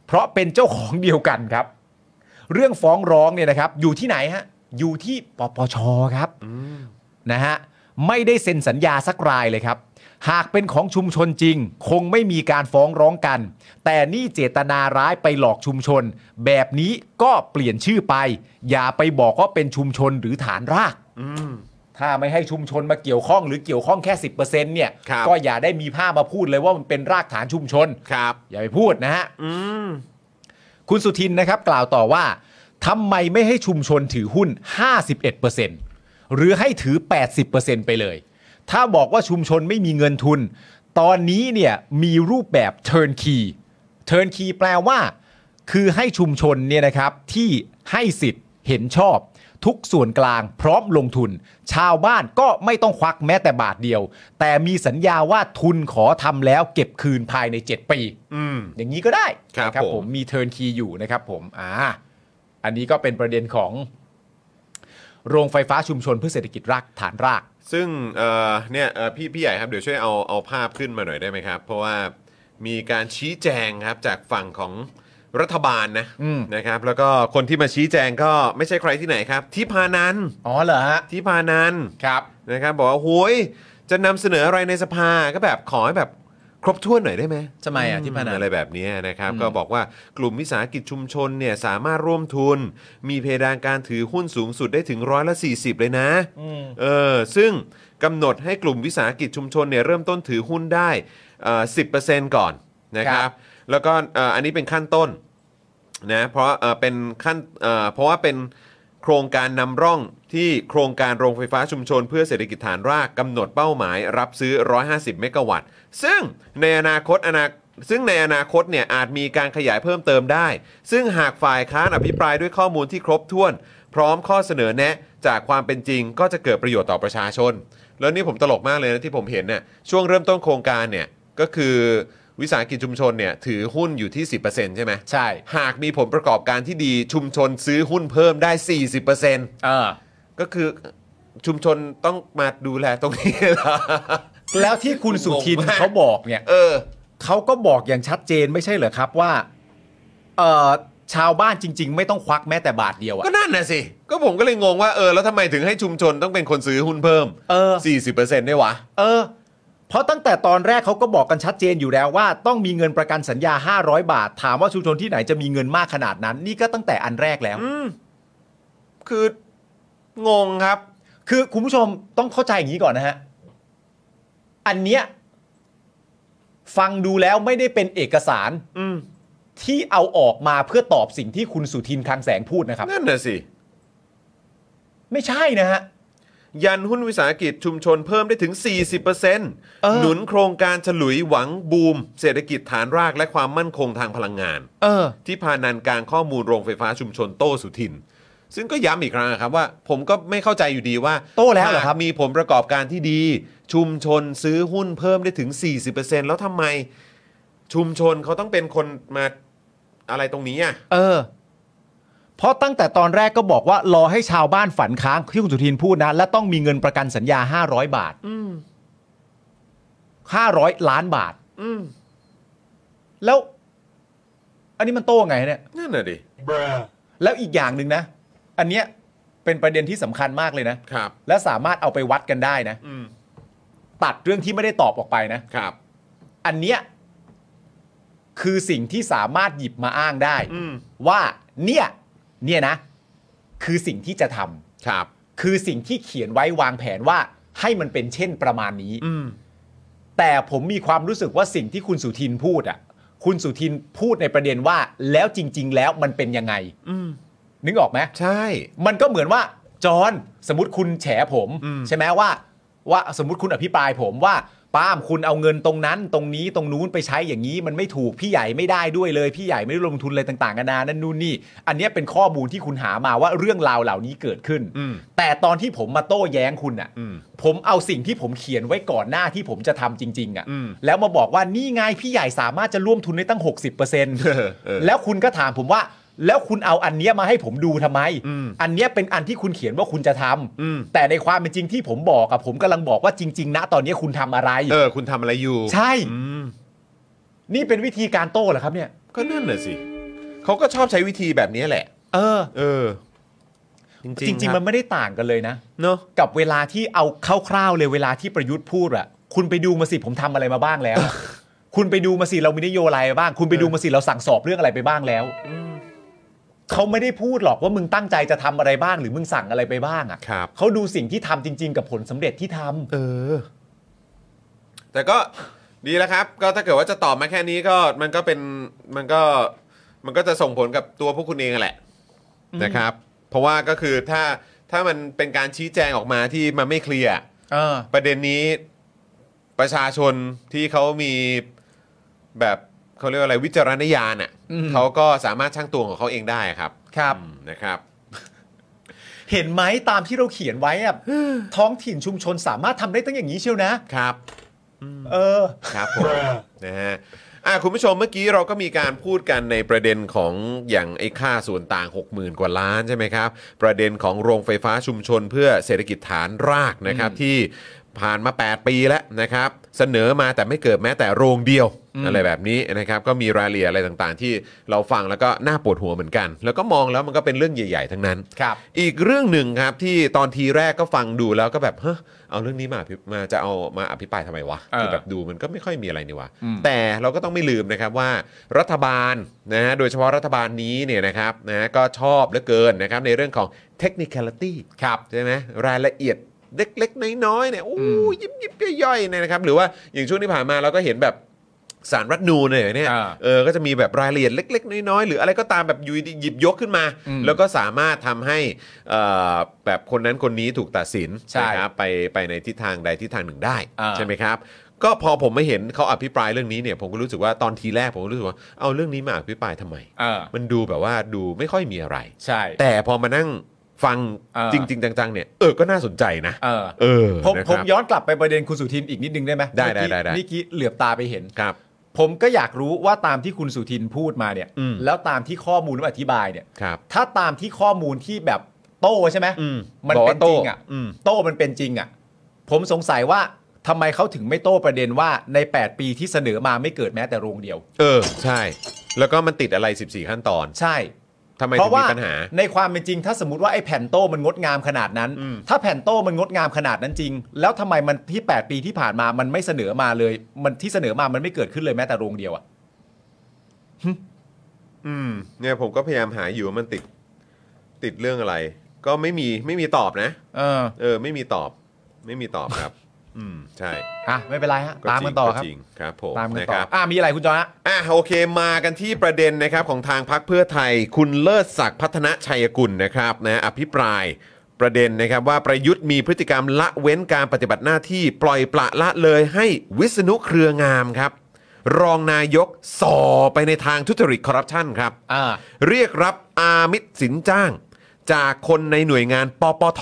S2: เพราะเป็นเจ้าของเดียวกันครับ เรื่องฟ้องร้องเนี่ยนะครับ อยู่ที่ไหนฮะ อยู่ที่ปปชครับนะฮะไม่ได้เซ็นสัญญาสักรายเลยครับ หากเป็นของชุมชนจริง คงไม่มีการฟ้องร้องกัน แต่นี่เจตนาร้ายไปหลอกชุมชน แบบนี้ก็เปลี่ยนชื่อไป อย่าไปบอกว่าเป็นชุมชนหรือฐานราก ถ้าไม่ให้ชุมชนมาเกี่ยวข้องหรือเกี่ยวข้องแค่ 10%เนี่ย
S1: ครับ
S2: ก็อย่าได้มีภาพมาพูดเลยว่ามันเป็นรากฐานชุมชน
S1: ครับ
S2: อย่าไปพูดนะฮะคุณสุทินนะครับกล่าวต่อว่าทำไมไม่ให้ชุมชนถือหุ้น 51%หรือให้ถือ 80%ไปเลย ถ้าบอกว่าชุมชนไม่มีเงินทุน ตอนนี้เนี่ยมีรูปแบบ turnkey turnkey แปลว่า คือให้ชุมชนเนี่ยนะครับที่ให้สิทธิ์เห็นชอบ ทุกส่วนกลางพร้อมลงทุน ชาวบ้านก็ไม่ต้องควักแม้แต่บาทเดียว แต่มีสัญญาว่าทุนขอทำแล้วเก็บคืนภายใน 7 ปี
S1: อืม
S2: อย่างนี้ก็ได้
S1: ครับ
S2: นะ
S1: ผม
S2: มีเทิร์นคีอยู่นะครับผมอ่าอันนี้ก็เป็นประเด็นของ โรงไฟฟ้าชุมชนเพื่อเศรษฐกิจรากฐานราก
S1: ซึ่งเอ่อเนี่ยเอ่อพี่พี่ใหญ่ครับเดี๋ยวช่วยเอาเอาภาพขึ้นมาหน่อยได้ไหมครับ เพราะว่ามีการชี้แจงครับจากฝั่งของรัฐบาลนะ
S2: อืม
S1: นะครับแล้วก็คนที่มาชี้แจงก็ไม่ใช่ใครที่ไหนครับทิพานันท์
S2: อ๋อเหรอฮะ
S1: ทิพานันท์
S2: ครับ
S1: นะครับบอกว่าโหยจะนำเสนออะไรในสภาก็แบบขอให้แบบ ครบถ้วนหน่อยได้ไหม
S2: ทำไมอ่ะที่พนัน
S1: อะไรแบบนี้นะครับ ก็บอกว่ากลุ่มวิสาหกิจชุมชนเนี่ยสามารถร่วมทุน มีเพดานการถือหุ้นสูงสุดได้ถึงร้อยละ40 เลยนะ เออซึ่งกำหนดให้กลุ่มวิสาหกิจชุมชนเนี่ยเริ่มต้นถือหุ้นได้สิบเปอร์เซ็นต์ก่อนนะค
S2: ครั
S1: รับ
S2: บ
S1: แล้วก็เอ่ออันนี้เป็นขั้นต้นนะเพราะเอ่อเป็นขั้นเอ่อเพราะว่าเป็นโครงการนำร่องที่โครงการโรงไฟฟ้าชุมชน เพื่อเศรษฐกิจฐานรากกำหนดเป้าหมายรับซื้อ 150 เมกะวัตต์ ซึ่งในอนาคตอนาซึ่งในอนาคตเนี่ยอาจมีการขยายเพิ่มเติมได้ ซึ่งหากฝ่ายค้านอภิปรายด้วยข้อมูลที่ครบถ้วน พร้อมข้อเสนอแนะ จากความเป็นจริงก็จะเกิดประโยชน์ต่อประชาชน แล้วนี่ผมตลกมากเลยนะที่ผมเห็นเนี่ยช่วงเริ่มต้นโครงการเนี่ยก็คือวิสาหกิจชุมชนเนี่ยถือหุ้นอยู่ที่ 10%ใช่ไหม
S2: ใช่
S1: หากมีผลประกอบการที่ดีชุมชนซื้อหุ้นเพิ่มได้ 40%
S2: เออ
S1: ก็คือชุมชนต้องมาดูแลตรงนี้เหรอ
S2: แล้วที่คุณสุทิน
S1: งงมาก
S2: เขาบอกเนี่ย
S1: เออ
S2: เขาก็บอกอย่างชัดเจนไม่ใช่เหรอครับว่าเอ่อชาวบ้านจริง ๆ ไม่ต้องควักแม้แต่บาทเดียวอะ
S1: ก็นั่นน่ะสิ ก็ผมก็เลยงงว่าเออแล้วทำไมถึงให้ชุมชนต้องเป็นคนซื้อหุ้นเพิ่ม
S2: เออ
S1: 40%ได้วยวะ
S2: เออ เพราะตั้งแต่ตอนแรกเขาก็บอกกันชัดเจนอยู่แล้วว่า ต้องมีเงินประกันสัญญา 500 บาท ถามว่าชุมชนที่ไหนจะมีเงินมากขนาดนั้น นี่ก็ตั้งแต่อันแรกแล้ว
S1: คืองงครับ
S2: คือคุณผู้ชมต้องเข้าใจอย่างนี้ก่อนนะฮะ อันเนี้ยฟังดูแล้วไม่ได้เป็นเอกสาร
S1: อืม
S2: ที่เอาออกมาเพื่อตอบสิ่งที่คุณสุทินคลังแสงพูดนะครับ
S1: นั่นน่ะสิ
S2: ไม่ใช่นะฮะ
S1: ยันหุ้นวิสาหกิจชุมชนเพิ่มได้ถึง 40%หนุนโครงการฉลุยหวังบูม เศรษฐกิจฐานรากและความมั่นคงทางพลังงาน
S2: เออ
S1: ที่พานันกลางข้อมูลโรงไฟฟ้าชุมชนโต้สุทิน ซึ่งก็ย้ำอีกครั้งนะครับว่า ผมก็ไม่เข้าใจอยู่ดีว่า
S2: โต้แล้วเหรอครับ
S1: ากมีผลประกอบการที่ดี ชุมชนซื้อหุ้นเพิ่มได้ถึง 40%แล้วทำไมชุมชนเขาต้องเป็นคนมาอะไรตรงนี้อ่ะ
S2: เออ เพราะตั้งแต่ตอนแรกก็บอกว่ารอให้ชาวบ้านฝันค้างที่คุณสุทินพูดนะ และต้องมีเงินประกันสัญญา 500 บาทห้าร้อยล้านบาท
S1: อืม
S2: แล้ว อันนี้มันโต้ไงเนี่ย
S1: นั่นน่ะดิ
S2: แล้วอีกอย่างหนึ่งนะ อันเนี้ยเป็นประเด็นที่สำคัญมากเลยนะ
S1: ครับ
S2: และสามารถเอาไปวัดกันได้นะ
S1: อืม
S2: ตัดเรื่องที่ไม่ได้ตอบออกไปนะ
S1: ครับ
S2: อันเนี้ยคือสิ่งที่สามารถหยิบมาอ้างได้
S1: อืม
S2: ว่าเนี่ย เนี่ยนะ คือสิ่งที่จะทำ
S1: ครับ
S2: คือสิ่งที่เขียนไว้วางแผนว่าให้มันเป็นเช่นประมาณนี้
S1: อืม
S2: แต่ผมมีความรู้สึกว่าสิ่งที่คุณสุทินพูดอ่ะ คุณสุทินพูดในประเด็นว่า แล้วจริง ๆ แล้วมันเป็นยังไง
S1: อืม
S2: นึกออกไหม
S1: ใช่
S2: มันก็เหมือนว่าจอห์นสมมติคุณแฉผม
S1: อืม
S2: ใช่ไหมว่า ว่าสมมติคุณอภิปรายผมว่าป้าล์มคุณเอาเงินตรงนั้น ตรงนี้ตรงนู้นไปใช้อย่างนี้ มันไม่ถูกพี่ใหญ่ไม่ได้ด้วยเลย พี่ใหญ่ไม่ได้ลงทุนอะไรต่างๆนานานั่นนู่นนี่ อันเนี้ยเป็นข้อมูลที่คุณหามาว่าเรื่องราวเหล่านี้เกิดขึ้น
S1: อืม
S2: แต่ตอนที่ผมมาโต้แย้งคุณอ่ะ
S1: อืม
S2: ผมเอาสิ่งที่ผมเขียนไว้ก่อนหน้าที่ผมจะทำจริง ๆ
S1: อืม
S2: อะ่ะ แล้วมาบอกว่านี่ไงพี่ใหญ่สามารถจะร่วมทุนได้ตั้ง
S1: เออ
S2: 60%แล้วคุณก็ถามผมว่า แล้วคุณเอาอันเนี้ยมาให้ผมดูทำไม
S1: อืม
S2: อันเนี้ยเป็นอันที่คุณเขียนว่าคุณจะทำ
S1: อืม
S2: แต่ในความเป็นจริงที่ผมบอกอะผมกำลังบอกว่าจริง ๆ นะตอนเนี้ยคุณทำอะไร
S1: เออ คุณทำอะไรอยู่
S2: ใช่
S1: อืม
S2: นี่เป็นวิธีการโต้เหรอครับเนี่ย
S1: ก็นั่นน่ะสิ เขาก็ชอบใช้วิธีแบบนี้แหละ
S2: เออ
S1: เออ จริง
S2: จริง ๆ มันไม่ได้ต่างกันเลยนะ
S1: เนาะ
S2: กับเวลาที่เอาคร่าวๆเลยเวลาที่ประยุทธ์พูดอะคุณไปดูมาสิผมทำอะไรมาบ้าง แล้ว คุณไปดูมาสิเรามีนโยบายอะไรบ้าง คุณไปดูมาสิเราสั่งสอบเรื่องอะไรไปบ้างแล้วเขาไม่ได้พูดหรอกว่ามึงตั้งใจจะทำอะไรบ้าง หรือมึงสั่งอะไรไปบ้างอะ
S1: ครับ
S2: เขาดูสิ่งที่ทำจริง ๆ กับผลสำเร็จที่ทำ
S1: เออ แต่ก็ดีแล้วครับ ก็ถ้าเกิดว่าจะตอบมาแค่นี้ก็มันก็เป็นมันก็มันก็จะส่งผลกับตัวพวกคุณเองแหละ นะครับ เพราะว่าก็คือถ้าถ้ามันเป็นการชี้แจงออกมาที่มันไม่เคลียร์
S2: เออ
S1: ประเด็นนี้ประชาชนที่เขามีแบบเขาเรียกว่าอะไรวิจารณญาณอ่ะ
S2: อืม
S1: เขาก็สามารถช่างตวงของเขาเองได้ครับ
S2: ครับ
S1: อืมนะครับ
S2: เห็นไหมตามที่เราเขียนไว้อะท้องถิ่นชุมชนสามารถทำได้ตั้งอย่างนี้เชียวนะครับ เออ
S1: ครับผมนะฮะอ่ะคุณผู้ชมเมื่อกี้เราก็มีการพูดกันในประเด็นของอย่างไอ้ค่าส่วนต่าง 60,000 กว่าล้านใช่ไหมครับ ประเด็นของโรงไฟฟ้าชุมชนเพื่อเศรษฐกิจฐานรากนะครับที่ ผ่านมา 8 ปีแล้วนะครับ เสนอมาแต่ไม่เกิดแม้แต่โรงเดียวอะไรแบบนี้นะครับ ก็มีรายละเอียดอะไรต่างๆ ที่เราฟังแล้วก็น่าปวดหัวเหมือนกัน แล้วก็มองแล้วมันก็เป็นเรื่องใหญ่ๆทั้งนั้น
S2: ครับ
S1: อีกเรื่องหนึ่งครับที่ตอนทีแรกก็ฟังดูแล้วก็แบบเฮ้อเอาเรื่องนี้มาอภิมาจะเอามาอภิปรายทำไมวะ
S2: เออ
S1: คือแบบดูมันก็ไม่ค่อยมีอะไรนี่วะ
S2: อืม
S1: แต่เราก็ต้องไม่ลืมนะครับว่ารัฐบาลนะฮะโดยเฉพาะรัฐบาลนี้เนี่ยนะครับนะก็ชอบเหลือเกินนะครับในเรื่องของ technicality ครับใช่ไหมรายละเอียดเล็กๆ น้อยๆเนี่ยโอ้ยยิบยิบๆย่อยๆเนี่ยนะครับหรือว่าอย่างช่วงที่ผ่านมาเราก็เห็นแบบสารรัฐธรรมนูนเนี่ยเนี่ย
S2: อ่า
S1: เออ ก็จะมีแบบรายละเอียดเล็ก ๆ น้อยๆ หรืออะไรก็ตามแบบอยู่ดีหยิบยกขึ้นมา
S2: อืม
S1: แล้วก็สามารถทำให้เอ่อแบบคนนั้นคนนี้ถูกตัดสิน
S2: ใช่
S1: นะครับไปไปในทิศทางใดทิศทางหนึ่งได้
S2: อ่า
S1: ใช่ไหมครับ ก็พอผมไม่เห็นเขาอภิปรายเรื่องนี้เนี่ย ผมก็รู้สึกว่าตอนทีแรกผมก็รู้สึกว่าเอาเรื่องนี้มาอภิปรายทำไม
S2: เออ
S1: มันดูแบบว่าดูไม่ค่อยมีอะไร
S2: ใช่
S1: แต่พอมานั่งฟัง
S2: อ่า
S1: จริง ๆ จังๆ เนี่ย เออ ก็น่าสนใจนะ
S2: เออ
S1: เออ
S2: ผม
S1: นะค
S2: ผ
S1: รับ
S2: มย้อนกลับไปประเด็นคุณสุทินอีกนิดนึงได้ไหม
S1: ได้ได้
S2: เมื่อกี้
S1: ได้ได้
S2: เมื่อกี้เหลือบตาไปเห็น
S1: ครับ
S2: ผมก็อยากรู้ว่าตามที่คุณสุทินพูดมาเนี่ย
S1: อืม
S2: แล้วตามที่ข้อมูลอธิบายเนี่ย
S1: ครับ
S2: ถ้าตามที่ข้อมูลที่แบบโต้ใช่ไหม
S1: อืม
S2: มัน
S1: บอก
S2: เป็
S1: ว่าน โต้
S2: จริงอ่ะ
S1: อืม
S2: โต้มันเป็นจริงอ่ะ ผมสงสัยว่าทำไมเขาถึงไม่โต้ประเด็นว่าใน 8 ปีที่เสนอมาไม่เกิดแม้แต่โรงเดียว
S1: เออ ใช่ แล้วก็มันติดอะไร 14 ขั้นตอน
S2: ใช่
S1: ทำไม
S2: เพ
S1: ถึง
S2: ราะว่า
S1: มีปัญหา
S2: ในความเป็นจริง ถ้าสมมติว่าไอ้แผ่นโต้มันงดงามขนาดนั้น
S1: อืม
S2: ถ้าแผ่นโต้มันงดงามขนาดนั้นจริง แล้วทำไมมันที่ 8 ปีที่ผ่านมามันไม่เสนอมาเลย มันที่เสนอมามันไม่เกิดขึ้นเลยแม้แต่โรงเดียวอ่ะ
S1: อืมเนี่ยผมก็พยายามหาอยู่ว่ามันติดติดเรื่องอะไร ก็ไม่มีไม่มีตอบนะ
S2: เออ
S1: เออ ไม่มีตอบ ไม่มีตอบครับ อืมใช่
S2: อ่ะไม่เป็นไรฮะ
S1: ก็
S2: ตาม
S1: จริ
S2: กัน
S1: ง
S2: ต่อ
S1: ก็
S2: ครับ
S1: จริงครับผม
S2: ตามกัน
S1: นะ
S2: ต่
S1: ค
S2: อ
S1: รับ
S2: อ่ะมีอะไรคุณจอนะ
S1: อ่ะโอเคมากันที่ประเด็นนะครับของทางพักเพื่อไทย คุณเลิศศักดิ์พัฒนชัยกุลนะครับนะอภิปรายประเด็นนะครับว่าประยุทธ์มีพฤติกรรมละเว้นการปฏิบัติหน้าที่ปล่อยปละละเลยให้วิษณุเครืองามครับ รองนายกส่อไปในทางทุจริตคอร์รัปชันครับ
S2: อ่า
S1: เรียกรับอามิตรสินจ้าง จากคนในหน่วยงานปปท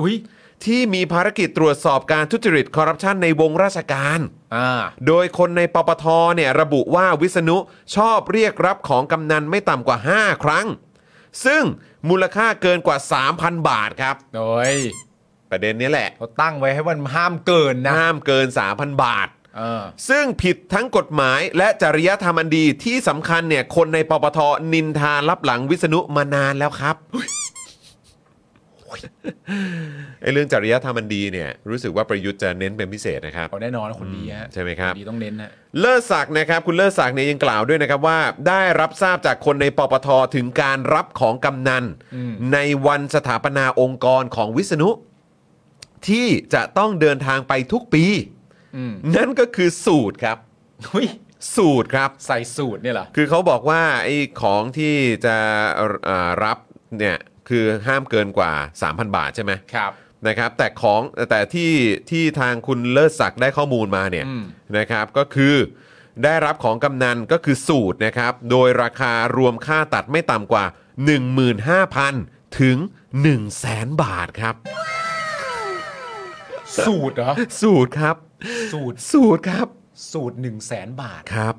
S2: อุ้ย
S1: ที่มีภารกิจตรวจสอบการทุจริตคอร์รัปชันในวงราชการ
S2: อ่า
S1: โดยคนในปปทเนี่ยระบุว่าวิษณุชอบเรียกรับของกำนันไม่ต่ำกว่า 5 ครั้ง ซึ่งมูลค่าเกินกว่า 3,000 บาทครับ
S2: โอ้ย
S1: ประเด็นนี้แหละ
S2: เขาตั้งไว้ให้มันห้ามเกินนะ
S1: ห้ามเกิน 3,000 บาท
S2: เออ
S1: ซึ่งผิดทั้งกฎหมายและจริยธรรมอันดีที่สำคัญเนี่ยคนในปปทนินทารับหลังวิษณุมานานแล้วครับไอ้เรื่องจริยธรรมอันดีเนี่ยรู้สึกว่าประยุทธ์จะเน้นเป็นพิเศษนะครับ
S2: เอาแน่นอนคนดีฮะ
S1: ใช่ไหมครับ
S2: นดีต้องเน้นฮะ
S1: เลิศศักดิ์นะครับคุณเลิศศักดิ์เนี่ยยังกล่าวด้วยนะครับว่า ได้รับทราบจากคนในปปทถึงการรับของกำนัน
S2: อืม
S1: ในวันสถาปนาองค์กรของวิษณุ ที่จะต้องเดินทางไปทุกปี
S2: อืม
S1: นั่นก็คือสูตรครับ
S2: เฮ้ย
S1: สูตรครับ
S2: ใส่สูตรเนี่ยเหรอ
S1: คือเขาบอกว่าไอ้ของที่จะเอ่อรับเนี่ยคือห้ามเกินกว่า 3,000 บาทใช่ไหม
S2: ครับ
S1: นะครับ แต่ของแต่ที่ที่ทางคุณเลิศศักดิ์ได้ข้อมูลมาเนี่ย
S2: อืม
S1: นะครับก็คือได้รับของกำนันก็คือสูตรนะครับ โดยราคารวมค่าตัดไม่ต่ำกว่า 15,000 ถึง 100,000 บาทครับ
S2: สูตรเหรอ
S1: สูตรครับ
S2: สูตร
S1: สูตรครับ
S2: สูตรหนึ่งแสนบาท
S1: ครับ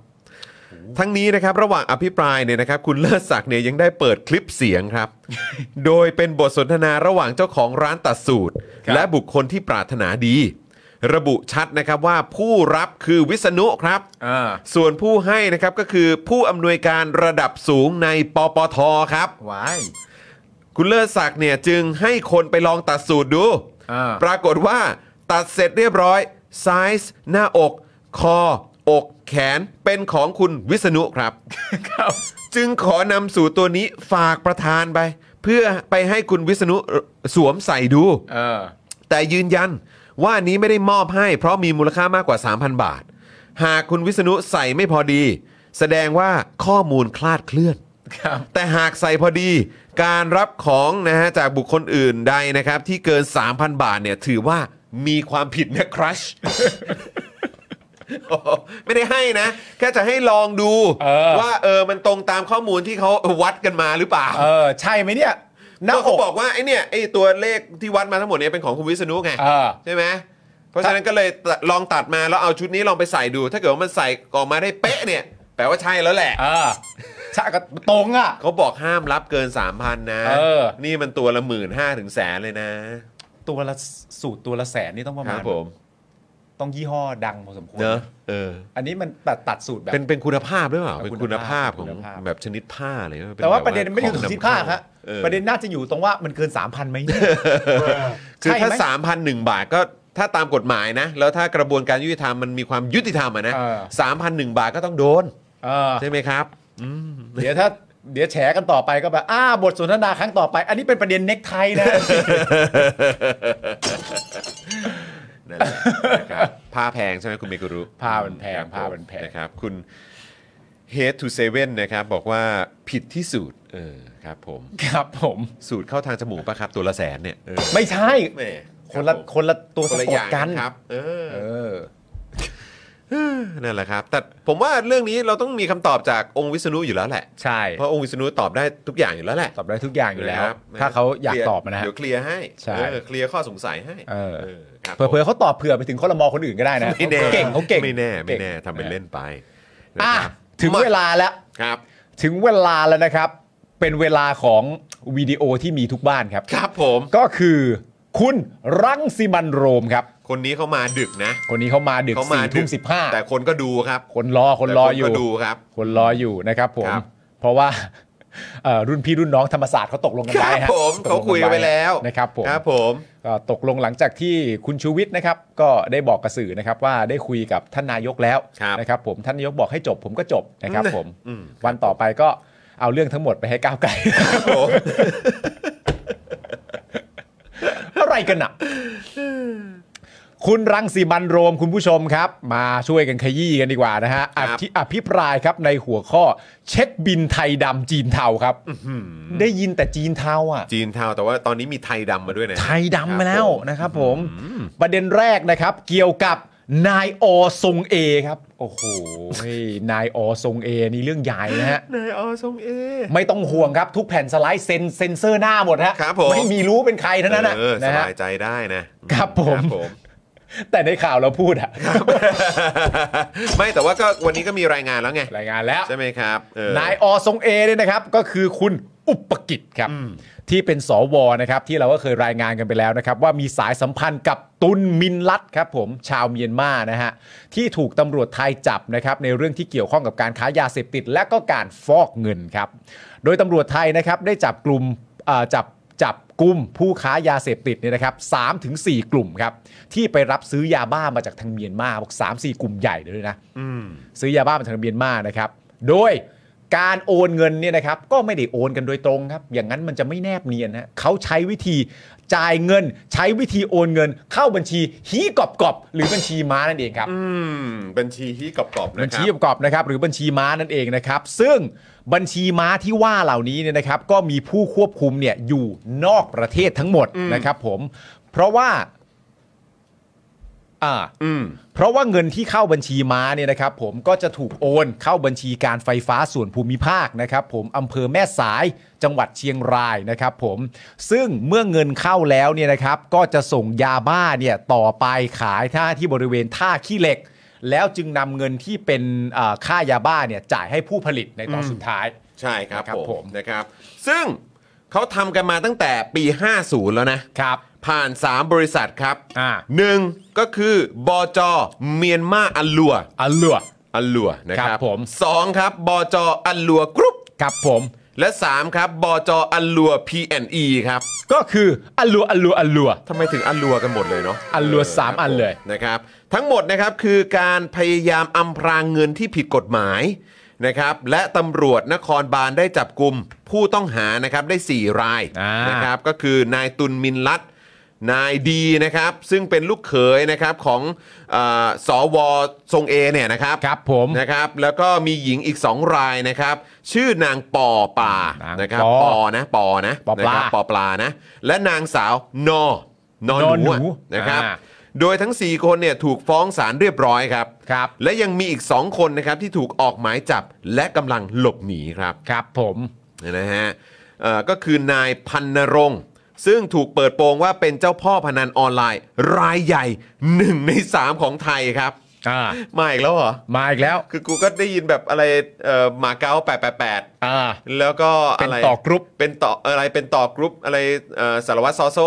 S1: ทั้งนี้นะครับระหว่างอภิปรายเนี่ยนะครับคุณเลิศศักดิ์เนี่ยยังได้เปิดคลิปเสียง ครับ โดยเป็นบทสนทนาระหว่างเจ้าของร้านตัดสูตร
S2: ครับ
S1: และบุคคลที่ปรารถนาดี ระบุชัดนะครับว่าผู้รับคือวิษณุครับ
S2: อ่า
S1: ส่วนผู้ให้นะครับก็คือผู้อำนวยการระดับสูงในปปทครับ
S2: ว้าย
S1: คุณเลิศศักดิ์เนี่ยจึงให้คนไปลองตัดสูตรดู
S2: อ่า
S1: ปรากฏว่าตัดเสร็จเรียบร้อยไซส์หน้าอก คอ อกแขนเป็นของคุณวิษณุครับ
S2: ครับ
S1: จึงขอนำสูตรตัวนี้ฝากประธานไป เพื่อไปให้คุณวิษณุเอ่อสวมใส่ดู
S2: เออ
S1: แต่ยืนยันว่าอันนี้ไม่ได้มอบให้ เพราะมีมูลค่ามากกว่า 3,000 บาท หากคุณวิษณุใส่ไม่พอดี แสดงว่าข้อมูลคลาดเคลื่อน
S2: ครับ
S1: แต่หากใส่พอดีการรับของนะฮะจากบุคคลอื่นใดนะครับ ที่เกิน 3,000 บาทเนี่ยถือว่ามีความผิดนะครัช ไม่ได้ให้นะ แค่จะให้ลองดู
S2: เออ
S1: ว่าเออมันตรงตามข้อมูลที่เขาวัดกันมาหรือเปล่า
S2: เออ ใช่ไหมเนี่ยหน้า
S1: ก็
S2: อ
S1: เขา
S2: ก
S1: บอกว่าไอ้เนี่ยไอ้ตัวเลขที่วัดมาทั้งหมดเนี่ยเป็นของคุณวิษณุไง
S2: เออ
S1: ใช่ไหมเพราะฉะนั้นก็เลยตะลองตัดมาแล้วเอาชุดนี้ลองไปใส่ดู ถ้าเกิดว่ามันใส่ออกมาได้เป๊ะเนี่ยแปลว่าใช่แล้วแหละ
S2: เออใช่ก็ตรงอ่ะ
S1: เขาบอกห้ามรับเกิน 3,000 นะ
S2: เออ
S1: นี่มันตัวละหมื่นห้าถึงแสนเลยนะ
S2: ตัวละสูตรตัวละแสนนี่ต้องประ
S1: ครั
S2: มา
S1: บ
S2: ณ
S1: ผม
S2: ต้องยี่ห้อดังพอสมควร
S1: เนอะเออ
S2: อันนี้มันตัดตัดสูตรแบบ
S1: เป็นเป็นคุณภาพหรือเปล่า เป็นคุณภาพของ
S2: คุณภาพ
S1: แบบชนิดผ้าอะไรเงี้ย
S2: แต่ว่าประเด็นมันไม่ได้อยู่ตรงที่ผ้าครับ
S1: เออ
S2: ประเด็นน่าจะอยู่ตรงว่ามันเกิน 3,000ไหม
S1: คือถ้า
S2: ใช่ไหม
S1: สามพันหนึ่งบาทก็ถ้าตามกฎหมายนะ แล้วถ้ากระบวนการยุติธรรมมันมีความยุติธรรมอะนะ
S2: เออ
S1: สามพันหนึ่งบาทก็ต้องโดน
S2: เออ
S1: ใช่ไหมครับอืม
S2: เดี๋ยวถ้าเดี๋ยวแฉกันต่อไปก็แบบอ้าบทสนทนาครั้งต่อไป อันนี้เป็นประเด็นเน็กไทนะ
S1: นั่นแหละนะครับ ผ้าแพงใช่ไหมคุณเมกุรุ
S2: ผ้ามันแพง
S1: ครับ
S2: ผ้ามันแพง
S1: นะครับ คุณ Head to Seven นะครับ บอกว่าผิดที่สูตรเออครับผม
S2: ครับผม
S1: สูตรเข้าทางจมูกปะครับ ตัวละแสนเนี่ยเออ
S2: ไม่ใช่
S1: แหม่
S2: คนละ
S1: รับผม
S2: คนละตัว
S1: คน
S2: สะ
S1: ละ
S2: ก
S1: อ
S2: ด
S1: ย่าง
S2: กัน
S1: ครับ เออ
S2: เออ
S1: นั่นแหละครับ แต่ผมว่าเรื่องนี้เราต้องมีคำตอบจากองค์วิษณุอยู่แล้วแหละ
S2: ใช่
S1: เพราะองค์วิษณุตอบได้ทุกอย่างอยู่แล้วแหละ
S2: ตอบได้ทุกอย่างอยู่แล้ว
S1: นะครับ
S2: ถ้าเขาอยาก
S1: คลีร์
S2: ตอบนะฮะ
S1: เดี๋ยวเคลียร์ให้
S2: ใช่
S1: เออเคลียร์ข้อสงสัยให้
S2: เออ
S1: ครับผม
S2: เผื่อๆเขาตอบเผื่อไปถึงคอรมอคนอื่นก็ได้นะ
S1: ไม่แน่
S2: เก่งเขาเก่ง
S1: ไม่แน่ไม่แน่
S2: ก่ง
S1: ทำเป็นเล่นไป
S2: อ่ะ
S1: นะครับ
S2: ถึงเวลาแล้ว
S1: ครับ
S2: ถึงเวลาแล้วนะครับ เป็นเวลาของวิดีโอที่มีทุกบ้านครับ
S1: ครับผม
S2: ก็คือคุณรังสิมันต์โรมครับ
S1: คนนี้เขามาดึกนะ
S2: คนนี้เขามาดึก
S1: เขามา
S2: สี่
S1: ดึ
S2: ทุ่มสิบห้า
S1: แต่คนก็ดูครับ
S2: คนรอคนรออยู่
S1: แต่ก็ดูครับ
S2: คนรออยู่นะครับผม
S1: ครับ
S2: เพราะว่า เอ่อรุ่นพี่รุ่นน้องธรรมศาสตร์เขาตกลงกัน
S1: ครั
S2: ไว้
S1: บ
S2: ฮะ
S1: ผม
S2: ต
S1: เขา
S2: ลง
S1: คุยกันไว้แล้ว
S2: นะครับผม
S1: ครับผม
S2: ก็ตกลงหลังจากที่คุณชูวิทย์นะครับ ก็ได้บอกกับสื่อนะครับว่าได้คุยกับท่านนายกแล้วนะครับ ผมท่านนายกบอกให้จบ ผมก็จบนะครับผม
S1: อืม
S2: วันต่อไปก็เอาเรื่องทั้งหมดไปให้ก้าวไกล
S1: ครับผม
S2: อะไรกันอะคุณรังสีมันต์โรมคุณผู้ชมครับ มาช่วยกันขยี้กันดีกว่านะฮะ
S1: ค
S2: อ
S1: รับ
S2: ภิอภิปรายครับในหัวข้อเช็คบินไทยดำจีนเทาครับ ได้ยินแต่จีนเทาอ่ะ
S1: จีนเทาแต่ว่าตอนนี้มีไทยดำมาด้วยนะ
S2: ไทยดำมาแล้วนะครับผม ประเด็นแรกนะครับ เกี่ยวกับนายอทรงเอครับ โอ้โหนายอทรงเอนี่เรื่องใหญ่นะฮะ
S1: นายอทรงเอ
S2: ไม่ต้องห่วงครับทุกแผ่นสไลด์เซ็นเซ็นเซอร์หน้าหมดฮะ
S1: ครับผม
S2: ไม่มีรู้เป็นใครทั้งนั้นนะ
S1: เออส
S2: นะฮะ
S1: บายใจได้นะครับ
S2: ผ
S1: ค
S2: ม
S1: รับผม
S2: แต่ในข่าวเราพูดอะ
S1: ไม่แต่ว่าก็วันนี้ก็มีรายงานแล้วไง
S2: รายงานแล้ว
S1: ใช่ไหมครับเออ
S2: นายอทรงเอเนี่ยนะครับ ก็คือคุณอุปกิจครับ ที่เป็นสวนะครับ ที่เราก็เคยรายงานกันไปแล้วนะครับ ว่ามีสายสัมพันธ์กับตุนมินลัดครับผมชาวเมียนมานะฮะ ที่ถูกตำรวจไทยจับนะครับ ในเรื่องที่เกี่ยวข้องกับการค้ายาเสพติด และก็การฟอกเงินครับ โดยตำรวจไทยนะครับได้จับกลุ่มเอ่อจับ จับกลุ่มผู้ค้ายาเสพติดเนี่ยนะครับสามถึงสี่กลุ่มครับ ที่ไปรับซื้อยาบ้ามาจากทางเมียนมาบอกสามสี่กลุ่มใหญ่เลยนะซื้อยาบ้ามาจากทางเมียนมานะครับ โดยการโอนเงินเนี่ยนะครับ ก็ไม่ได้โอนกันโดยตรงครับ อย่างนั้นมันจะไม่แนบเนียนนะเขาใช้วิธีจ่ายเงิน ใช้วิธีโอนเงิน เข้าบัญชีฮีกอบกอบหรือบัญชีม้านั่นเองครับ
S1: อืมบัญชีที่กรอบๆ
S2: บั
S1: นะ
S2: ญ
S1: ค
S2: ชี
S1: รับ
S2: ประกอบนะครับหรือบัญชีม้านั่นเองนะครับ ซึ่งบัญชีม้าที่ว่าเหล่านี้เนี่ยนะครับ ก็มีผู้ควบคุมเนี่ยอยู่นอกประเทศทั้งหมดนะครับผม เพราะว่าอ่า
S1: อืม
S2: เพราะว่าเงินที่เข้าบัญชีม้าเนี่ยนะครับ ผมก็จะถูกโอนเข้าบัญชีการไฟฟ้าส่วนภูมิภาคนะครับผมอำเภอแม่สายจังหวัดเชียงรายนะครับผมซึ่งเมื่อเงินเข้าแล้วเนี่ยนะครับ ก็จะส่งยาบ้าเนี่ยต่อไปขายท่าที่บริเวณท่าขี้เหล็ก แล้วจึงนำเงินที่เป็นเอ่อค่ายาบ้าเนี่ยจ่ายให้ผู้ผลิตในตอนสุดท้าย
S1: ใช่ครับ
S2: นะครับ
S1: ผ
S2: ผม ม
S1: นะครับ ซึ่งเขาทำกันมาตั้งแต่ปี 50 แล้วนะ
S2: ครับ
S1: ผ่าน 3 บริษัทครับ
S2: อ่า
S1: หนึ่งก็คือบอจเมียนมาอัลลัว
S2: อันเหลือ
S1: อัลลัวนะครับ
S2: ครับผม
S1: สองครับบอจอัลลัวกรุ๊ป
S2: ครับผม
S1: และ 3 ครับบอจอัลลัว P&E ครับ
S2: ก็คืออันเหลืออันเหลืออันเหลือ
S1: ทำไมถึงอัลลัวกันหมดเลยเนาะ
S2: อัลลัวสาม
S1: ครับ
S2: อันเลย
S1: นะครับ ทั้งหมดนะครับคือการพยายามอำพรางเงินที่ผิดกฎหมายนะครับและตำรวจนครบาลได้จับกลุ่มผู้ต้องหานะครับได้ 4 ราย
S2: อ่าน
S1: นะครับก็คือนายตุลมินลัดนายดีนะครับ ซึ่งเป็นลูกเขยนะครับของเออสวทรงเอเนี่ยนะครับ
S2: ครับผม
S1: นะครับ แล้วก็มีหญิงอีก 2 รายนะครับ ชื่อนางปอป่า
S2: อืม
S1: นะครับ
S2: นางป
S1: ป
S2: อ
S1: อนะปอนะ
S2: ปอป
S1: นะค
S2: ลา
S1: รับปอปลานะ และนางสาวนอนอน
S2: อ
S1: ห
S2: หนู
S1: นูอะนะครับ
S2: อ่า
S1: โดยทั้ง 4 คนเนี่ยถูกฟ้องศาลเรียบร้อยครับ
S2: ครับ
S1: และยังมีอีก 2 คนนะครับที่ถูกออกหมายจับและกำลังหลบหนีครับ
S2: ครับผม
S1: นะฮะเอ่อก็คือนายพันนรงค์ ซึ่งถูกเปิดโปงว่าเป็นเจ้าพ่อพนันออนไลน์ รายใหญ่ 1 ใน 3 ของไทยครับ
S2: อ่า
S1: มาอีกแล้วเหรอ
S2: มาอีกแล้ว
S1: คือกูก็ได้ยินแบบอะไรเอ่อหมาเก้า888
S2: อ่า
S1: แล้วก็
S2: เป็
S1: อะ
S2: น
S1: ไร
S2: ต่อกรุ๊ป
S1: เป็นต่ออะไรเป็นต่อกรุ๊ปอะไรเอ่อสารวัตรซอโซ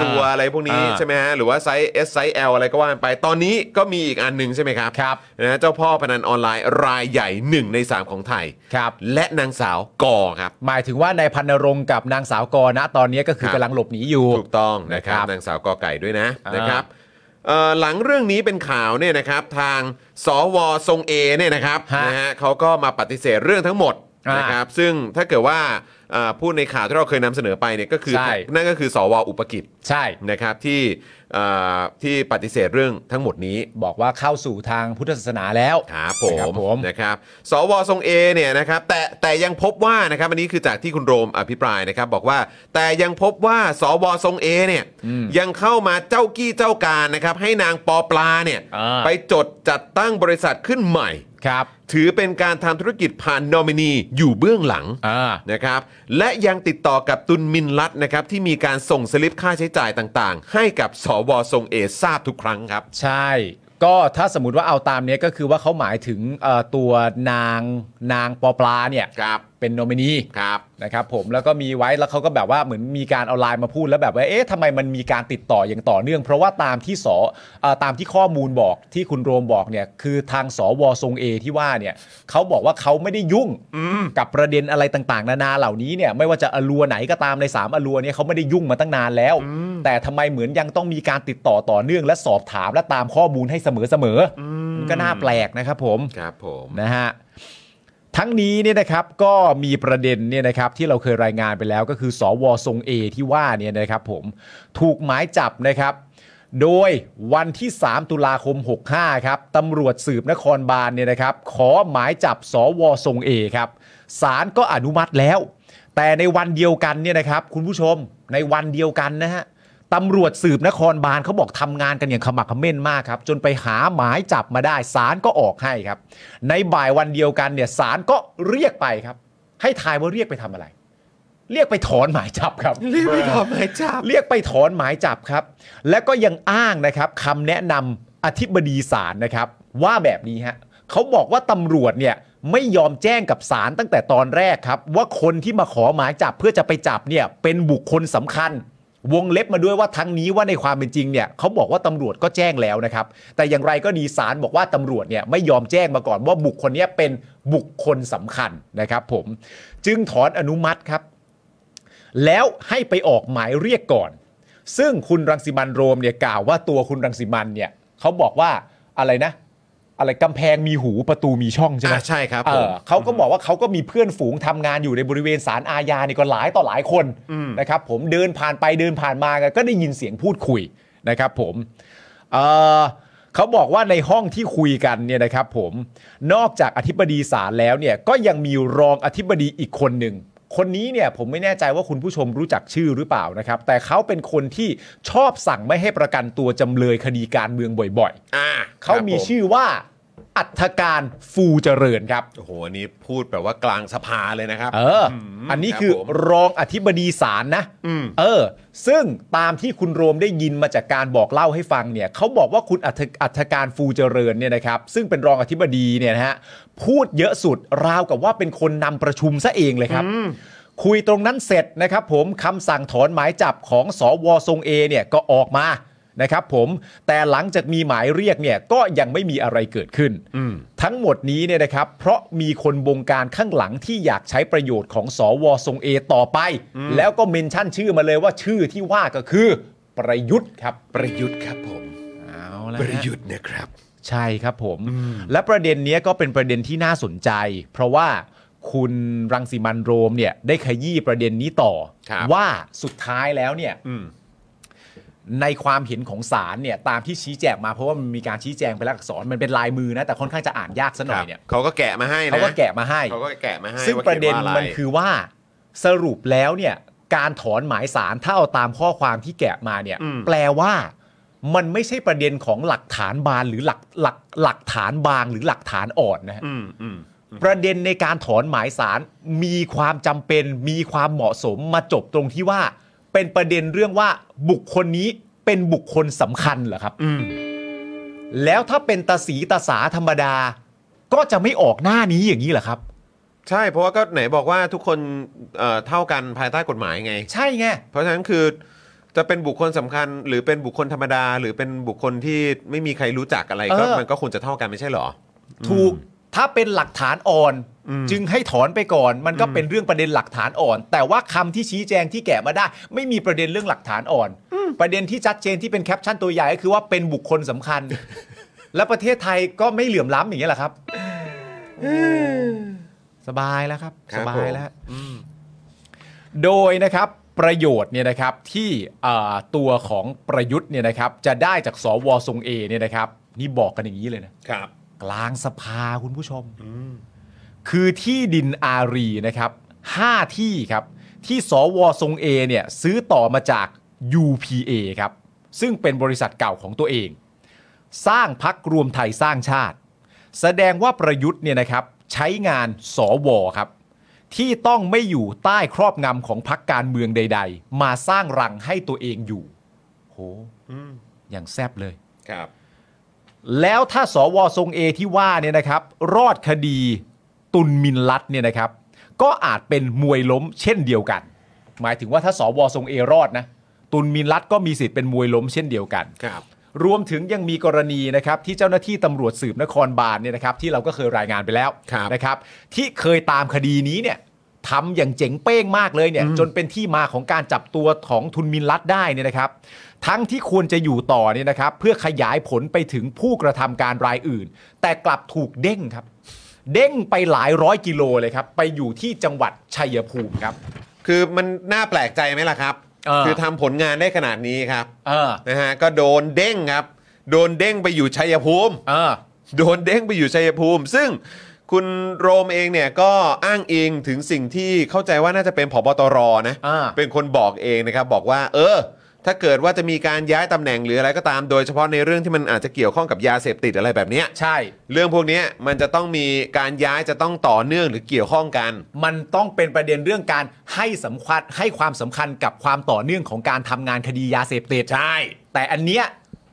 S1: ซัว
S2: อ่า
S1: อะไรพวกนี้
S2: อ่า
S1: ใช่ไหมฮะหรือว่าไซส์ S ไซส์ L อะไรก็ว่ากันไป ตอนนี้ก็มีอีกอันหนึ่งใช่ไหมครับ
S2: ครับ
S1: นะฮะเจ้าพ่อพนันออนไลน์รายใหญ่ 1 ใน 3 ของไทย
S2: ครับ
S1: และนางสาวกอครับ
S2: หมายถึงว่านายพันนรงค์กับนางสาวกรนะตอนนี้ก็คื
S1: ค
S2: อ
S1: รับ
S2: กำลังหลบหนีอยู่
S1: ถูกต้องนะครับ
S2: นะครับ
S1: นางสาวกอไก่ด้วยนะ
S2: อ่าน
S1: นะครับเอ่อหลังเรื่องนี้เป็นข่าวเนี่ยนะครับทางสวทรงเอเนี่ยนะครับนะฮะเขาก็มาปฏิเสธเรื่องทั้งหมดนะครับซึ่งถ้าเกิดว่าเอ่อพูดในข่าวที่เราเคยนำเสนอไปเนี่ยก็คือ
S2: ใช่
S1: นั่นก็คือสวอุปกิจ
S2: ใช่
S1: นะครับที่เอ่อที่ปฏิเสธเรื่องทั้งหมดนี้
S2: บอกว่าเข้าสู่ทางพุทธศาสนาแล้ว
S1: ครับผ
S2: นะครับผม
S1: มนะครับสวทรงเอเนี่ยนะครับแต่แต่ยังพบว่านะครับอันนี้คือจากที่คุณโรมอภิปรายนะครับบอกว่าแต่ยังพบว่าสวทรงเอเนี่ยยังเข้ามาเจ้ากี้เจ้าการนะครับให้นางปอปลาเนี่ย
S2: อ่า
S1: ไปจดจัดตั้งบริษัทขึ้นใหม่
S2: ครับ
S1: ถือเป็นการทำธุรกิจผ่านนอมินีอยู่เบื้องหลัง
S2: อ่า
S1: นะครับและยังติดต่อกับตุนมินลัตนะครับที่มีการส่งสลิปค่าใช้จ่ายต่างๆ ให้กับสวทรงเอทราบทุกครั้งครับ
S2: ใช่ ก็ถ้าสมมติว่าเอาตามเนี้ยก็คือว่าเขาหมายถึงเอ่อตัวนางนางปอปลาเนี่ย
S1: ครับ
S2: เป็นโนมินี
S1: ครับ
S2: นะครับผมแล้วก็มีไว้แล้วเขาก็แบบว่าเหมือนมีการเอาไลน์มาพูดแล้วแบบว่าเอ๊ะทำไมมันมีการติดต่ออย่างต่อเนื่อง เพราะว่าตามที่สเออตามที่ข้อมูลบอกที่คุณโรมบอกเนี่ยคือทางสวทรงเอที่ว่าเนี่ยเขาบอกว่าเขาไม่ได้ยุ่งกับประเด็นอะไรต่างๆ นานาเหล่านี้เนี่ยไม่ว่าจะอลัวไหนก็ตามในสามอลัวเนี่ยเขาไม่ได้ยุ่งมาตั้งนานแล้ว แต่ทำไมเหมือนยังต้องมีการติดต่อต่อเนื่องและสอบถามและตามข้อมูลให้เสมอๆมันก็น่าแปลกนะครับผม
S1: ครับผม
S2: นะฮะทั้งนี้เนี่ยนะครับก็มีประเด็นเนี่ยนะครับที่เราเคยรายงานไปแล้วก็คือ สวทรงเอที่ว่าเนี่ยนะครับผมถูกหมายจับนะครับ โดยวันที่ 3 ตุลาคม 65 ครับตำรวจสืบนครบาลเนี่ยนะครับ ขอหมายจับสวทรงเอครับศาลก็อนุมัติแล้ว แต่ในวันเดียวกันเนี่ยนะครับ คุณผู้ชมในวันเดียวกันนะฮะตำรวจสืบนครบาลเขาบอกทำงานกันอย่างขมักเขม้นมากครับ จนไปหาหมายจับมาได้ศาลก็ออกให้ครับ ในบ่ายวันเดียวกันเนี่ยศาลก็เรียกไปครับ ให้ทายว่าเรียกไปทำอะไร เรียกไปถอนหมายจับครับ
S1: เรียกไปทำไมจ้า
S2: เรียกไปถอนหมายจับครับ และก็ยังอ้างนะครับคำแนะนำอธิบดีศาลนะครับ ว่าแบบนี้ฮะเขาบอกว่าตำรวจเนี่ยไม่ยอมแจ้งกับศาลตั้งแต่ตอนแรกครับ ว่าคนที่มาขอหมายจับเพื่อจะไปจับเนี่ยเป็นบุคคลสำคัญ วงเล็บมาด้วยว่าทั้งนี้ว่าในความเป็นจริงเนี่ยเขาบอกว่าตำรวจก็แจ้งแล้วนะครับ แต่อย่างไรก็ดีศาลบอกว่าตำรวจเนี่ยไม่ยอมแจ้งมาก่อนว่าบุคคลเนี้เป็นบุคคลสำคัญนะครับ ผม จึงถอนอนุมัติครับ แล้วให้ไปออกหมายเรียกก่อน ซึ่งคุณรังสิมันต์โรมเนี่ยกล่าวว่าตัวคุณรังสิมันต์เนี่ยเขาบอกว่าอะไรนะ อะไรกำแพงมีหูประตูมีช่องใช่ไหม
S1: อ่าใช่ครับ
S2: เอ
S1: ผ
S2: อ
S1: ม
S2: เขาก็บอกว่าเขาก็มีเพื่อนฝูงทำงานอยู่ในบริเวณศาลอาญานี่ก็หลายต่อหลายคนนะครับ ผมเดินผ่านไปเดินผ่านมาก็ได้ยินเสียงพูดคุยนะครับ ผมเอ่อเขาบอกว่าในห้องที่คุยกันเนี่ยนะครับผมนอกจากอธิบดีศาลแล้วเนี่ยก็ยังมีรองอธิบดีอีกคนหนึ่ง คนนี้เนี่ยผมไม่แน่ใจว่าคุณผู้ชมรู้จักชื่อหรือเปล่านะครับ แต่เขาเป็นคนที่ชอบสั่งไม่ให้ประกันตัวจำเลยคดีการเมืองบ่อย
S1: อ่า
S2: ๆ เขามีชื่อว่าอัฐการฟูเจริญครับ
S1: โอ้โหอันนี้พูดแบบว่ากลางสภาเลยนะครับ
S2: เอออ
S1: ม
S2: อันนี้คือ
S1: ครับผม
S2: รองอธิบดีศาลนะ
S1: อืม
S2: เออ ซึ่งตามที่คุณโรมได้ยินมาจากการบอกเล่าให้ฟังเนี่ยเขาบอกว่าคุณอัธอัธการฟูเจริญเนี่ยนะครับ ซึ่งเป็นรองอธิบดีเนี่ยนะฮะ พูดเยอะสุดราวกับว่าเป็นคนนำประชุมซะเองเลยครับ คุยตรงนั้นเสร็จนะครับผมคำสั่งถอนหมายจับของสวทรงเอเนี่ยก็ออกมานะครับผมแต่หลังจากมีหมายเรียกเนี่ยก็ยังไม่มีอะไรเกิดขึ้น ทั้งหมดนี้เนี่ยนะครับ เพราะมีคนบงการข้างหลังที่อยากใช้ประโยชน์ของสวทรงเอต่อไป แล้วก็เมนชั่นชื่อมาเลยว่าชื่อที่ว่าก็คือประยุทธ์ครับ
S1: ประยุทธ์ครับผม
S2: เอาละ
S1: ประยุทธ์นะครับ
S2: ใช่ครับผม และประเด็นเนี้ยก็เป็นประเด็นที่น่าสนใจ เพราะว่าคุณรังสีมันต์โรมเนี่ยได้ขยี้ประเด็นนี้ต่อ
S1: ครับ
S2: ว่าสุดท้ายแล้วเนี่ย
S1: อืม
S2: ในความเห็นของศาลเนี่ยตามที่ชี้แจงมาเพราะว่ามันมีการชี้แจงเป็นลักษณ์อักษรมันเป็นลายมือนะแต่ค่อนข้างจะอ่านยากซะหน่อยเนี่ย
S1: เขาก็แกะมาให้นะ
S2: เขาก็แกะมาให้
S1: เขาก็แกะมาให้
S2: ซึ่งประเด็น
S1: ว่าขียว่าอไ
S2: มันคือว่าสรุปแล้วเนี่ยการถอนหมายสารถ้าเอาตามข้อความที่แกะมาเนี่ย
S1: อืม
S2: แปลว่ามันไม่ใช่ประเด็นของหลักฐานบานหรือหลักหลักหลักฐานบางหรือหลักฐานอ่อนนะฮะ
S1: อืมอืม
S2: ประเด็นในการถอนหมายสารมีความจำเป็น มีความเหมาะสมมาจบตรงที่ว่า เป็นประเด็นเรื่องว่าบุคคลนี้เป็นบุคคลสำคัญเหรอครับ
S1: อืม
S2: แล้วถ้าเป็นตาสีตาสาธรรมดา ก็จะไม่ออกหน้านี้อย่างนี้เหรอครับ
S1: ใช่เพราะว่าก็ไหนบอกว่าทุกคนเอ่อเท่ากันภายใต้กฎหมายไง
S2: ใช่ไง
S1: เพราะฉะนั้นคือจะเป็นบุคคลสำคัญ หรือเป็นบุคคลธรรมดา หรือเป็นบุคคลที่ไม่มีใครรู้จักอะไรก็
S2: เออ
S1: มันก็ควรจะเท่ากันไม่ใช่เหรอ
S2: ถูกถ้าเป็นหลักฐานอ่อน
S1: อืม
S2: จึงให้ถอนไปก่อน มันก็เป็นเรื่องประเด็นหลักฐานอ่อน แต่ว่าคำที่ชี้แจงที่แกะมาได้ ไม่มีประเด็นเรื่องหลักฐานอ่อน ประเด็นที่ชัดเจนที่เป็นแคปชั่นตัวใหญ่ก็คือว่าเป็นบุคคลสำ คัญ และประเทศไทยก็ไม่เหลื่อมล้ำอย่างนี้ยแหละครับสบายแล้วครับ
S1: ครับบ
S2: สา
S1: ผม
S2: ยแล้วฮะ โดยนะครับประโยชน์เนี่ยนะครับที่เอ่อตัวของประยุทธ์เนี่ยนะครับจะได้จากสวทรงเอเนี่ยนะครับนี่บอกกันอย่างนี้เลยนะ
S1: ครับ
S2: กลางสภาคุณผู้ชม คือที่ดินอารีนะครับห้าที่ครับ ที่สวทรงเอเนี่ยซื้อต่อมาจาก UPA ครับ ซึ่งเป็นบริษัทเก่าของตัวเอง สร้างพักรวมไทยสร้างชาติ แสดงว่าประยุทธ์เนี่ยนะครับใช้งานสวครับ ที่ต้องไม่อยู่ใต้ครอบงำของพักการเมืองใด ๆ มาสร้างรังให้ตัวเองอยู่ โหอย่างแซบเลย
S1: ครับ
S2: แล้วถ้าสวทรงเอที่ว่าเนี่ยนะครับ รอดคดีตุนมินลัดเนี่ยนะครับ ก็อาจเป็นมวยล้มเช่นเดียวกัน หมายถึงว่าถ้าสวทรงเอรอดนะตุนมินลัดก็มีสิทธิ์เป็นมวยล้มเช่นเดียวกัน
S1: ครับ
S2: รวมถึงยังมีกรณีนะครับที่เจ้าหน้าที่ตำรวจสืบนครบาลเนี่ยนะครับ ที่เราก็เคยรายงานไปแล้ว
S1: ครับ
S2: นะครับ ที่เคยตามคดีนี้เนี่ยทำอย่างเจ๋งเป้งมากเลยเนี่ยจนเป็นที่มาของการจับตัวของทุนมินลัดได้เนี่ยนะครับ ทั้งที่ควรจะอยู่ต่อเนี่ยนะครับ เพื่อขยายผลไปถึงผู้กระทำการรายอื่น แต่กลับถูกเด้งครับ เด้งไปหลายร้อยกิโลเลยครับ ไปอยู่ที่จังหวัดชัยภูมิครับ
S1: คือมันน่าแปลกใจไหมล่ะครับ
S2: เออ
S1: คือทำผลงานได้ขนาดนี้ครับ
S2: เออ
S1: นะฮะก็โดนเด้งครับ โดนเด้งไปอยู่ชัยภูมิ
S2: เออ
S1: โดนเด้งไปอยู่ชัยภูมิ ซึ่งคุณโรมเองเนี่ยก็อ้างอิงถึงสิ่งที่เข้าใจว่าน่าจะเป็นผบตรนะ
S2: อ่า
S1: เป็นคนบอกเองนะครับ บอกว่า เออ ถ้าเกิดว่าจะมีการย้ายตำแหน่งหรืออะไรก็ตาม โดยเฉพาะในเรื่องที่มันอาจจะเกี่ยวข้องกับยาเสพติดอะไรแบบเนี้ย
S2: ใช่
S1: เรื่องพวกเนี้ยมันจะต้องมีการย้ายจะต้องต่อเนื่องหรือเกี่ยวข้องกัน
S2: มันต้องเป็นประเด็นเรื่องการให้สำคัญให้ความสำคัญกับความต่อเนื่องของการทำงานคดียาเสพติดใช่ แต่อันเนี้ย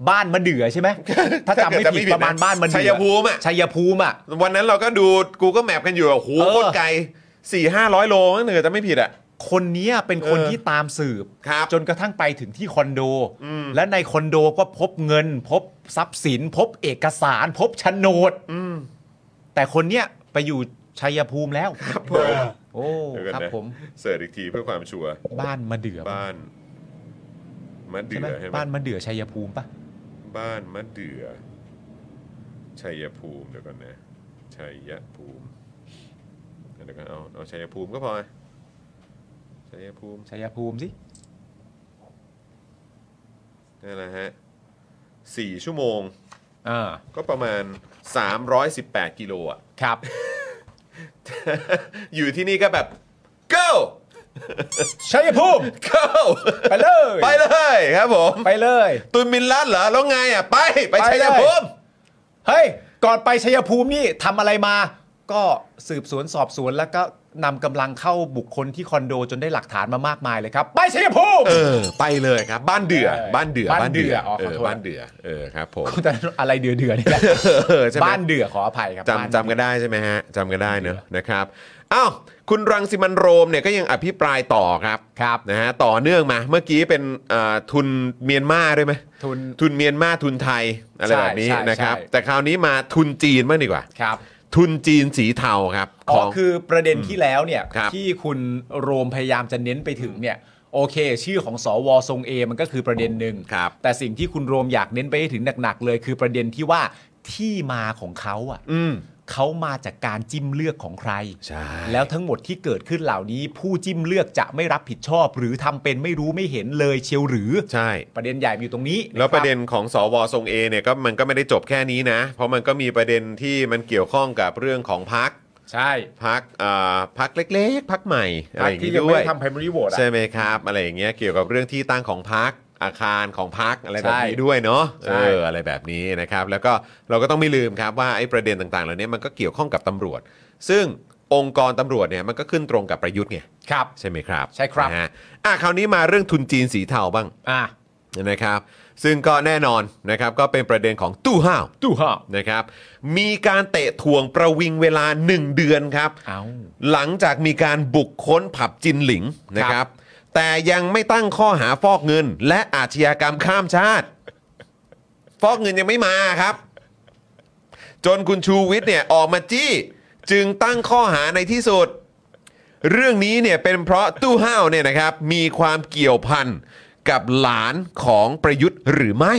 S2: บ้านมะเดือใช่ไหม ถ้าจำไม่
S1: ถ้าเกิดจะไม่
S2: ผิด
S1: ผิดนะ
S2: ประมาณบ้านมะเดื
S1: ชัยภูมิอะ
S2: ชัยภูมิอ่ะ
S1: วันนั้นเราก็ดู Google Map กันอยู่โอ้โห
S2: เออ
S1: โคตรไกล4 5 0 0 โลมั้งเหนือจะไม่ผิดอ่ะ
S2: คนเนี้ยเป็นคน
S1: เออ
S2: ที่ตามสืบ
S1: ครับ
S2: จนกระทั่งไปถึงที่คอนโด และในคอนโดก็พบเงิน พบทรัพย์สิน พบเอกสาร พบโฉนดแต่คนเนี้ยไปอยู่ชัยภูมิแล้วครับผมโอ้
S1: เดี๋ยวก่อนนะ
S2: ครับผม
S1: เสิร์ชอีกทีเพื่อความชัวร์
S2: บ้านมะเดือ
S1: บ้านมะเดื
S2: ใช่ไหม
S1: อใช่ไหม
S2: บ้านมะเดือชัยภูมิปะ
S1: บ้านมะเดื่อ ชัยภูมิเดี๋ยวก่อนนะ ชัยภูมิเดี๋ยวก่อนเอาเอาชัยภูมิก็พอชัยภูมิ
S2: ชัยภูมิสิ
S1: นั่นแหละฮะสี่ชั่วโมง
S2: อ่า
S1: ก็ประมาณ 318 กิโลอ่ะ
S2: ครับ
S1: อยู่ที่นี่ก็แบบ go
S2: ชัยภูมิ
S1: go
S2: ไปเลย
S1: ไปเลยครับผม
S2: ไปเลย
S1: ตุนมินลัดเหรอ แล้วไงอ่ะ ไป ไป
S2: ไป
S1: ชั
S2: เลยย
S1: ภูมิ
S2: เฮ้ย ก่อนไปชัยภูมินี่ทำอะไรมา ก็สืบสวนสอบสวนแล้วก็นำกำลังเข้าบุคคลที่คอนโดจนได้หลักฐานมามากมายเลยครับ ไปชัยภูมิ
S1: เออ ไปเลยครับ บ้านเดือ
S2: เออ
S1: บ้านเดือ
S2: บ้านเดืออ๋อ
S1: เอ
S2: ขอ
S1: อ
S2: โทษ
S1: บ้านเดือเออครับผม
S2: แต่อะไรเดือเดือนี่แหละ
S1: เออใช่ไหม
S2: บ้านเดือขออภัยครับบ้าน
S1: จำจำกันได้ใช่ไหมฮะจำกันได้เนอะนะครับอ้าวคุณรังสิมันโรมเนี่ยก็ยังอภิปรายต่อครับ
S2: ครับ
S1: นะฮะต่อเนื่องมาเมื่อกี้เป็นเอ่อทุนเมียนมาด้วยไหม
S2: ทุน
S1: ทุนเมียนมาทุนไทยอะไร
S2: ใช่
S1: แบบนี้
S2: ใช่
S1: นะครับ
S2: ใช่
S1: แต่คราวนี้มาทุนจีนบ้างดีกว่า
S2: ครับ
S1: ทุนจีนสีเทาครับ
S2: อ๋
S1: ข
S2: อ
S1: อง
S2: คือประเด็นที่แล้วเนี่ย
S1: ครับ
S2: ที่คุณโรมพยายามจะเน้นไปถึงเนี่ยโอเค ชื่อของสวทรงเอมันก็คือประเด็นหนึ่ง
S1: ครับ
S2: แต่สิ่งที่คุณโรมอยากเน้นไปให้ถึงหนักๆเลย คือประเด็นที่ว่าที่มาของเขาอ่ะ
S1: อืม
S2: เขามาจากการจิ้มเลือกของใคร
S1: ใช่
S2: แล้วทั้งหมดที่เกิดขึ้นเหล่านี้ ผู้จิ้มเลือกจะไม่รับผิดชอบ หรือทำเป็นไม่รู้ไม่เห็นเลยเชียวหรือ
S1: ใช่
S2: ประเด็นใหญ่มันอยู่ตรงนี้
S1: แล้วประเด็
S2: คน
S1: ของสวทรงเอเนี่ยก็มันก็ไม่ได้จบแค่นี้นะ เพราะมันก็มีประเด็นที่มันเกี่ยวข้องกับเรื่องของพัก
S2: บใช่
S1: พักพักเล็กๆพักใหม่อะไรอย่าง
S2: ที่
S1: นี้
S2: ยั
S1: ด้
S2: งไม่
S1: วย
S2: ได้ทำ primary vote อะ
S1: ใช่ไหมครับ อะไรอย่างเงี้ยเกี่ยวกับเรื่องที่ตั้งของพักอาคารของพักอะไรแบบนี้
S2: ใช่
S1: ด้วยเนาะ
S2: ใช่
S1: เอออะไรแบบนี้นะครับ แล้วก็เราก็ต้องไม่ลืมครับว่าไอ้ประเด็นต่างๆเหล่านี้มันก็เกี่ยวข้องกับตำรวจ ซึ่งองค์กรตำรวจเนี่ยมันก็ขึ้นตรงกับประยุทธ์ไง
S2: ครับ
S1: ใช่ไหมครับ
S2: ใช่ครับ
S1: นะฮะอ่ะคราวนี้มาเรื่องทุนจีนสีเทาบ้าง
S2: อ่ะ
S1: นะครับ ซึ่งก็แน่นอนนะครับก็เป็นประเด็นของตู้ห่าว
S2: ตู้ห่าว
S1: นะครับมีการเตะทวงประวิงเวลา 1 เดือนครับ
S2: เอ้า
S1: หลังจากมีการบุกค้นผับจินหลิงนะครับ แต่ยังไม่ตั้งข้อหาฟอกเงิน และอาชญากรรมข้ามชาติ ฟอกเงินยังไม่มาครับ จนคุณชูวิทย์เนี่ยออกมาจี้ จึงตั้งข้อหาในที่สุด เรื่องนี้เนี่ยเป็นเพราะตู้ห้าวเนี่ยนะครับ มีความเกี่ยวพันกับหลานของประยุทธ์หรือไม่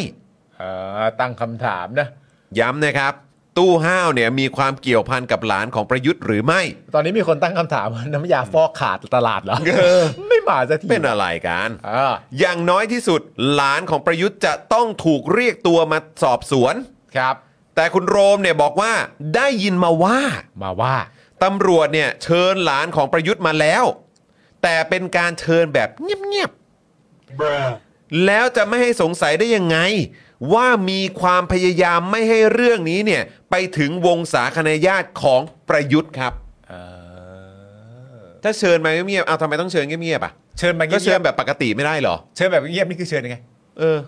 S2: เออตั้งคำถามนะ
S1: ย้ำนะครับ ตู้ห้าวเนี่ยมีความเกี่ยวพันกับหลานของประยุทธ์หรือไม่
S2: ตอนนี้มีคนตั้งคำถาม ว่าน้ำยาฟอกขาดตลาดเหรอ
S1: เออ
S2: ไม่มาสักที
S1: เป็นอะไรกัน
S2: อ่า
S1: อย่างน้อยที่สุดหลานของประยุทธ์จะต้องถูกเรียกตัวมาสอบสวน
S2: ครับ
S1: แต่คุณโรมเนี่ยบอกว่าได้ยินมาว่า
S2: มาว่า
S1: ตำรวจเนี่ยเชิญหลานของประยุทธ์มาแล้ว แต่เป็นการเชิญแบบเงียบๆแล้วจะไม่ให้สงสัยได้ยังไง ว่ามีความพยายามไม่ให้เรื่องนี้เนี่ยไปถึงวงศาคณาญาติของประยุทธ์ครับ
S2: เออ
S1: ถ้าเชิญมาเงียบๆเอาทำไมต้องเชิญเงียบๆอ่ะ
S2: เชิญมา
S1: ก็
S2: เงี
S1: เชิ
S2: ย
S1: ญ
S2: บ
S1: แบบปกติไม่ได้เหรอ
S2: ๆเชิญแบบเงียบๆนี่คือเชิญยังไง
S1: เออ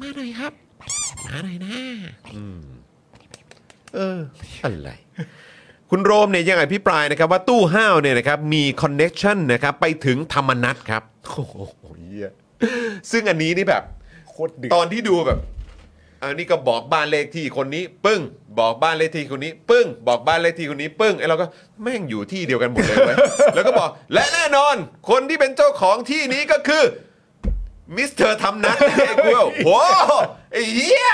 S1: มาหน่อยครับ มาหน่อยนะอืมเออ อะไร คุณโรมเนี่ยยังอภิปรายนะครับว่าตู้ห้าวเนี่ยนะครับมีคอนเน็ชันนะครับไปถึงธรรมนัตครับ โอ้โหเหี้ยซึ่งอันนี้นี่แบบ
S2: โคตรดึก
S1: ตอนที่ดูแบบ อันนี้ก็บอกบ้านเลขที่คนนี้ ปึ้ง บอกบ้านเลขที่คนนี้ ปึ้ง บอกบ้านเลขที่คนนี้ ปึ้งไอ้เราก็แม่งอยู่ที่เดียวกันหมดเลยเว้ย แล้วก็บอก และแน่นอน คนที่เป็นเจ้าของที่นี้ก็คือมิสเตอร์ทำนัดไอ้กูแบบโหไอ้เหี้ย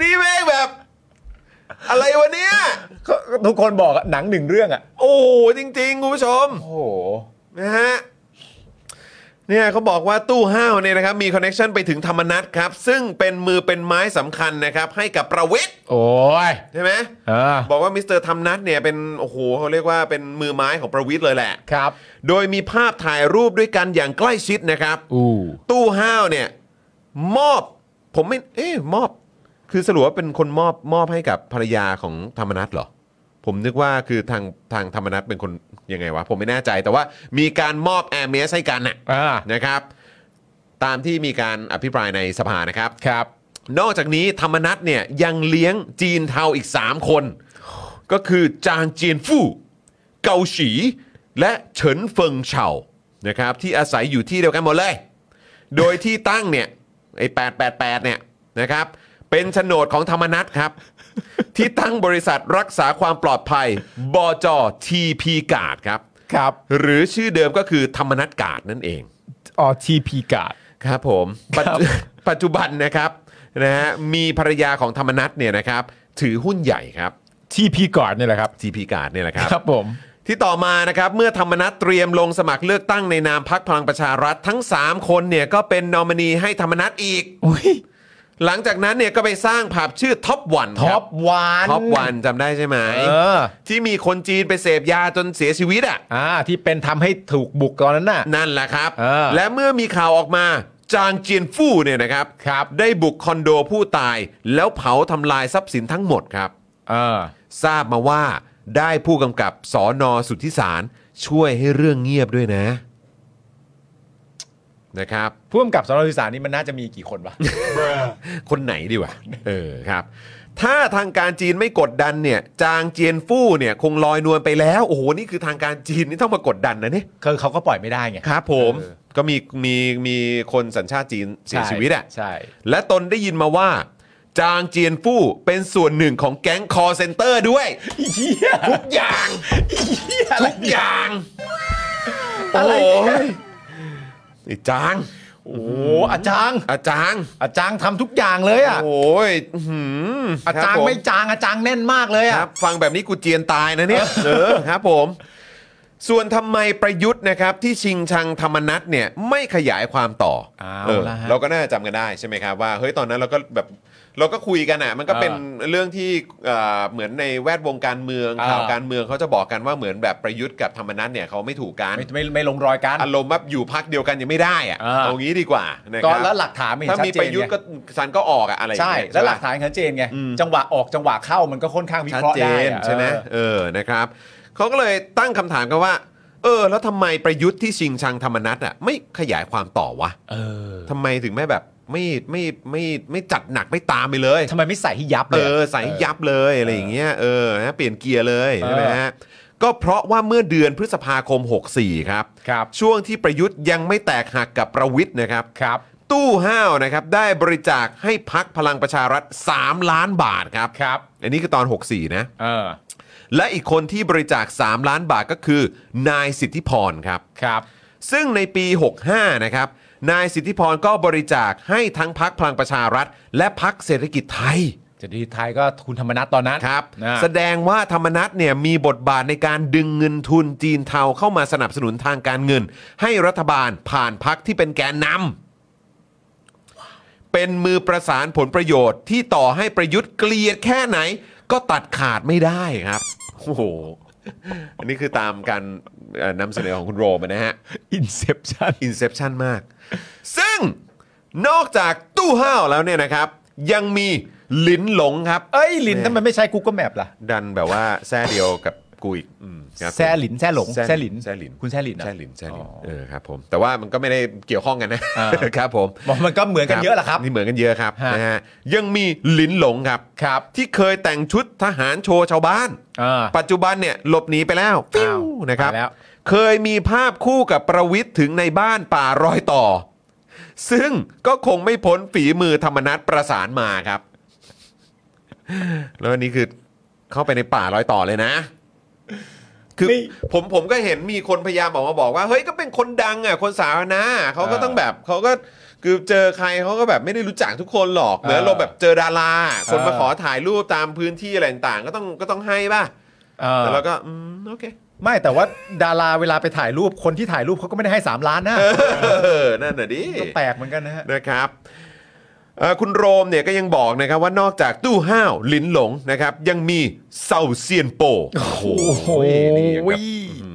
S1: นี่แม่งแบบ อะไรวะเนี่ย
S2: ก็ทุกคนบอกอะหนังหนึ่งเรื่องอ่ะ
S1: โอ้โหจริงๆคุณผู้ชม
S2: โอ้โห
S1: นะฮะเนี่ยเขาบอกว่าตู้ห้าวเนี่ยนะครับมีคอนเน็ชันไปถึงธรรมนัตครับ ซึ่งเป็นมือเป็นไม้สำคัญนะครับ ให้กับประวิทย์
S2: โอ้ย
S1: ใช่ไหม
S2: อ่า
S1: บอกว่ามิสเตอร์ธรรมนัตเนี่ยเป็นโอ้โหเขาเรียกว่าเป็นมือไม้ของประวิทย์เลยแหละ
S2: ครับ
S1: โดยมีภาพถ่ายรูปด้วยกันอย่างใกล้ชิดนะครับ
S2: อู้
S1: ตู้ห้าวเนี่ยมอบผมไม่เอ๊ะมอบ คือสรุปว่าเป็นคนมอบมอบให้กับภรรยาของธรรมนัตเหรอ ผมนึกว่าคือทางทางธรรมนัตเป็นคนยังไงวะ ผมไม่แน่ใจแต่ว่ามีการมอบแอร์เมสให้กันน่ะ
S2: อ่า
S1: นะครับ ตามที่มีการอภิปรายในสภานะครับ
S2: ครับ
S1: นอกจากนี้ธรรมนัตเนี่ยยังเลี้ยงจีนเทาอีก 3 คน ก็คือจางเจียนฟู่เกาฉี และเฉินเฟิงเฉานะครับ ที่อาศัยอยู่ที่เดียวกันหมดเลย โดยที่ตั้งเนี่ยไอ้888เนี่ยนะครับ เป็นโฉนดของธรรมนัตครับ ที่ตั้งบริษัทรักษาความปลอดภัยบจทีพีกาดครับ
S2: ครับ
S1: หรือชื่อเดิมก็คือธรรมนัตกาดนั่นเอง
S2: อ๋อ TP กาด
S1: ครับผมปัจจุ ปัจจุบันนะครับนะฮะมีภรรยาของธรรมนัตเนี่ยนะครับถือหุ้นใหญ่ครับ
S2: TP กาดเนี่ยแหละครับ
S1: TP การ์ดเนี่ยแหละครับ
S2: ครับผม
S1: ที่ต่อมานะครับเมื่อธรรมนัตเตรียมลงสมัครเลือกตั้งในนามพักพลังประชารัฐทั้ง 3 คนเนี่ยก็เป็นนอมินีให้ธรรมนัตอีก
S2: อุ้ย
S1: หลังจากนั้นเนี่ยก็ไปสร้างผับชื่อท็อปวัน
S2: ท็อปวาน
S1: ท็อปวันจำได้ใช่ไหม
S2: เออ
S1: ที่มีคนจีนไปเสพยาจนเสียชีวิตอ่ะ
S2: อ่า ที่เป็นทำให้ถูกบุกตอนนั้นน่ะ
S1: นั่นแหละครับ
S2: เออ
S1: และเมื่อมีข่าวออกมาจางเจียนฟู่เนี่ยนะครับ
S2: ครับ
S1: ได้บุกคอนโดผู้ตาย แล้วเผาทำลายทรัพย์สินทั้งหมดครับ
S2: เออ
S1: ทราบมาว่าได้ผู้กำกับสอนอสุทธิสารช่วยให้เรื่องเงียบด้วยนะ นะครับ
S2: ผู้กำกับสนสื่อสารนี่มันน่าจะมีกี่คน วะ
S1: คนไหนดีวะเออครับ ถ้าทางการจีนไม่กดดันเนี่ย จางเจียนฟู่เนี่ยคงลอยนวลไปแล้ว โอ้โหนี่คือทางการจีนนี่ต้องมากดดันนะเนี่ย
S2: คือเขาก็ปล่อยไม่ได้ไง
S1: ครับผม
S2: เออ
S1: ก็มีมีมีคนสัญชาติจีนเสียชีวิตอ่ะ
S2: ใช่
S1: และตนได้ยินมาว่า จางเจียนฟู่เป็นส่วนหนึ่งของแก๊งคอเซนเตอร์ด้วย ทุกอย่างทุกอย่าง
S2: อะไรเนี่
S1: โอ้
S2: ย
S1: ยไอ้จาง
S2: โอ้โหอาจารย์
S1: อาจาง
S2: อาจารย์ทำทุกอย่างเลยอ่ะ
S1: โอ้ยอื้อหื
S2: อาจารย์ไม่จางอาจารย์แน่นมากเลย
S1: ค
S2: อ่ะ
S1: รับ ฟังแบบนี้กูเจียนตายนะเนี่ยเออครับผม ส่วนทำไมประยุทธ์นะครับ ที่ชิงชังธรรมนัตเนี่ยไม่ขยายความต่อ
S2: เอา
S1: เออ
S2: ละฮะ
S1: เราก็น่าจะจำกันได้ใช่ไหมครับว่าเฮ้ยตอนนั้นเราก็แบบเราก็คุยกันอ่ะ มันก็
S2: เออ
S1: เป็นเรื่องที่เอ่อเหมือนในแวดวงการเมือง
S2: เออ
S1: ข่าวการเมืองเขาจะบอกกันว่าเหมือนแบบประยุทธ์กับธรรมนัตเนี่ยเขาไม่ถูกกัน
S2: ไม่ไม่ไม่ลงรอยกัน
S1: อารมณ์แบบอยู่พักเดียวกันยังไม่ได้อ่ะ
S2: เออ
S1: เอางี้ดีกว่านะค
S2: ก็
S1: รับ
S2: แล้วหลักฐานไม่เห็น
S1: ถ้า
S2: ชัด
S1: มี
S2: เจ
S1: ป
S2: น
S1: ระยุทธ์ก็สันก็ออกอะอะไรอย่า
S2: ใช่
S1: งเงี้ย
S2: แล้วหลั
S1: ปะ
S2: กฐานชัดเจนไง
S1: อืม
S2: จังหวะออกจังหวะเข้ามันก็ค่อนข้างวิ
S1: ชัด
S2: เคราะห์
S1: เจ
S2: ได้
S1: น
S2: อะ
S1: ใช่ไหม
S2: เออ
S1: เออนะครับเขาก็เลยตั้งคำถามกันว่า เออ แล้วทำไมประยุทธ์ที่ชิงชังธรรมนัตอ่ะไม่ขยายความต่อวะ
S2: เออ
S1: ทำไมถึงไม่แบบ ไม่ไม่ไม่ไม่จัดหนักไม่ตามไปเลย
S2: ทำไมไม่ใส่ให้ยับเล
S1: เอย อ
S2: อะ
S1: ใส่ให้ยับเลยอะไรอย่างเงี้ยเออนะเปลี่ยนเกียร์เลย
S2: เออ
S1: ใช่ไหมฮะก็เพราะว่าเมื่อเดือนพฤษภาคม 64 ครับ
S2: ครับ
S1: ช่วงที่ประยุทธ์ยังไม่แตกหักกับประวิทย์นะครับ
S2: ครับ
S1: ตู้ห้าวนะครับได้บริจาคให้พักพลังประชารัฐ 3 ล้านบาทครับ
S2: ครับ
S1: อันนี้คือตอน 64 นะ
S2: เออ
S1: และอีกคนที่บริจาค 3 ล้านบาทก็คือ นายสิทธิพรครับ
S2: ครับ
S1: ซึ่งในปี 65 นะครับ นายสิทธิพรก็บริจาคให้ทั้งพักพลังประชารัฐ และพักเศรษฐกิจไทย
S2: จะดีไทยก็คุณธรรมนัฐตอนนั้น
S1: ครับ
S2: นะ
S1: แสดงว่าธรรมนัตเนี่ยมีบทบาทในการดึงเงินทุนจีนเทาเข้ามาสนับสนุนทางการเงิน ให้รัฐบาลผ่านพักที่เป็นแกนนำเป็นมือประสานผลประโยชน์ที่ต่อให้ประยุทธ์เกลียดแค่ไหน ก็ตัดขาดไม่ได้ครับโอ้โหอันนี้คือตามการเอ่อนำเสนอของคุณโรมนะฮะ
S2: อินเซปชั่น
S1: อินเซพชันมาก ซึ่งนอกจากตู้ห้าวแล้วเนี่ยนะครับ ยังมีหลินหลงครับ
S2: เอ้ยหลินทำไมไม่ใช่ Google Map ล่ะ
S1: ดันแบบว่าแซ่เดียวกับกูอีกอืมครับผม
S2: แซ่หลินแซ่หลง
S1: แซ่
S2: แซ่ห
S1: หลิ
S2: ลิน
S1: นแซ่หลิน
S2: คุณแซ่หลินเหรอ
S1: แซ่หลินแซ่หลิน
S2: อ๋อ
S1: เออครับผมแต่ว่ามันก็ไม่ได้เกี่ยวข้องกันนะ
S2: อ่า
S1: ครับผม
S2: บอกมันก็เหมือนกันเยอะแหละครับ
S1: นี่เหมือนกันเยอะครับ
S2: ฮะ
S1: นะฮะยังมีหลินหลงครับ
S2: ครับ
S1: ที่เคยแต่งชุดทหารโชว์ชาวบ้าน
S2: อ่า
S1: ปัจจุบันเนี่ยหลบหนีไปแล้วฟิวนะครับ
S2: ไปแล้ว
S1: เคยมีภาพคู่กับประวิทย์ถึงในบ้านป่ารอยต่อ ซึ่งก็คงไม่พ้นฝีมือธรรมนัฐประสานมาครับ แล้วอันนี้คือเข้าไปในป่ารอยต่อเลยนะ คือ
S2: นี่
S1: ผมผมก็เห็นมีคนพยายามออกมาบอกว่า เฮ้ยก็เป็นคนดังอ่ะคนสาธารณะเขาก็
S2: เออ
S1: ต้องแบบเขาก็คือเจอใครเขาก็แบบไม่ได้รู้จักทุกคนหรอกเหมือน
S2: เออ
S1: เราแบบเจอดาราคนมา
S2: เออ
S1: ขอถ่ายรูปตามพื้นที่อะไรต่างๆก็ต้องก็ต้องให้ป่ะ
S2: เออ
S1: แล้วเราก็อืมโอเค
S2: ไม่แต่ว่าดาราเวลาไปถ่ายรูปคนที่ถ่ายรูปเขาก็ไม่ได้ให้ 3 ล้านนะ
S1: เออนั่นน่ะดิ
S2: ก็แปลกเหมือนกันนะฮะ
S1: นะครับเอ่อคุณโรมเนี่ยก็ยังบอกนะครับว่านอกจากตู้ห้าวลิ้นหลงนะครับยังมีเซาเซียนโป โอ้โหนี่ยังแบบ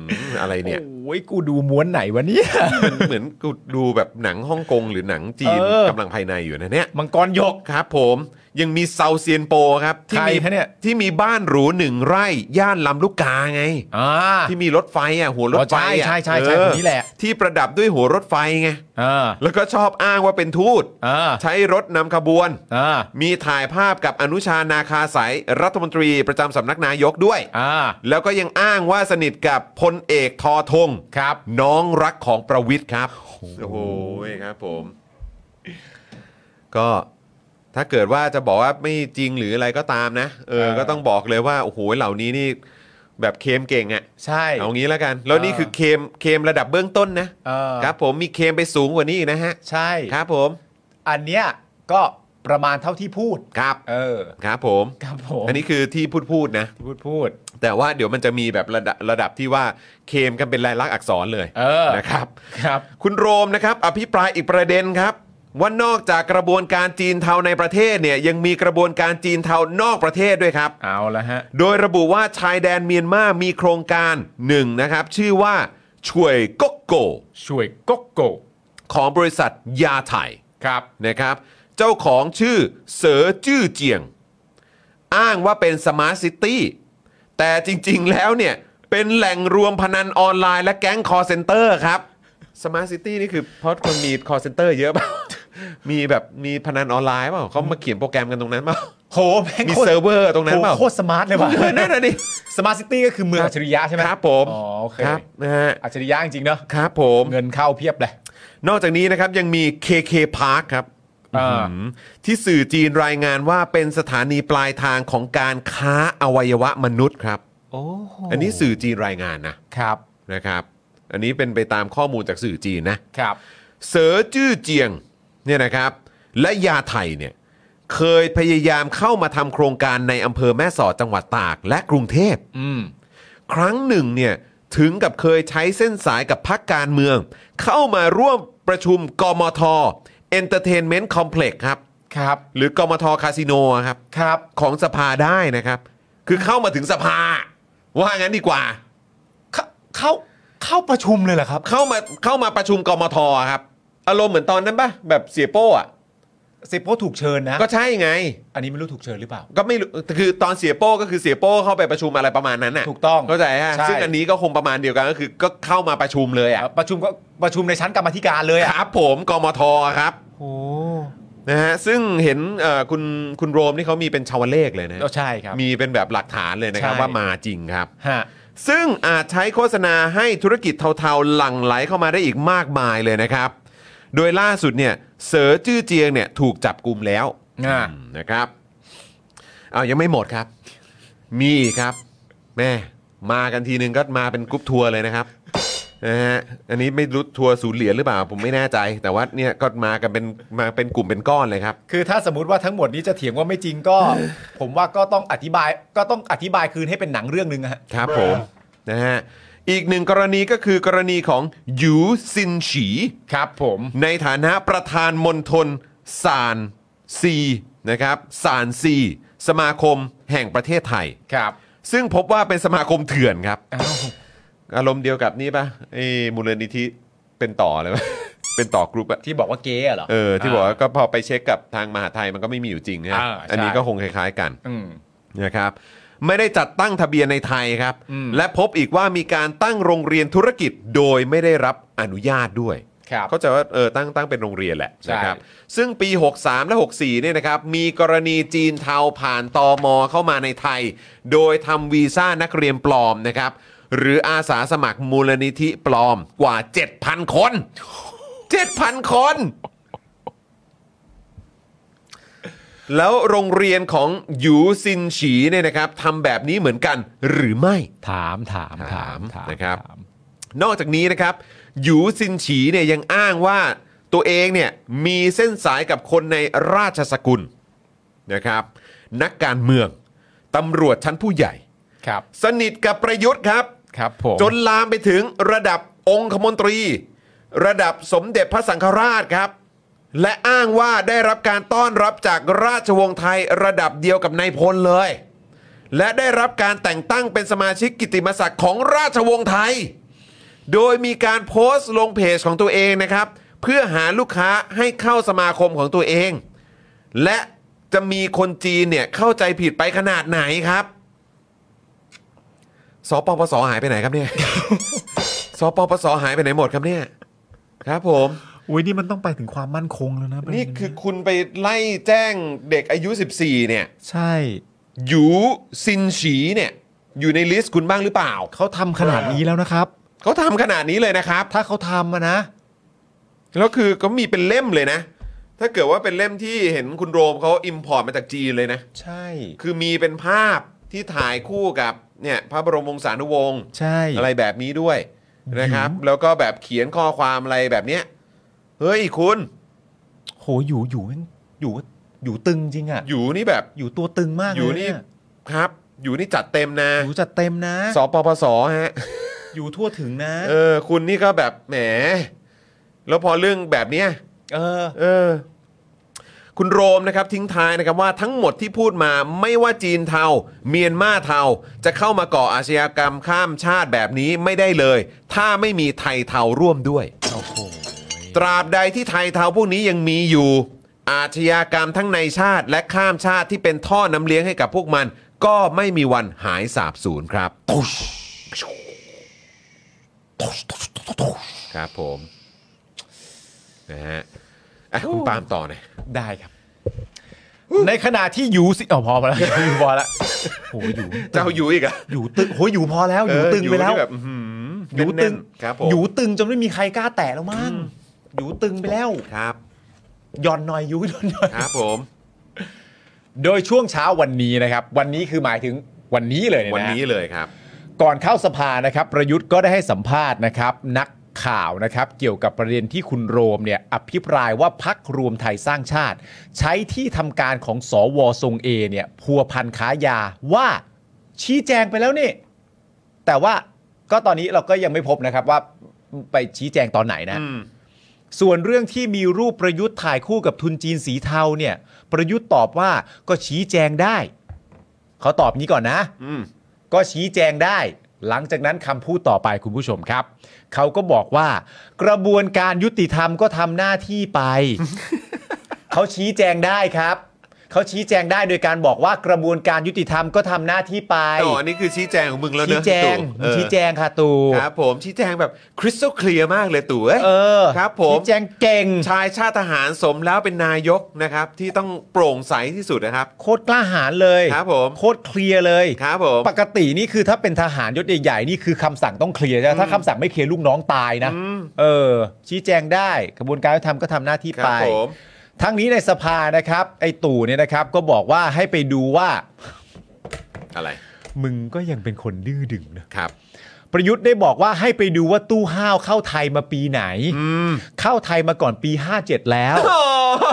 S1: อืมอะไรเนี่ย
S2: โอ้ยกูดูม้วนไหนวะเนี่ย
S1: มันเหมือนกูดูแบบหนังฮ่องกงหรือหนังจีน
S2: เออ
S1: กำลังภายในอยู่นะเนี่ย
S2: มังกรหยก
S1: ครับผมยังมีเซาเซียนโปครับที่
S2: ใคร
S1: มี
S2: คะเนี่ย
S1: ที่มีบ้านหรูหนึ่งไร่ ย่านลำลูกกาไง
S2: อ่า
S1: ที่มีรถไฟอ่ะหัวรถไฟ
S2: อ๋
S1: อ่ะ
S2: อใช่ใช่ใช่ใช่
S1: เออ
S2: คนนี้แหละ
S1: ที่ประดับด้วยหัวรถไฟไง
S2: อ่า
S1: แล้วก็ชอบอ้างว่าเป็นทูต
S2: อ่า
S1: ใช้รถนำขบวน
S2: อ่า
S1: มีถ่ายภาพกับอนุชานาคาสายรัฐมนตรีประจำสำนักนายกด้วย
S2: อ่า
S1: แล้วก็ยังอ้างว่าสนิทกับพลเอกทอทง
S2: ครับ
S1: น้องรักของประวิทย์ครับ โอ้โหครับผม ก็ถ้าเกิดว่าจะบอกว่าไม่จริงหรืออะไรก็ตามนะ เออ
S2: เออ
S1: ก็ต้องบอกเลยว่า โอ้โห เหล่านี้นี่แบบเคมเก่งอะ
S2: ใช่
S1: เอางี้แล้วกัน แล้วนี่คือเคมเคมระดับเบื้องต้นนะ
S2: เออ
S1: ครับผมมีเคมไปสูงกว่านี้อีกนะฮะ
S2: ใช่
S1: ครับผม
S2: อันเนี้ยก็ประมาณเท่าที่พูด
S1: ครับ
S2: เออ
S1: ครับผม
S2: ครับผม
S1: อันนี้คือที่พูดพูดๆนะ
S2: พูดพูด
S1: แต่ว่าเดี๋ยวมันจะมีแบบระดับระดับที่ว่าเคมกันเป็นลายลักษณ์อักษรเลย
S2: เออ
S1: นะครับ
S2: ครับ
S1: คุณโรมนะครับ อภิปรายอีกประเด็นครับ ว่านอกจากกระบวนการจีนเทาในประเทศเนี่ยยังมีกระบวนการจีนเทานอกประเทศด้วยครับ
S2: เอาละฮะ
S1: โดยระบุว่าชายแดนเมียนมามีโครงการหนึ่งนะครับ ชื่อว่าช่วยก๊กโก
S2: ช่วยก็โกะ
S1: ของบริษัทยาไทย
S2: ครับ
S1: นะครับเจ้าของชื่อเสอจื้อเจียง อ้างว่าเป็นสมาร์ทซิตี้แต่จริงๆแล้วเนี่ย เป็นแหล่งรวมพนันออนไลน์และแก๊งคอร์เซนเตอร์ครับสมาร์ทซิตี้นี่คือเพราะคนมีคอร์เซนเตอร์เยอะเปล่า มีแบบมีพนันออนไลน์เปล่าเขามาเขียนโปรแกรมกันตรงนั้นเปล่า
S2: โหแม่ง
S1: มี
S2: โคต
S1: เซิร์ฟเวอร์ตรงนั้นเปล่า
S2: โคตรสมาร์ทเลยว่ะ
S1: เออ นั่นน่ะดิ
S2: สมาร์ทซิตี้ก็คือเมืองอัจฉริยะใช่ไหม
S1: ครับผม
S2: อ๋อโอเค
S1: ครับนะฮะ
S2: อัจฉริยะจริงๆเนอะ
S1: ครับผม
S2: เงินเข้าเพียบเลย
S1: นอกจากนี้นะครับยังมี KK Park ครับ
S2: อ่า
S1: อืมที่สื่อจีนรายงานว่าเป็นสถานีปลายทางของการค้าอวัยวะมนุษย์ครับ
S2: โอ้
S1: อันนี้สื่อจีนรายงานนะครับ นะครับ อันนี้เป็นไปตามข้อมูลจากสื่อจีนนะ
S2: ครับ
S1: เสอจื้อเจียงเนี่ยนะครับ และยาไทยเนี่ยเคยพยายามเข้ามาทำโครงการในอำเภอแม่สอดจังหวัดตากและกรุงเทพ
S2: อืม
S1: ครั้งหนึ่งเนี่ยถึงกับเคยใช้เส้นสายกับพักการเมือง เข้ามาร่วมประชุมกมท Entertainment Complex ครับ
S2: ครับ
S1: หรือกมทคาสิโนครับ
S2: ครับ
S1: ของสภาได้นะครับ คือเข้ามาถึงสภา ว่างั้นดีกว่า
S2: เข้าเข้าเข้าประชุมเลยเหรอครับ
S1: เข้ามาเข้ามาประชุมกมทครับ อารมณ์เหมือนตอนนั้นปะแบบเสียโป้อะ
S2: เซโป้ถูกเชิญนะ
S1: ก็ใช่ไง
S2: อันนี้ไม่รู้ถูกเชิญหรือเปล่า
S1: ก็ไม่รู้คือตอนเสียโป้ก็คือเสียโป้เข้าไปประชุมอะไรประมาณนั้นน่ะ
S2: ถูกต้อง
S1: เข้าใจฮะ
S2: ใช่
S1: ซึ่งอันนี้ก็คงประมาณเดียวกันก็คือก็เข้ามาประชุมเลยอะ
S2: ประชุมก็ประชุมในชั้นกรรมาธิการเลย
S1: ค
S2: อ่ะ
S1: รับผมกมทครับ
S2: โอ้
S1: นะฮะซึ่งเห็นเอ่อคุณคุณโรมนี่เขามีเป็นชาวเลขเลยนะ
S2: ก็ใช่ครับ
S1: มีเป็นแบบหลักฐานเลยนะครับ
S2: ใช่
S1: ว่ามาจริงครับ
S2: ฮะ
S1: ซึ่งอาจใช้โฆษณาให้ธุรกิจเทาๆหลั่งไหลเข้ามาได้อีกมากมายเลยนะครับ โดยล่าสุดเนี่ยเสือจื้อเจียงเนี่ยถูกจับกลุ่มแล้ว
S2: อ่า
S1: อืมนะครับเอายังไม่หมดครับ มีอีกครับ แม่มากันทีนึงก็มาเป็นกรุ๊ปทัวร์เลยนะครับนะฮะอันนี้ไม่รู้ทัวร์ศูนย์เหรียญหรือเปล่า ผมไม่แน่ใจ แต่ว่าเนี่ยก็มากันเป็นมาเป็นกลุ่มเป็นก้อนเลยครับ
S2: คือถ้าสมมติว่าทั้งหมดนี้จะเถียงว่าไม่จริงก็ ผมว่าก็ต้องอธิบายก็ต้องอธิบายคืนให้เป็นหนังเรื่องหนึ่งอะฮะ
S1: ครับผมนะฮะอีกหนึ่งกรณีก็คือกรณีของหยูซินฉี
S2: ครับผม
S1: ในฐานะประธานมณฑลซานซีนะครับซานซี สมาคมแห่งประเทศไทย
S2: ครับ
S1: ซึ่งพบว่าเป็นสมาคมเถื่อนครับ อารมณ์เดียวกับนี่ปะไอ้มูลนิธิเป็นต่อเลย ปะ เป็นต่อกรุ๊ปอะ
S2: ที่บอกว่าเก๊อะเหรอ
S1: เออที่บอกว่าก็พอไปเช็คกับทางมหาไทยมันก็ไม่มีอยู่จริงนะ
S2: อ่าใช่
S1: อันนี้ก็คงคล้ายๆกัน
S2: อืม
S1: นะครับไม่ได้จัดตั้งทะเบียนในไทยครับ
S2: อืม
S1: และพบอีกว่ามีการตั้งโรงเรียนธุรกิจโดยไม่ได้รับอนุญาตด้วย
S2: ครับ
S1: เข้าใจว่าเออตั้งตั้งเป็นโรงเรียนแหละ
S2: ใช่
S1: นะครับซึ่งปี 63 และ 64เนี่ยนะครับมีกรณีจีนเทาผ่านตอมเข้ามาในไทย โดยทำวีซ่านักเรียนปลอมนะครับหรืออาสาสมัครมูลนิธิปลอมกว่า 7,000 คน 7,000 คน แล้วโรงเรียนของหยูซินฉีเนี่ยนะครับทำแบบนี้เหมือนกันหรือไม่
S2: ถามถามถามถาม
S1: นะครับ
S2: ถาม
S1: นอกจากนี้นะครับหยูซินฉีเนี่ยยังอ้างว่าตัวเองเนี่ยมีเส้นสายกับคนในราชสกุลนะครับ นักการเมืองตำรวจชั้นผู้ใหญ่
S2: ครับ
S1: สนิทกับประยุทธ์ครับ
S2: ครับผม
S1: จนลามไปถึงระดับองคมนตรี ระดับสมเด็จพระสังฆราชครับ และอ้างว่าได้รับการต้อนรับจากราชวงศ์ไทยระดับเดียวกับนายพลเลย และได้รับการแต่งตั้งเป็นสมาชิกกิตติมศักดิ์ของราชวงศ์ไทย โดยมีการโพสต์ลงเพจของตัวเองนะครับ เพื่อหาลูกค้าให้เข้าสมาคมของตัวเอง และจะมีคนจีนเนี่ยเข้าใจผิดไปขนาดไหนครับ สปปสหายไปไหนครับ เนี่ย สปปสหายไปไหนหมดครับเนี่ย ครับผม
S2: อุ้ยนี่มันต้องไปถึงความมั่นคงแล้วนะประเด็
S1: นี่คือคุณไปไล่แจ้งเด็กอายุ 14 เนี่ย
S2: ใช่
S1: หยูซินฉีเนี่ย อยู่ในลิสต์คุณบ้างหรือเปล่า
S2: เขาทำขนาดนี้แล้วนะครับ
S1: เขาทำขนาดนี้เลยนะครับ
S2: ถ้าเขาทำอะนะ
S1: แล้วคือก็มีเป็นเล่มเลยนะ ถ้าเกิดว่าเป็นเล่มที่เห็นคุณโรมเขาอิมพอร์ตมาจากจีนเลยนะ
S2: ใช่
S1: คือมีเป็นภาพที่ถ่ายคู่กับเนี่ยพระบรมวงศานุวงศ์
S2: ใช่
S1: อะไรแบบนี้ด้วยนะครับ แล้วก็แบบเขียนข้อความอะไรแบบเนี้ยเฮ้ยคุณ
S2: โหอยู่อยู่แม่งอยู่อยู่ตึงจริงอะ
S1: อยู่นี่แบบ
S2: อยู่ตัวตึงมากเล
S1: อยู่นี่
S2: เนี่ย
S1: ครับ อยู่นี่จัดเต็มนะ
S2: อยู่จัดเต็มนะ
S1: สปปสฮะ
S2: อยู่ทั่วถึงนะ
S1: เออ คุณนี่ก็แบบแหม แล้วพอเรื่องแบบเนี้ย
S2: เออ
S1: เออ คุณโรมนะครับทิ้งท้ายนะครับว่าทั้งหมดที่พูดมาไม่ว่าจีนเทา เมียนมาเทา จะเข้ามาก่ออาชญากรรมข้ามชาติแบบนี้ไม่ได้เลย ถ้าไม่มีไทยเทาร่วมด้วย
S2: โอ้โห
S1: ตราบใดที่ไทยเทาพวกนี้ยังมีอยู่ อาชญากรรมทั้งในชาติและข้ามชาติที่เป็นท่อน้ำเลี้ยงให้กับพวกมัน ก็ไม่มีวันหายสาบสูญครับครับผมนะฮะอ่ะคุณปาล์มต่อหน่อย
S2: ได้ครับ ในขณะที่อยู่สิอ๋อพอแล้วอยู่พอแล้วโหอยู่
S1: เจ้าอยู่อีกเหรอ่ะ
S2: อยู่ตึงโหอยู่พอแล้ว อยู่ตึงไปแล้ว
S1: แบบอื้อหื
S2: อยู่
S1: อ
S2: ตึ
S1: แน่
S2: ง
S1: นๆครับผม
S2: อยู่ตึงจนไม่มีใครกล้าแตะแล้วมั้งอยู่ตึงไปแล้ว
S1: ครับ
S2: หย่อนหน่อยอยู่หย่อนหน่อย
S1: ครับผม
S2: โดยช่วงเช้าวันนี้นะครับ วันนี้คือหมายถึงวันนี้เลยเยะ
S1: วันนี้เลยครับ
S2: ก่อนเข้าสภานะครับ ประยุทธ์ก็ได้ให้สัมภาษณ์นะครับ นักข่าวนะครับ เกี่ยวกับประเด็นที่คุณโรมเนี่ยอภิปรายว่าพักรวมไทยสร้างชาติ ใช้ที่ทำการของสอวทรงเอเนี่ยพัวพันค้ายาว่าชี้แจงไปแล้วนี่ แต่ว่าก็ตอนนี้เราก็ยังไม่พบนะครับว่าไปชี้แจงตอนไหนนะ
S1: อืม
S2: ส่วนเรื่องที่มีรูปประยุทธ์ถ่ายคู่กับทุนจีนสีเทาเนี่ย ประยุทธ์ตอบว่าก็ชี้แจงได้ เขาตอบนี้ก่อนนะ
S1: อืม
S2: ก็ชี้แจงได้ หลังจากนั้นคำพูดต่อไปคุณผู้ชมครับ เขาก็บอกว่า กระบวน การยุติธรรมก็ทำหน้าที่ไป เขาชี้แจงได้ครับ เขาชี้แจงได้โดยการบอกว่ากระบวนการยุติธรรมก็ทำหน้าที่ไป
S1: แต่ออันนี้คือชี้แจงของมึงแล้วเน
S2: ชี้
S1: อะ
S2: แจง
S1: ตู่เออ
S2: ชี้แจงค่ะตู
S1: ครับผมชี้แจงแบบคริสตัลเคลียร์มากเลยตู่เอ้ย
S2: เออ
S1: ครับผม
S2: ชี้แจงเก่ง
S1: ชายชาติทหารสมแล้วเป็นนายกนะครับ ที่ต้องโปร่งใสที่สุดนะครับ
S2: โคตรกล้าหาญเลย
S1: ครับผม
S2: โคตรเคลียร์เลย
S1: ครับผม
S2: ปกตินี่คือถ้าเป็นทหารยศใหญ่ๆนี่คือคำสั่งต้องเคลียร์ใช่ไหมถ้าคำสั่งไม่เคลียร์ลูกน้องตายนะ
S1: อืม
S2: เออ ชี้แจงได้กระบวนการยุติธรรมก็ทำหน้าที่
S1: ครั
S2: ไป
S1: บผม
S2: ทั้งนี้ในสภานะครับ ไอ้ตู่เนี่ยนะครับ ก็บอกว่าให้ไปดูว่า
S1: อะไร
S2: มึงก็ยังเป็นคนดื้อดึงนะครับ ประยุทธ์ได้บอกว่าให้ไปดูว่าตู้ห้าวเข้าไทยมาปีไหน
S1: อืม
S2: เข้าไทยมาก่อนปี 57 แล้ว
S1: โอ้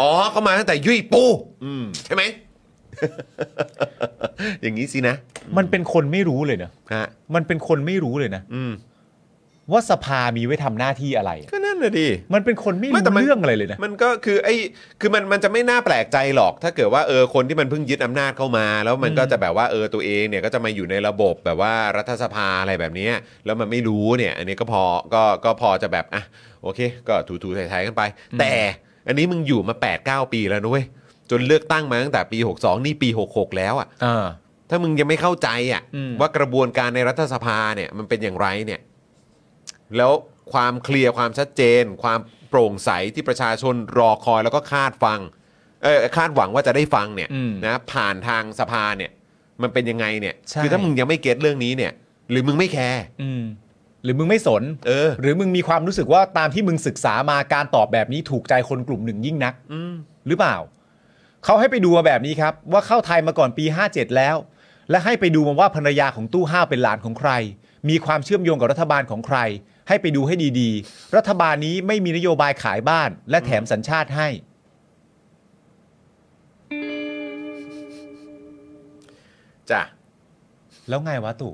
S1: อ๋อเขามาตั้งแต่ยุยปู อืมใช่ ไหม อย่างนี้สินะ
S2: มันเป็นคนไม่รู้เลยนะ
S1: ฮะ
S2: มันเป็นคนไม่รู้เลยนะ
S1: อืม
S2: ว่าสภามีไว้ทำหน้าที่อะไร
S1: ก็นั่นน่ะดิ
S2: มันเป็นคนไม่
S1: ไม่
S2: รู้
S1: แต่มัน
S2: เรื่องอะไรเลยนะ
S1: มันก็คือไอ้คือมันมันจะไม่น่าแปลกใจหรอก ถ้าเกิดว่าเออคนที่มันเพิ่งยึดอำนาจเข้ามา แล้วมันก็จะแบบว่าเออตัวเองเนี่ยก็จะมาอยู่ในระบบแบบว่ารัฐสภาอะไรแบบเนี้ยแล้วมันไม่รู้เนี่ย อันนี้ก็พอก็ก็พอจะแบบอ่ะโอเค ก็ถูๆไทยๆกันไป แต่อันนี้มึงอยู่มา 8 9 ปีแล้วนุ้ยจนเลือกตั้งมาตั้งแต่ปี 62 นี่ปี 66 แล้วอ่ะ
S2: อ่า
S1: ถ้ามึงยังไม่เข้าใจอ่ะ
S2: อืม
S1: ว่ากระบวนการในรัฐสภาเนี่ยมันเป็นอย่างไรเนี่ย แล้วความเคลียร์ความชัดเจน ความโปร่งใสที่ประชาชนรอคอยแล้วก็คาดฟังเออคาดหวังว่าจะได้ฟังเนี่ย
S2: อืม
S1: นะผ่านทางสภาเนี่ย มันเป็นยังไงเนี่ย
S2: ใช่
S1: คือถ้ามึงยังไม่เก็ตเรื่องนี้เนี่ย หรือมึงไม่แคร์
S2: อืมหรือมึงไม่สน
S1: เออ
S2: หรือมึงมีความรู้สึกว่าตามที่มึงศึกษามาการตอบแบบนี้ถูกใจคนกลุ่มหนึ่งยิ่งนัก
S1: อืม
S2: หรือเปล่า เขาให้ไปดูมาแบบนี้ครับ ว่าเข้าไทยมาก่อนปี 57 แล้ว และให้ไปดูมาว่าภรรยาของตู้ห้าวเป็นหลานของใคร มีความเชื่อมโยงกับรัฐบาลของใคร ให้ไปดูให้ดีๆ รัฐบาลนี้ไม่มีนโยบายขายบ้าน และแถมสัญชาติให้
S1: จ้ะ
S2: แล้วไงวะตู่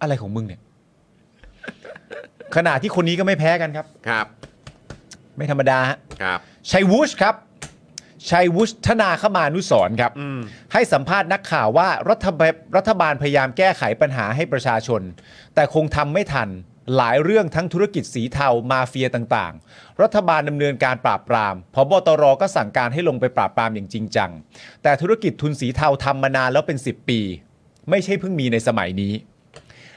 S2: อะไรของมึงเนี่ย ขณะที่คนนี้ก็ไม่แพ้กันครับ
S1: ครับ
S2: ไม่ธรรมดาฮะ
S1: ครับ
S2: ชัยวุฒิครับ ชัยวุฒิธนาคมานุสรณ์ครับ
S1: อืม
S2: ให้สัมภาษณ์นักข่าวว่ารัฐบาลรัฐบาลพยายามแก้ไขปัญหาให้ประชาชน แต่คงทำไม่ทัน หลายเรื่องทั้งธุรกิจสีเทามาเฟียต่างๆ รัฐบาลดำเนินการปราบปรามพบตรก็สั่งการให้ลงไปปราบปรามอย่างจริงจัง แต่ธุรกิจทุนสีเทาทำมานานแล้วเป็น 10 ปี ไม่ใช่เพิ่งมีในสมัยนี้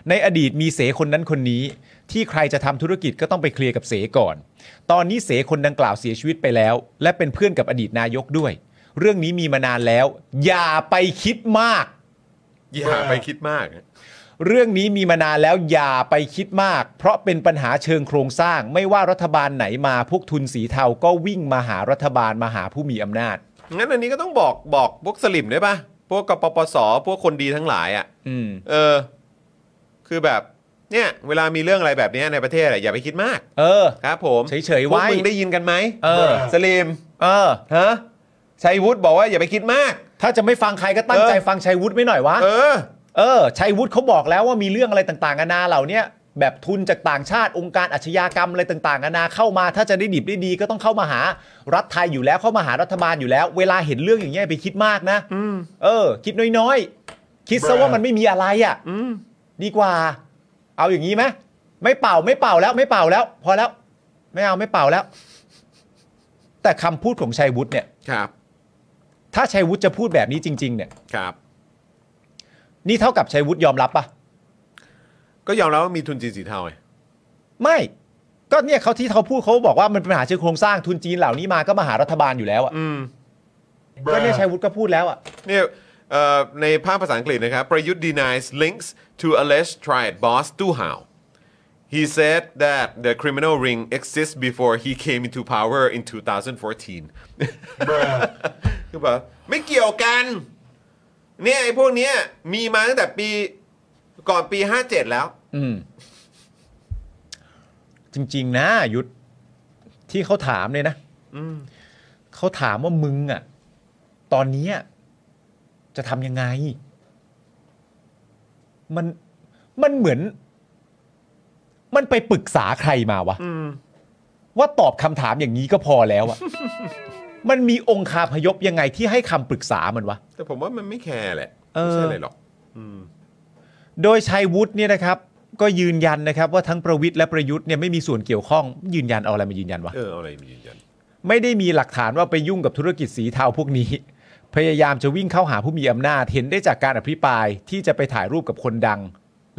S2: ในอดีตมีเสคนนั้นคนนี้ ที่ใครจะทำธุรกิจก็ต้องไปเคลียร์กับเสก่อน ตอนนี้เสคนดังกล่าวเสียชีวิตไปแล้ว และเป็นเพื่อนกับอดีตนายกด้วย เรื่องนี้มีมานานแล้ว อย่าไปคิดมาก
S1: อย่าไปคิดมาก
S2: เรื่องนี้มีมานานแล้วอย่าไปคิดมาก เพราะเป็นปัญหาเชิงโครงสร้าง ไม่ว่ารัฐบาลไหนมาพวกทุนสีเทาก็วิ่งมาหารัฐบาลมาหาผู้มีอำนาจ
S1: งั้นอันนี้ก็ต้องบอกบอกพวกสลิมด้วยปะพวกกปปสพวกคนดีทั้งหลายอ่ะ
S2: อืม
S1: เออ คือแบบ เนี่ย เวลามีเรื่องอะไรแบบเนี้ยในประเทศอะอย่าไปคิดมาก
S2: เออ
S1: ครับ ผม
S2: เฉยๆ
S1: พวก
S2: ไว้
S1: มึงได้ยินกันไหม
S2: เออ
S1: สลีม
S2: เออ
S1: ฮะชัยวุฒิบอกว่าอย่าไปคิดมาก
S2: ถ้าจะไม่ฟังใครก็ตั้ง
S1: เออ
S2: ใจฟังชัยวุฒิไม่หน่อยวะ
S1: เออ
S2: เออชัยวุฒิเขาบอกแล้วว่ามีเรื่องอะไรต่างๆนานาเหล่าเนี้ยแบบทุนจากต่างชาติองค์การอาชญากรรมอะไรต่างๆนานาเข้ามา ถ้าจะได้ดิบได้ดีก็ต้องเข้ามาหารัฐไทยอยู่แล้วเข้ามาหารัฐบาลอยู่แล้ว เวลาเห็นเรื่องอย่างเงี้ยไปคิดมากนะเออ คิดน้อยๆ คิดซะว่ามันไม่มีอะไรอ่ะดีกว่า เอาอย่างนี้ไหมไม่เป่าไม่เป่าแล้วไม่เป่าแล้ว พอแล้ว ไม่เอาไม่เป่าแล้ว แต่คำพูดของชัยวุฒิเนี่ย
S1: ครับ
S2: ถ้าชัยวุฒิจะพูดแบบนี้จริง ๆ เนี่ย
S1: ครับ
S2: นี่เท่ากับชัยวุฒิยอมรับปะ
S1: ก็ยอมรับว่ามีทุนจีนสีเทาไง
S2: ไม่ก็เนี่ยเขาที่เขาพูดเขาบอกว่ามันเป็นปัญหาเชิงโครงสร้างทุนจีนเหล่านี้มาก็มาหารัฐบาลอยู่แล้วอ่ะ
S1: อืม
S2: ก็เนี่ยชัยวุฒิก็พูดแล้วอ่ะ
S1: เนี่ยเอ่อในภาพภาษาอังกฤษนะครับ ประยุทธ์ denies links to alleged triad boss Tu Hao he said that the criminal ring exists before he came into power in 2014 คือแบบ ไม่เกี่ยวกัน เนี่ยไอ้พวกเนี้ยมีมาตั้งแต่ปีก่อนปี 57 แล้ว
S2: อืม จริง ๆ นะยุทธที่เขาถามเนี่ยนะเขาถามว่ามึงอ่ะ ตอนเนี้ยจะทำยังไง มันมันเหมือน มันไปปรึกษาใครมาวะว่าตอบคำถามอย่างนี้ก็พอแล้วอะ มันมีองค์คาพยพยังไงที่ให้คำปรึกษามันวะ
S1: แต่ผมว่ามันไม่แคร์แหละ
S2: เออ
S1: ไม่ใช่อะไรหรอก
S2: โดยชัยวุฒิเนี่ยนะครับ ก็ยืนยันนะครับ ว่าทั้งประวิทย์และประยุทธ์เนี่ยไม่มีส่วนเกี่ยวข้อง ยืนยันเอาอะไรมายืนยันวะ
S1: เออเอาอะไรมายืนยัน
S2: ไม่ได้มีหลักฐานว่าไปยุ่งกับธุรกิจสีเทาพวกนี้ พยายามจะวิ่งเข้าหาผู้มีอำนาจ เห็นได้จากการอภิปรายที่จะไปถ่ายรูปกับคนดัง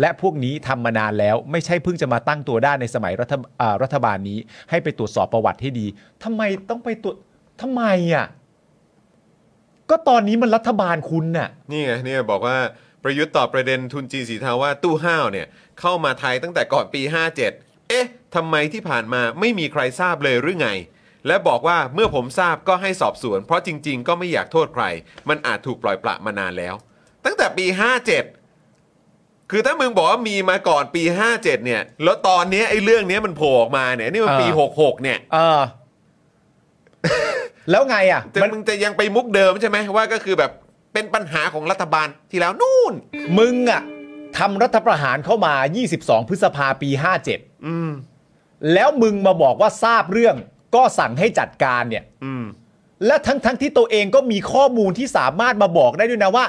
S2: และพวกนี้ทำมานานแล้ว ไม่ใช่เพิ่งจะมาตั้งตัวได้ในสมัยรัฐอ่ารัฐบาลนี้ ให้ไปตรวจสอบประวัติให้ดีทำไมต้องไปตรวจทำไมอ่ะก็ตอนนี้มันรัฐบาลคุณน่ะ
S1: นี่ไงเนี่ยบอกว่าประยุทธ์ตอบประเด็นทุนจีนสีเทาว่าตู้ห้าวเนี่ยเข้ามาไทยตั้งแต่ก่อนปี 57 เอ๊ะทำไมที่ผ่านมาไม่มีใครทราบเลยหรือไง และบอกว่าเมื่อผมทราบก็ให้สอบสวน เพราะจริง ๆ ก็ไม่อยากโทษใคร มันอาจถูกปล่อยปละมานานแล้ว ตั้งแต่ปี 57 คือถ้ามึงบอกว่ามีมาก่อนปี 57 เนี่ย แล้วตอนเนี้ยไอ้เรื่องเนี้ยมันโผล่ออกมาเนี่ยนี่มันปี
S2: เออ
S1: 66 เนี่ย
S2: เออ แล้วไงอ่ะ
S1: แต่
S2: มัน
S1: มึงจะยังไปมุกเดิมใช่ไหมว่าก็คือแบบเป็นปัญหาของรัฐบาลที่แล้วนู่น
S2: มึงอ่ะทำรัฐประหารเข้ามา 22 พฤษภาปี 57
S1: อืม
S2: แล้วมึงมาบอกว่าทราบเรื่อง ก็สั่งให้จัดการเนี่ย
S1: อืม
S2: และทั้งทั้งที่ตัวเองก็มีข้อมูลที่สามารถมาบอกได้ด้วยนะว่า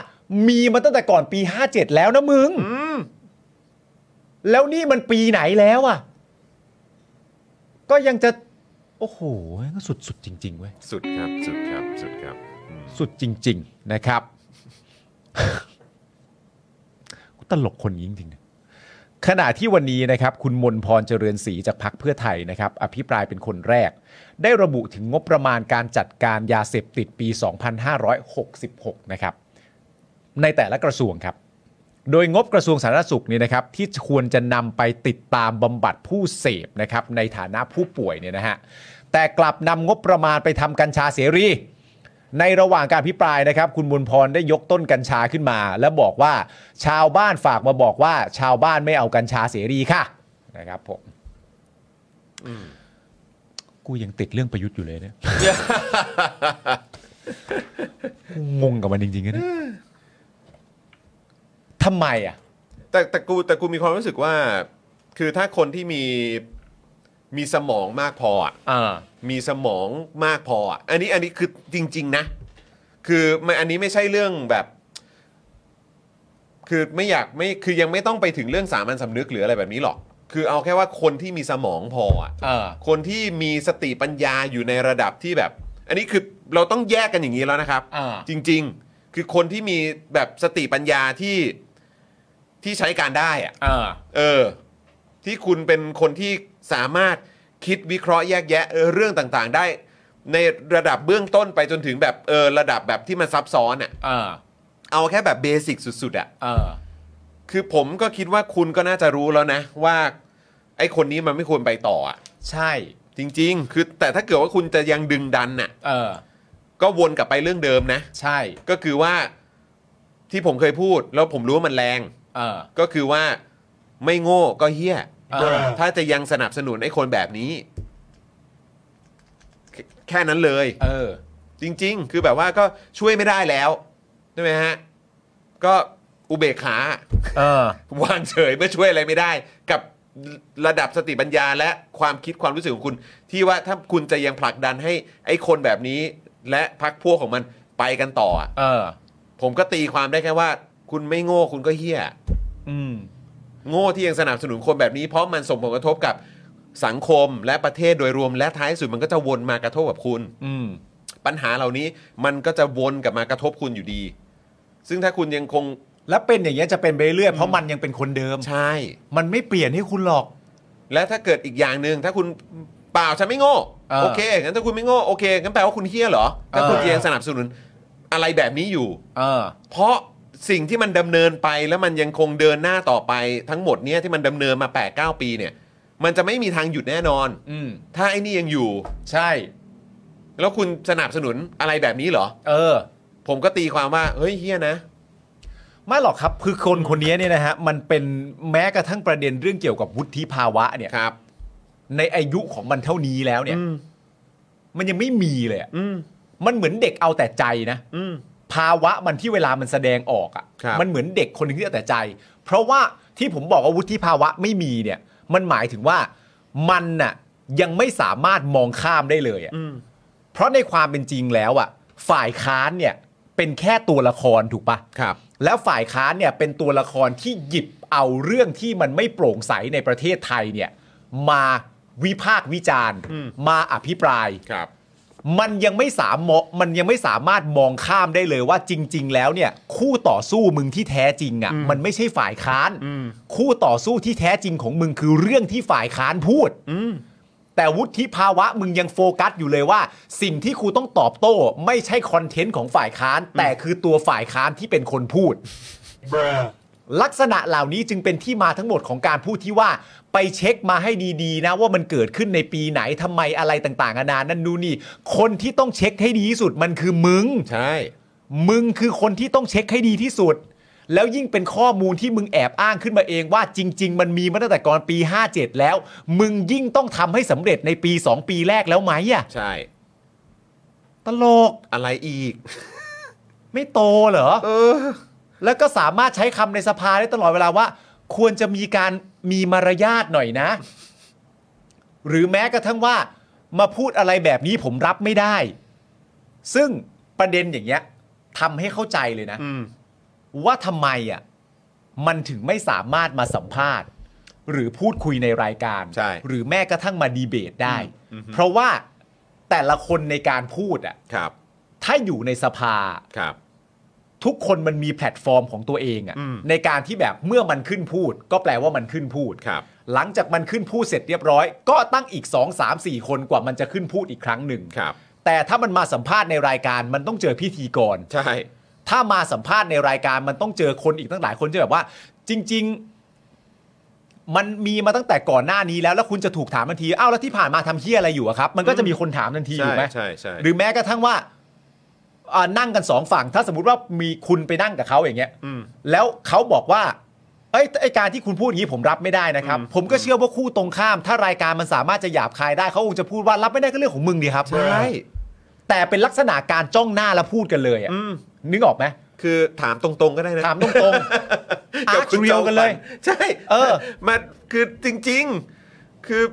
S2: มีมาตั้งแต่ก่อนปี 57 แล้วนะมึง
S1: อืม
S2: แล้วนี่มันปีไหนแล้วอ่ะ ก็ยังจะ โอ้โหก็สุดสุดจริง ๆ เว้ย
S1: สุดครับ สุดครับ สุดครับอืม
S2: สุดจริง ๆ นะครับ กูตลกคนนี้จริงๆนะขณะที่วันนี้นะครับ คุณมนพรเจริญศรีจากพักเพื่อไทยนะครับ อภิปรายเป็นคนแรก ได้ระบุถึงงบประมาณการจัดการยาเสพติดปี 2566 นะครับ ในแต่ละกระทรวงครับ โดยงบกระทรวงสาธารณสุขเนี่ยนะครับ ที่ควรจะนำไปติดตามบำบัดผู้เสพนะครับ ในฐานะผู้ป่วยเนี่ยนะฮะแต่กลับนำงบประมาณไปทำกัญชาเสรี ในระหว่างการพิปรายนะครับ คุณบุญพรได้ยกต้นกัญชาขึ้นมา และบอกว่า ชาวบ้านฝากมาบอกว่า ชาวบ้านไม่เอากัญชาเสรีค่ะนะครับผมกูยังติดเรื่องประยุทธ์อยู่เลยเนี่ย กูงงกับมันจริงๆนะเนี่ยทำไมอ่ะ
S1: แต่แต่กูแต่กูมีความรู้สึกว่า คือถ้าคนที่มีมีสมองมากพออะ
S2: อ่า
S1: มีสมองมากพออะอันนี้อันนี้คือจริง ๆ นะ คือมันอันนี้ไม่ใช่เรื่องแบบ คือไม่อยากไม่คือยังไม่ต้องไปถึงเรื่องสามัญสำนึกหรืออะไรแบบนี้หรอก คือเอาแค่ว่าคนที่มีสมองพออะ
S2: เออ
S1: คนที่มีสติปัญญาอยู่ในระดับที่แบบ อันนี้คือเราต้องแยกกันอย่างนี้แล้วนะครับ
S2: อ่า
S1: จริง ๆ คือคนที่มีแบบสติปัญญาที่ที่ใช้การได้อะ
S2: เออ
S1: เออ ที่คุณเป็นคนที่สามารถคิดวิเคราะห์แยกแยะเออเรื่องต่างๆ ได้ ในระดับเบื้องต้นไปจนถึงแบบเออระดับแบบที่มันซับซ้อนอ่ะ
S2: เออ
S1: เอาแค่แบบเบสิกสุดๆอ่ะ
S2: เออ
S1: คือผมก็คิดว่าคุณก็น่าจะรู้แล้วนะ ว่าไอ้คนนี้มันไม่ควรไปต่ออ่ะ
S2: ใช่
S1: จริง ๆ คือแต่ถ้าเกิดว่าคุณจะยังดึงดันน่ะ
S2: เออ
S1: ก็วนกลับไปเรื่องเดิมนะ
S2: ใช่
S1: ก็คือว่าที่ผมเคยพูดแล้วผมรู้ว่ามันแรง
S2: เออ
S1: ก็คือว่าไม่โง่ก็เฮี้ย
S2: เออ
S1: ถ้าจะยังสนับสนุนไอ้คนแบบนี้ แค่แค่นั้นเลย
S2: เออ
S1: จริง ๆ คือแบบว่าก็ช่วยไม่ได้แล้วใช่ไหมฮะ ก็อุเบกขา
S2: เออ
S1: วางเฉยเมื่อช่วยอะไรไม่ได้ กับระดับสติปัญญาและความคิดความรู้สึกของคุณ ที่ว่าถ้าคุณจะยังผลักดันให้ไอ้คนแบบนี้ และพักพวกของมันไปกันต่ออะ
S2: เออ
S1: ผมก็ตีความได้แค่ว่า คุณไม่โง่คุณก็เฮี้ย
S2: อืม
S1: โง่ที่ยังสนับสนุนคนแบบนี้ เพราะมันส่งผลกระทบกับสังคมและประเทศโดยรวม และท้ายสุดมันก็จะวนมากระทบกับคุณ
S2: อืม
S1: ปัญหาเหล่านี้มันก็จะวนกลับมากระทบคุณอยู่ดี ซึ่งถ้าคุณยังคง
S2: แล้วเป็นอย่างเงี้ยจะเป็นไปเรื่อยๆเพราะมันยังเป็นคนเดิม
S1: ใช่
S2: มันไม่เปลี่ยนให้คุณหรอก
S1: และถ้าเกิดอีกอย่างหนึ่งถ้าคุณเปล่าฉันไม่โง่
S2: เออ
S1: โอเคงั้นถ้าคุณไม่โง่โอเคงั้นแปลว่าคุณเฮี้ยเหรอถ้าคุณ
S2: เออ
S1: ยังสนับสนุนอะไรแบบนี้อยู่
S2: เออ
S1: เพราะสิ่งที่มันดำเนินไปแล้วมันยังคงเดินหน้าต่อไปทั้งหมดเนี้ยที่มันดำเนินมา8ปดปีเนี่ย มันจะไม่มีทางหยุดแน่นอน
S2: อืม
S1: ถ้าไอ้นี่ยังอยู่
S2: ใช่
S1: แล้วคุณสนับสนุนอะไรแบบนี้เหรอ
S2: เออ
S1: ผมก็ตีความว่าเฮ้ยเฮี้ยนะ
S2: ไม่หรอกครับ คือคนคนนี้เนี่ยนะฮะ มันเป็นแม้กระทั่งประเด็นเรื่องเกี่ยวกับวุฒิภาวะเนี่ย
S1: ครับ
S2: ในอายุของมันเท่านี้แล้วเนี่ย
S1: อืม
S2: มันยังไม่มีเลยอะ
S1: อืม
S2: มันเหมือนเด็กเอาแต่ใจนะ
S1: อืม
S2: ภาวะมันที่เวลามันแสดงออก
S1: ครั
S2: อะ่ะ
S1: บ
S2: มันเหมือนเด็กคนหนึงที่เอาแต่ใจ เพราะว่าที่ผมบอกว่าวุฒิภาวะไม่มีเนี่ย มันหมายถึงว่ามันน่ะยังไม่สามารถมองข้ามได้เลยอะ
S1: อืม
S2: เพราะในความเป็นจริงแล้วอ่ะ ฝ่ายค้านเนี่ยเป็นแค่ตัวละครถูกปะ
S1: ครับ
S2: แล้วฝ่ายค้านเนี่ยเป็นตัวละครที่หยิบเอาเรื่องที่มันไม่โปร่งใสในประเทศไทยเนี่ย มาวิพากษ์วิจารณ์
S1: อืม
S2: มาอภิปราย
S1: ครับ
S2: มันยังไม่สามารถมันยังไม่สามารถมองข้ามได้เลยว่าจริง ๆ แล้วเนี่ย คู่ต่อสู้มึงที่แท้จริงอะ่ะ มันไม่ใช่ฝ่ายค้าน คู่ต่อสู้ที่แท้จริงของมึงคือเรื่องที่ฝ่ายค้านพูด แต่วุฒิภาวะมึงยังโฟกัสอยู่เลยว่า สิ่งที่ครูต้องตอบโต้ ไม่ใช่คอนเทนต์ของฝ่ายค้าน แต่คือตัวฝ่ายค้านที่เป็นคนพูด ลักษณะเหล่านี้จึงเป็นที่มาทั้งหมดของการพูดที่ว่า ไปเช็คมาให้ดีๆ นะ ว่ามันเกิดขึ้นในปีไหนทำไมอะไรต่างๆนานานั่นนู่นนี่ คนที่ต้องเช็คให้ดีที่สุดมันคือมึง
S1: ใช่
S2: มึงคือคนที่ต้องเช็คให้ดีที่สุด แล้วยิ่งเป็นข้อมูลที่มึงแอบอ้างขึ้นมาเองว่าจริง ๆ มันมีมาตั้งแต่ก่อนปี 57 แล้ว มึงยิ่งต้องทำให้สำเร็จในปี 2 ปีแรกแล้วไหมอะ
S1: ใช่
S2: ตลก
S1: อะไรอีก
S2: ไม่โตเหรอ
S1: เออ
S2: แล้วก็สามารถใช้คำในสภาได้ตลอดเวลาว่า ควรจะมีการมีมารยาทหน่อยนะ หรือแม้กระทั่งว่า มาพูดอะไรแบบนี้ผมรับไม่ได้ ซึ่งประเด็นอย่างเงี้ยทำให้เข้าใจเลยนะ
S1: อืม
S2: ว่าทำไมอ่ะมันถึงไม่สามารถมาสัมภาษณ์ หรือพูดคุยในรายการ
S1: ใช่
S2: หรือแม้กระทั่งมาดีเบตได้ เพราะว่าแต่ละคนในการพูดอ่ะ
S1: ครับ
S2: ถ้าอยู่ในสภา
S1: ครับ
S2: ทุกคนมันมีแพลตฟอร์มของตัวเอง
S1: อืม
S2: อะ่ะในการที่แบบเมื่อมันขึ้นพูด ก็แปลว่ามันขึ้นพูด
S1: ครับ
S2: หลังจากมันขึ้นพูดเสร็จเรียบร้อย ก็ตั้งอีก 2 3 4 คนกว่ามันจะขึ้นพูดอีกครั้งหนึ่ง
S1: ครับ
S2: แต่ถ้ามันมาสัมภาษณ์ในรายการมันต้องเจอพิธีกร
S1: ใช่
S2: ถ้ามาสัมภาษณ์ในรายการมันต้องเจอคนอีกตั้งหลายคนจะแบบว่า จริง ๆ มันมีมาตั้งแต่ก่อนหน้านี้แล้วแล้วคุณจะถูกถามทันทีอ้าวแล้วที่ผ่านมาทำเฮียอะไรอยู่อะครับ มันก็จะมีคนถามทันที
S1: ใช่
S2: ถูกไหม
S1: ใช่ใช่
S2: หรือแม้กระทั่งว่าอ่านั่งกันสองฝั่ง ถ้าสมมติว่ามีคุณไปนั่งกับเขาอย่างเงี้ย
S1: อืม
S2: แล้วเขาบอกว่าไอ้ยไอการที่คุณพูดอย่างนี้ผมรับไม่ได้นะครับ ผมก็เชื่อว่าคู่ตรงข้าม ถ้ารายการมันสามารถจะหยาบคายได้เขาคงจะพูดว่ารับไม่ได้ก็เรื่องของมึงดีครับ
S1: ใช่
S2: แต่เป็นลักษณะการจ้องหน้าแล้วพูดกันเลยอะ
S1: อืม
S2: นึกออกไหม
S1: คือถามตรงๆก็ได้นะ
S2: ถามตรงๆ อา
S1: กับ
S2: ร์ต
S1: คุณ
S2: เรีย
S1: จ
S2: ว
S1: อมขวัญ
S2: กันเลย
S1: ใช่
S2: เออ
S1: มาคือจริง ๆ คือ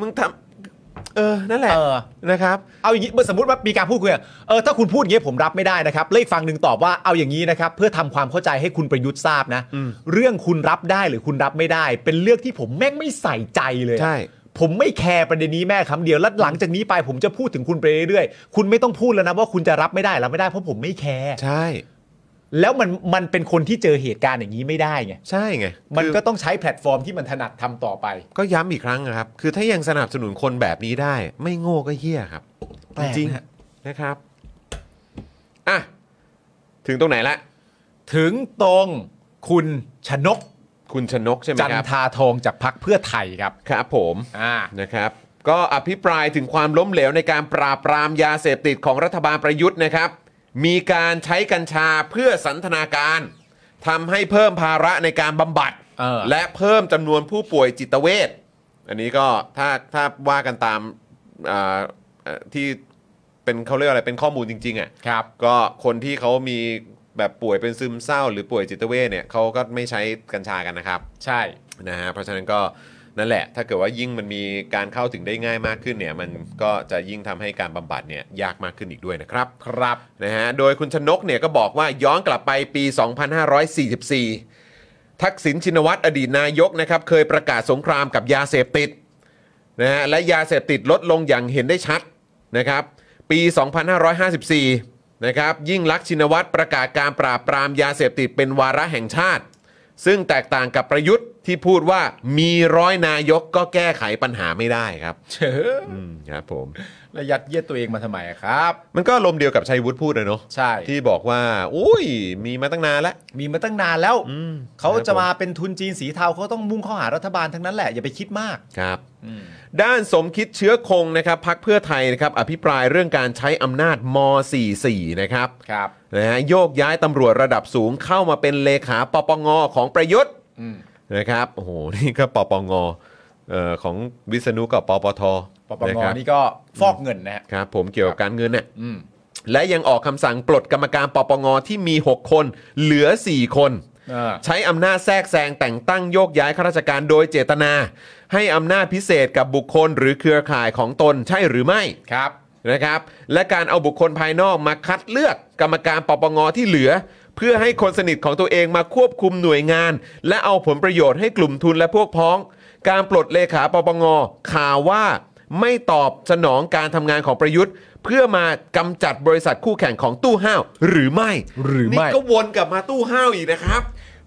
S1: มึงทำเออ นั่นแหละ
S2: เออ
S1: นะครับ
S2: เอาอย่างนี้เมื่อสมมติว่ามีการพูดคุยอะเออถ้าคุณพูดอย่างนี้ผมรับไม่ได้นะครับเลขฟังหนึ่งตอบว่าเอาอย่างนี้นะครับ เพื่อทำความเข้าใจให้คุณประยุทธ์ทราบนะ เรื่องคุณรับได้หรือคุณรับไม่ได้ เป็นเรื่องที่ผมแม่งไม่ใส่ใจเลย
S1: ใช่
S2: ผมไม่แคร์ประเด็นนี้แม่คำเดียวแล้วหลังจากนี้ไปผมจะพูดถึงคุณไปเรื่อยๆคุณไม่ต้องพูดแล้วนะว่าคุณจะรับไม่ได้รับไม่ได้เพราะผมไม่แคร์
S1: ใช่
S2: แล้วมันมันเป็นคนที่เจอเหตุการณ์อย่างนี้ไม่ได้ไง
S1: ใช่ไง
S2: มัน
S1: คือ
S2: ก็ต้องใช้แพลตฟอร์มที่มันถนัดทำต่อไป
S1: ก็ย้ำอีกครั้งนะครับ คือถ้ายังสนับสนุนคนแบบนี้ได้ ไม่โง่ก็เหี้ยครับ
S2: แป
S1: จ
S2: ลกนะ
S1: ริงๆนะครับ อ่ะ ถึงตรงไหนละ
S2: ถึงตรงคุณชนก
S1: คุณชนกใช่ไหม
S2: จัน
S1: ครับ
S2: ทาทองจากพรรคเพื่อไทยครับ
S1: ครับผม
S2: อ่า
S1: นะครับ ก็อภิปรายถึงความล้มเหลวในการปราบปรามยาเสพติดของรัฐบาลประยุทธ์นะครับ มีการใช้กัญชาเพื่อสันทนาการทำให้เพิ่มภาระในการบำบัด
S2: เออ
S1: และเพิ่มจำนวนผู้ป่วยจิตเวชอันนี้ก็ถ้าถ้าว่ากันตามอ่าเอ่อที่เป็นเขาเรียกอะไรเป็นข้อมูลจริงๆอ่ะ
S2: ครับ
S1: ก็คนที่เขามีแบบป่วยเป็นซึมเศร้า หรือป่วยจิตเวชเนี่ยเขาก็ไม่ใช้กัญชากันนะครับ
S2: ใช่
S1: นะฮะเพราะฉะนั้นก็นั่นแหละ ถ้าเกิดว่ายิ่งมันมีการเข้าถึงได้ง่ายมากขึ้นเนี่ยมันก็จะยิ่งทำให้การบำบัดเนี่ยยากมากขึ้นอีกด้วยนะครับ
S2: ครับ
S1: นะฮะ โดยคุณชนกเนี่ยก็บอกว่าย้อนกลับไปปี 2544 ทักษิณชินวัตรอดีตนายกนะครับ เคยประกาศสงครามกับยาเสพติดนะฮะ และยาเสพติดลดลงอย่างเห็นได้ชัดนะครับ ปี 2554 นะครับ ยิ่งลักษณ์ชินวัตรประกาศการปราบปรามยาเสพติดเป็นวาระแห่งชาติ ซึ่งแตกต่างกับประยุทธ์ที่พูดว่ามีร้อยนายกก็แก้ไขปัญหาไม่ได้ครับ
S2: เชอ
S1: อืมครับผม
S2: แล้วยัดเยียดตัวเองมาทำไมอะครับ
S1: มันก็ลมณ์เดียวกับชัยวุฒิพูดเลยเนาะ
S2: ใช่
S1: ที่บอกว่า อุ้ย มีมาตั้งนานแล้ว
S2: มีมาตั้งนานแล้ว เขา
S1: ครับ
S2: จะมาเป็นทุนจีนสีเทาเขาต้องมุ่งเข้อหารัฐบาลทั้งนั้นแหละ อย่าไปคิดมาก
S1: ครับ ด้านสมคิดเชื้อคงนะครับพักเพื่อไทยนะครับ อภิปรายเรื่องการใช้อำนาจม .44 นะครับ
S2: ครับ
S1: นะฮะโยกย้ายตำรวจระดับสูงเข้ามาเป็นเลขาปปงของประยุทธ์นะครับ โอ้โห นี่ก็ปปงเอ่อของวิษณุกับปปท
S2: ปปง
S1: ะครับ
S2: นี่ก็ฟอกเงินนะฮะ
S1: ครับผมเกี่ยวกับการเงินเนี่ย
S2: อืม
S1: และยังออกคำสั่งปลดกรรมการปปงที่มี 6 คน เหลือ 4 คน
S2: อ่า
S1: ใช้อำนาจแทรกแซงแต่งตั้งโยกย้ายข้าราชการโดยเจตนา ให้อำนาจพิเศษกับบุคคลหรือเครือข่ายของตนใช่หรือไม่
S2: ครับ
S1: นะครับ และการเอาบุคคลภายนอกมาคัดเลือกกรรมการปปงที่เหลือ เพื่อให้คนสนิทของตัวเองมาควบคุมหน่วยงาน และเอาผลประโยชน์ให้กลุ่มทุนและพวกพ้อง การปลดเลขาปปงข่าวว่าไม่ตอบสนองการทำงานของประยุทธ์ เพื่อมากำจัดบริษัทคู่แข่งของตู้ห้าวหรือไม่
S2: หรือไม่
S1: นี่ก็วนกลับมาตู้ห้าวอีกนะครับ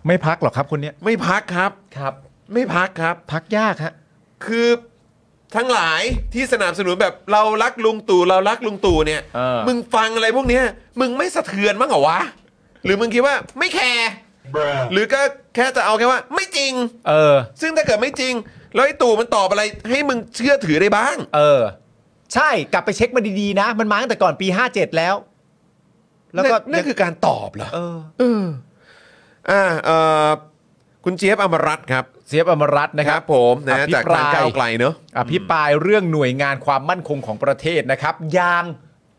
S2: ไม่พักหรอกครับคนเนี้ย
S1: ไม่พักครับ
S2: ครับ
S1: ไม่พักครับ
S2: พักยากฮะ
S1: คือทั้งหลายที่สนับสนุนแบบเรารักลุงตู่เรารักลุงตู่เนี่ย
S2: เออ
S1: มึงฟังอะไรพวกเนี้ยมึงไม่สะเทือนบ้างเหรอวะ หรือมึงคิดว่าไม่แคร์หรือก็แค่จะเอาแค่ว่า ไม่จริง
S2: เออ
S1: ซึ่งถ้าเกิดไม่จริง แล้วไอ้ตู่มันตอบอะไรให้มึงเชื่อถือได้บ้าง
S2: เออ ใช่กลับไปเช็คมาดีๆนะ มันมาตั้งแต่ก่อนปี 57 แล้ว แล้วก็
S1: นั่นนั่นคือการตอบเหรอ
S2: เออ
S1: อ่าเอ่อคุณเจี๊ยบอมรรัตน์ครับ
S2: เสียบอมรัตน์นะ
S1: ค
S2: ครั
S1: รับ บผมนะ
S2: อภิ
S1: จาก
S2: ปราย
S1: ทางก้าวไกลเนอะ
S2: อภิปรายเรื่องหน่วยงานความมั่นคงของประเทศนะครับอยาง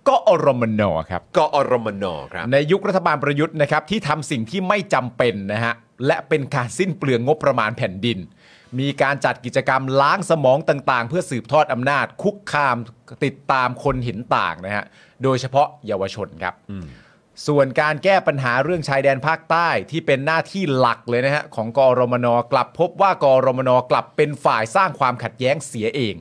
S2: ก็อรมนครับ
S1: กอรมนครับ
S2: ในยุครัฐบาลประยุทธ์นะครับที่ทำสิ่งที่ไม่จำเป็นนะฮะและเป็นการสิ้นเปลืองงบประมาณแผ่นดิน มีการจัดกิจกรรมล้างสมองต่างๆ เพื่อสืบทอดอำนาจ คุกคามติดตามคนเห็นต่างนะฮะโดยเฉพาะเยาวชนครับ ส่วนการแก้ปัญหาเรื่องชายแดนภาคใต้ที่เป็นหน้าที่หลักเลยนะฮะของกอรมนกลับพบว่ากอรมนกลับเป็นฝ่ายสร้างความขัดแย้งเสียเอง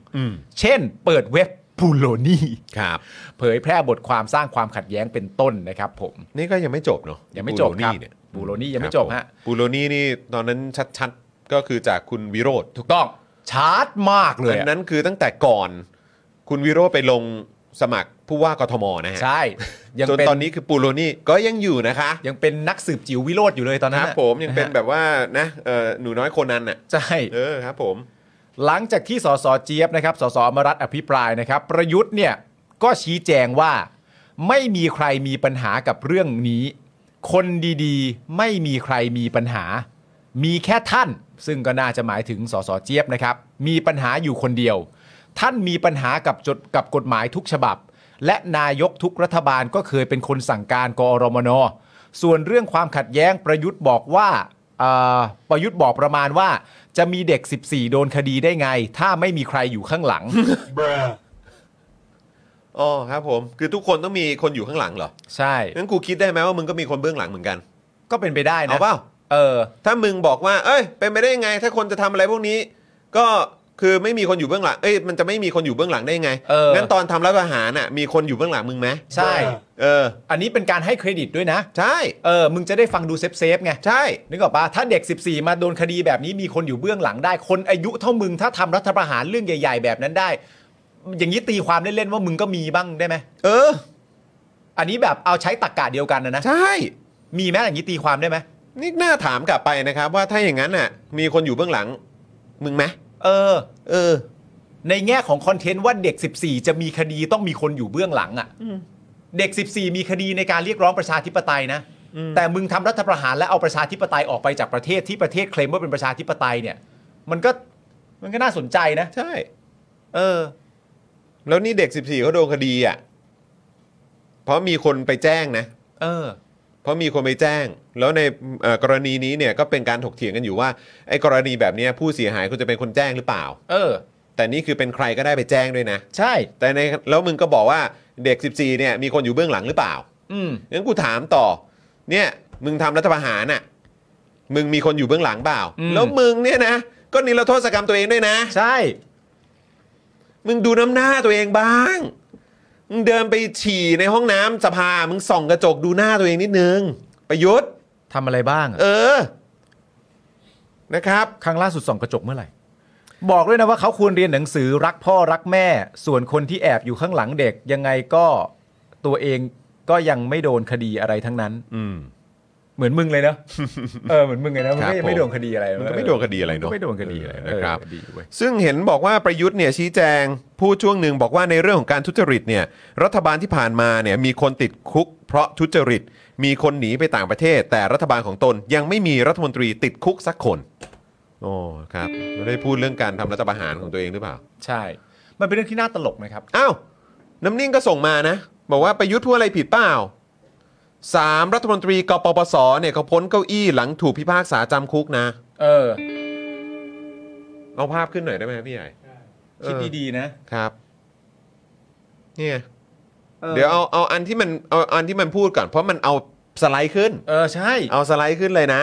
S2: เช่น เปิดเว็บปูโลนี่
S1: ครับ
S2: เผยแพร่บทความสร้างความขัดแย้งเป็นต้นนะครับผม
S1: นี่ก็ยังไม่จบเนอะ
S2: ยังไม่จบ
S1: ปูโร
S2: ครับ
S1: นี่เนี่ย
S2: บูโรนี่ยังไม่จบฮะ
S1: ปูโรนี่นี่ตอนนั้นชัดๆ ก็คือจากคุณวิโรธ
S2: ถูกต้องชาร์จมากเลย
S1: อั
S2: อะ
S1: นนั้นคือตั้งแต่ก่อน คุณวิโรธไปลงสมัครผู้ว่ากทมนะฮะ
S2: ใช่ ยัง
S1: จน
S2: เป็น
S1: ตอนนี้คือปูโรนี่ก็ยังอยู่นะคะ
S2: ยังเป็นนักสืบจิ๋ววิโรธอยู่เลยตอน
S1: ค
S2: นั้น
S1: รับ
S2: อะ
S1: ผมยังเป็น
S2: นะฮะ
S1: แบบว่านะเอ่อหนูน้อยโคนนั้นน่ะ
S2: ใช่
S1: เออครับผม
S2: หลังจากที่สสเจี๊ยบนะครับสสอมรัตน์อภิปรายนะครับ ประยุทธ์เนี่ยก็ชี้แจงว่า ไม่มีใครมีปัญหากับเรื่องนี้ คนดีๆ ไม่มีใครมีปัญหา มีแค่ท่าน ซึ่งก็น่าจะหมายถึงสสเจี๊ยบนะครับ มีปัญหาอยู่คนเดียว ท่านมีปัญหากับจดกับกฎหมายทุกฉบับ และนายกทุกรัฐบาลก็เคยเป็นคนสั่งการกอรมน ส่วนเรื่องความขัดแย้งประยุทธ์บอกว่าเอ่อประยุทธ์บอกประมาณว่า จะมีเด็ก 14 โดนคดีได้ไง ถ้าไม่มีใครอยู่ข้างหลัง
S1: อ๋อครับผม คือทุกคนต้องมีคนอยู่ข้างหลังเหรอ
S2: ใช่
S1: งั้นกูคิดได้ไหมว่ามึงก็มีคนเบื้องหลังเหมือนกัน
S2: ก็เป็นไปได้นะ
S1: เอาเปล่า
S2: เออ
S1: ถ้ามึงบอกว่า เอ้ย เป็นไปได้ยังไง ถ้าคนจะทำอะไรพวกนี้ ก็คือไม่มีคนอยู่เบื้องหลัง เอ้ย มันจะไม่มีคนอยู่เบื้องหลังได้ยังไง
S2: เออ
S1: งั้นตอนทำรัฐประหารน่ะ มีคนอยู่เบื้องหลังมึงไหม
S2: ใช่
S1: เออ
S2: อันนี้เป็นการให้เครดิตด้วยนะ
S1: ใช่
S2: เออ มึงจะได้ฟังดูเซฟเซฟๆไง
S1: ใช่
S2: นึกออกปะถ้าเด็ก 14 มาโดนคดีแบบนี้มีคนอยู่เบื้องหลังได้ คนอายุเท่ามึงถ้าทำรัฐประหารเรื่องใหญ่ ๆ แบบนั้นได้ อย่างนี้ตีความเล่น ๆ ว่ามึงก็มีบ้างได้ไหม
S1: เออ
S2: อันนี้แบบเอาใช้ตรกกะเดียวกันนะนะ
S1: ใช่
S2: มีไหมอย่างนี้ตีความได้ไหม
S1: นี่น่าถามกลับไปนะครับ ว่าถ้าอย่างนั้นน่ะ มีคนอยู่เบื้องหลัง มึงไหม
S2: เออ
S1: เออ
S2: ในแง่ของคอนเทนต์ว่าเด็ก 14 จะมีคดีต้องมีคนอยู่เบื้องหลังอะ่ะเด็ก 14 มีคดีในการเรียกร้องประชาธิปไตยนะ แต่มึงทำรัฐประหารและเอาประชาธิปไตยออกไปจากประเทศที่ประเทศเคลมว่าเป็นประชาธิปไตยเนี่ย มันก็มันก็น่าสนใจนะ
S1: ใช่
S2: เออ
S1: แล้วนี่เด็ก 14เขาโดนคดีอ่ะ เพราะมีคนไปแจ้งนะ
S2: เออ
S1: เพราะมีคนไปแจ้ง แล้วในเอ่อกรณีนี้เนี่ยก็เป็นการถกเถียงกันอยู่ว่าไอ้กรณีแบบเนี้ยผู้เสียหายคุณจะเป็นคนแจ้งหรือเปล่า
S2: เออ
S1: แต่นี่คือเป็นใครก็ได้ไปแจ้งด้วยนะ
S2: ใช่
S1: แต่ในแล้วมึงก็บอกว่าเด็ก 14เนี่ยมีคนอยู่เบื้องหลังหรือเปล่า
S2: อืม
S1: งั้นกูถามต่อ เนี่ยมึงทำรัฐประหารน่ะมึงมีคนอยู่เบื้องหลังเปล่า
S2: อืม
S1: แล้วมึงเนี่ยนะก็นิรโทษกรรมตัวเองด้วยนะ
S2: ใช่
S1: มึงดูน้ำหน้าตัวเองบ้าง มึงเดินไปฉี่ในห้องน้ำสภา มึงส่องกระจกดูหน้าตัวเองนิดนึง ประยุทธ์
S2: ทำอะไรบ้างอะ
S1: เออ นะครับ
S2: ครั้งล่าสุดส่องกระจกเมื่อไหร่ บอกด้วยนะว่าเขาควรเรียนหนังสือรักพ่อรักแม่ ส่วนคนที่แอบอยู่ข้างหลังเด็กยังไงก็ตัวเองก็ยังไม่โดนคดีอะไรทั้งนั้น
S1: อืม
S2: เหมือนมึงเลย เนอะ เออ เหมือนมึงเลยนะ มัน
S1: ครั
S2: ก็
S1: บ
S2: ยังไม่
S1: ผม
S2: โดนคดีอะไร
S1: มันก็ไม่โดนคดีอะไรเนอะ
S2: มัก็ไม่โดนคดีอะไร
S1: เออนะครับ
S2: เออดีเว้ย
S1: ซึ่งเห็นบอกว่าประยุทธ์เนี่ยชี้แจงพูดช่วงหนึ่งบอกว่าในเรื่องของการทุจริตเนี่ยรัฐบาลที่ผ่านมาเนี่ยมีคนติดคุก เพราะทุจริต มีคนหนีไปต่างประเทศ แต่รัฐบาลของตนยังไม่มีรัฐมนตรีติดคุกสักคนโอ้ครับไม่ได้พูดเรื่องการทำรัฐประหารของตัวเองหรือเปล่า
S2: ใช่ มันเป็นเรื่องที่น่าตลกนะครับ
S1: อ้าวน้ำนิ่งก็ส่งมานะ บอกว่าประยุทธ์พูดอะไรผิดเปล่าสามรัฐมนตรีกปปสเนี่ยเขาพ้นเก้าอี้หลังถูกพิพากษาจำคุกนะ
S2: เออ
S1: เอาภาพขึ้นหน่อยได้ไหมพี่ใหญ่
S2: คิด
S1: เออ
S2: ดีๆนะครับ
S1: เนี่ย เดี๋ยวเอาเอาอันที่มันเอาอันที่มันพูดก่อน เพราะมันเอาสไลด์ขึ้น
S2: เออ ใช่
S1: เอาสไลด์ขึ้นเลยนะ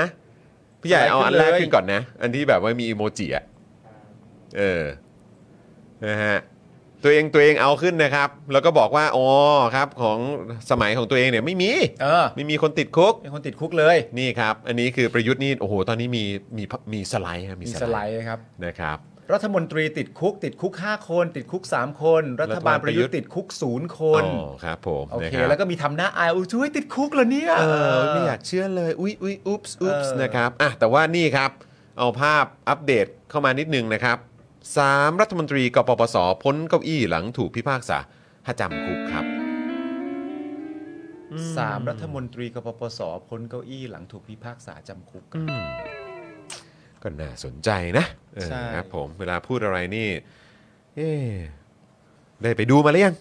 S1: พี่ใหญ่
S2: สไลด์
S1: เอาอั
S2: ขึ้น
S1: นแรก
S2: เลย
S1: ขึ้นก่อนนะ อันที่แบบว่ามีอีโมจิอ่ะ เออ นะฮะ ตัวเองตัวเองเอาขึ้นนะครับ แล้วก็บอกว่าอ๋อครับของสมัยของตัวเองเนี่ยไม่มี
S2: เออ
S1: ไม่มีคนติดคุก
S2: เป็นคนติดคุกเลย
S1: นี่ครับ อันนี้คือประยุทธ์นี่โอ้โหตอนนี้มีมีมีสไลด์ครับ
S2: มี
S1: มี
S2: สไลด์นะครับ
S1: นะครับ
S2: รัฐมนตรีติดคุก ติดคุก 5 คน ติดคุก 3 คน รัฐบาลประยุทธ์ติดคุก 0 คน
S1: อ๋อครับผม
S2: โอ
S1: นะ
S2: เค
S1: รับ
S2: แล้วก็มีทำหน้าอายอุ้ยอุ๊ยติดคุกเหรอเนี่ย
S1: เออไม่อยากเชื่อเลยอุ๊ยอุ๊ยอุ๊ปส์อุ๊ปส์
S2: เออ
S1: นะครับอ่ะแต่ว่านี่ครับ เอาภาพอัปเดตเข้ามานิดนึงนะครับสามรัฐมนตรีกปปสพ้นเก้าอี้หลังถูกพิพากษาหจำคุกครับ
S2: สามรัฐมนตรีกปปสพ้นเก้าอี้หลังถูกพิพากษาจำคุก
S1: ก็น่าสนใจนะเออ
S2: ใช่
S1: ครับผมเวลาพูดอะไรนี่เอ๊ะได้ไปดูมาหรือยัง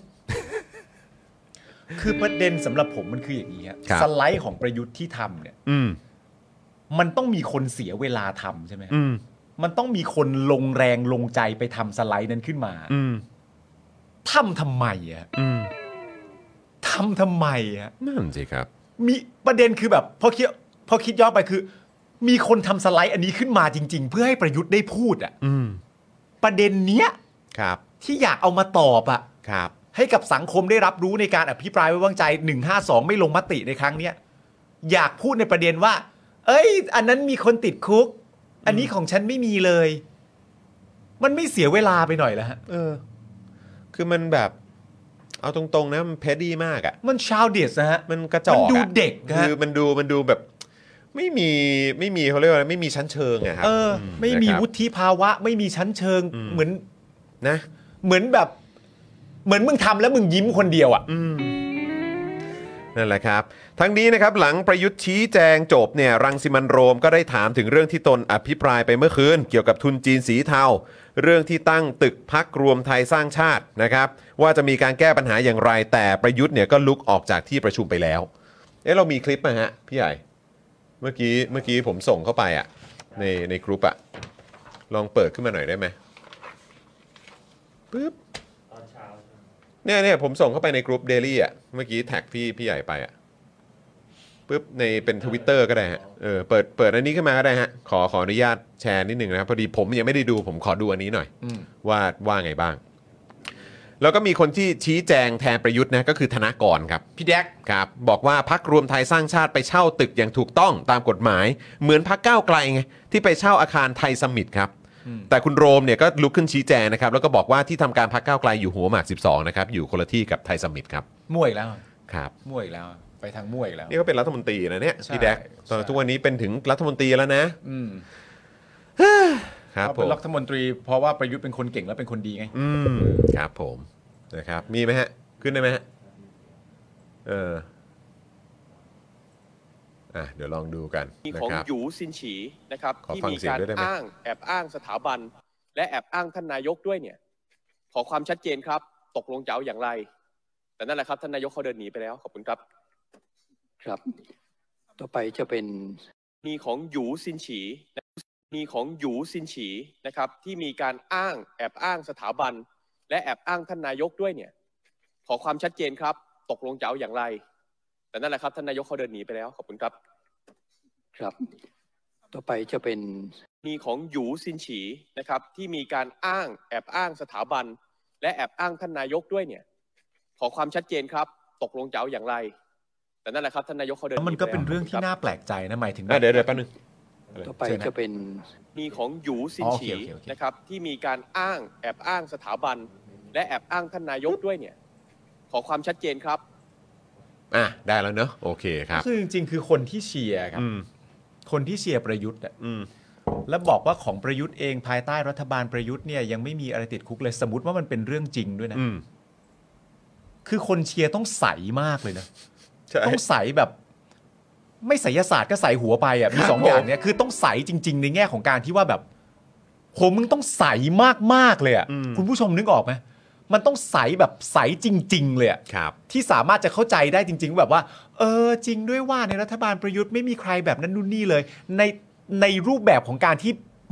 S2: คือประเด็นสำหรับผมมันคืออย่างนี้ฮะ
S1: ครับ
S2: สไลด์ของประยุทธ์ที่ทำเนี่ย
S1: อืม
S2: มันต้องมีคนเสียเวลาทำใช่ไหมฮะ
S1: อืม
S2: มันต้องมีคนลงแรงลงใจไปทำสไลด์นั้นขึ้นมา
S1: อืม
S2: ทำทำไมอะ
S1: อืม
S2: ทำทำไมอะ
S1: นั่นสิครับ
S2: มีประเด็นคือแบบพอคิดพอคิดย้อนไปคือ มีคนทำสไลด์อันนี้ขึ้นมาจริง ๆ เพื่อให้ประยุทธ์ได้พูดอะ
S1: อืม
S2: ประเด็นเนี้ย
S1: ครับ
S2: ที่อยากเอามาตอบอะ
S1: ครับ
S2: ให้กับสังคมได้รับรู้ในการอภิปรายไว้วางใจ 152 ไม่ลงมติในครั้งเนี้ยอยากพูดในประเด็นว่า เอ้ย อันนั้นมีคนติดคุก อันนี้ของฉันไม่มีเลย มันไม่เสียเวลาไปหน่อยแล้วฮะ
S1: เออ คือมันแบบ เอาตรงๆนะ มันเพดดี้มากอะ่ะ
S2: มันชาวเดียสนะฮะ
S1: มันกระจอกอะ
S2: มันดูเด็กอะ
S1: คือมันดูมันดูแบบ ไม่มีไม่มีเขาเรียกว่าอะไรไม่มีชั้นเชิงอะครับ
S2: เออ ไม่มี
S1: นะครับ
S2: วุฒิภาวะ ไม่มีชั้นเชิง
S1: อืม
S2: เหมือน
S1: นะ
S2: เหมือนแบบ เหมือนมึงทำแล้วมึงยิ้มคนเดียวอะ่ะ
S1: นั่นแหละครับ ทั้งนี้นะครับหลังประยุทธ์ชี้แจงจบเนี่ยรังสิมันต์โรมก็ได้ถามถึงเรื่องที่ตนอภิปรายไปเมื่อคืน เกี่ยวกับทุนจีนสีเทาเรื่องที่ตั้งตึกพักรวมไทยสร้างชาตินะครับ ว่าจะมีการแก้ปัญหาอย่างไรแต่ประยุทธ์เนี่ยก็ลุกออกจากที่ประชุมไปแล้ว เอ๊ะเรามีคลิปมาฮะพี่ใหญ่ เมื่อกี้เมื่อกี้ผมส่งเข้าไปอะในในกรุ๊ปอะลองเปิดขึ้นมาหน่อยได้ไหมปึ๊บเนี่ยเนี่ยผมส่งเข้าไปในกรุ๊ปเดลี่อะเมื่อกี้แท็กพี่พี่ใหญ่ไปอะปึ๊บในเป็น Twitter ก็ได้ฮะเออเปิดเปิดอันนี้ขึ้นมาก็ได้ฮะขอขออนุญาตแชร์นิดหนึ่งนะครับพอดีผมยังไม่ได้ดูผมขอดูอันนี้หน่อย ว่าว่าไงบ้าง แล้วก็มีคนที่ชี้แจงแทนประยุทธ์นะก็คือธนากรครับ
S2: พี่แดก
S1: ครับบอกว่าพักรวมไทยสร้างชาติไปเช่าตึกอย่างถูกต้องตามกฎหมาย เหมือนพักก้าวไกลไงที่ไปเช่าอาคารไทยสมิตครับ แต่คุณโรมเนี่ยก็ลุกขึ้นชี้แจงนะครับ แล้วก็บอกว่าที่ทำการพักก้าวไกลอยู่หัวหมาก 12 นะครับ อยู่คนละที่กับไทยสมิตครับ
S2: มั่วอีกแล้ว
S1: ครับ
S2: มั่วอีกแล้ว ไปทางมั่วอีกแล้ว
S1: นี่ก็เป็นรัฐมนตรีนะเนี่ย
S2: ใช่
S1: พี่แดกตอน
S2: ใช่
S1: ทุกวันนี้เป็นถึงรัฐมนตรีแล้วนะ
S2: อืม
S1: ครับ
S2: เขา
S1: ผ
S2: เป็น
S1: ม
S2: รัฐมนตรี เพราะว่าประยุทธ์เป็นคนเก่งและเป็นคนดีไง
S1: อืมครับผมนะครับมีไหมฮะ ขึ้นได้ไหมฮะเอออ่ะเดี๋ยวลองดูกัน
S4: มี
S1: นะ
S4: ของ
S1: ครับ
S4: หยูซินฉีนะครับ
S1: ขอ
S4: ที่
S1: ฟัง
S4: มี
S1: เสียง
S4: การ
S1: ด้วยได้ไหม
S4: อ้างแอบอ้างสถาบัน และแอบอ้างท่านนายกด้วยเนี่ย ขอความชัดเจนครับ ตกลงจะเอาอย่างไร แต่นั่นแหละครับท่านนายกเขาเดินหนีไปแล้วขอบคุณครับ
S5: ครับ ต่อไปจะเป็น
S4: มีของหยูซินฉีมีของหยูซินฉีนะครับ ที่มีการอ้างแอบอ้างสถาบัน และแอบอ้างท่านนายกด้วยเนี่ย ขอความชัดเจนครับ ตกลงจะเอาอย่างไร แต่นั่นแหละครับท่านนายกเขาเดินหนีไปแล้วขอบคุณครับ
S5: ครับ ต่อไปจะเป็น
S4: มีของหยูซินฉีนะครับ ที่มีการอ้างแอบอ้างสถาบัน และแอบอ้างท่านนายกด้วยเนี่ย ขอความชัดเจนครับ ตกลงจะเอาอย่างไร แต่นั่นแหละครับท่านนายกเขาเดิน
S2: แล้วมันก็เป็นเรื่องที่
S4: หไปแล้
S2: น่าว แปลกใจนะหมายถึง
S1: อ่ะ
S2: ว่า
S1: เดี๋ยวเดี๋ยวแป๊บนึง
S5: ต่อไป
S2: เชิญนะ
S5: จะเป็น
S4: มีของหยูซินฉี
S2: อ๋อโอเคโอเคโอเค
S4: นะครับ ที่มีการอ้างแอบอ้างสถาบัน และแอบอ้างท่านนายกด้วยเนี่ย ขอความชัดเจนครับ
S1: อ่ะ ได้แล้วเนอะโอเคครับ
S2: คือจริงๆ คือคนที่เชียร์ครับ
S1: อืม
S2: คนที่เชียร์ประยุทธ์อะ
S1: อืม
S2: แล้วบอกว่าของประยุทธ์เองภายใต้รัฐบาลประยุทธ์เนี่ยยังไม่มีอะไรติดคุกเลย สมมติว่ามันเป็นเรื่องจริงด้วยนะ
S1: อืม
S2: คือคนเชียร์ต้องใสมากเลยนะ
S1: ใช่
S2: ต้องใสแบบ ไม่ไสยศาสตร์ก็ใสหัวไปอ่ะมี
S1: ครับ
S2: สองอย่า
S1: ผ
S2: ง
S1: ม
S2: เนี้ยคือต้องใสจริง ๆ ในแง่ของการที่ว่าแบบโหมึงต้องใสมากๆเลยอ่ะคุณผู้ชมนึกออกไหมมันต้องใสแบบใสจริง ๆ เลยอ่ะ
S1: ครับ
S2: ที่สามารถจะเข้าใจได้จริง ๆ แบบว่า เออจริงด้วยว่าในรัฐบาลประยุทธ์ไม่มีใครแบบนั้นนู่นนี่เลย ในในรูปแบบของการที่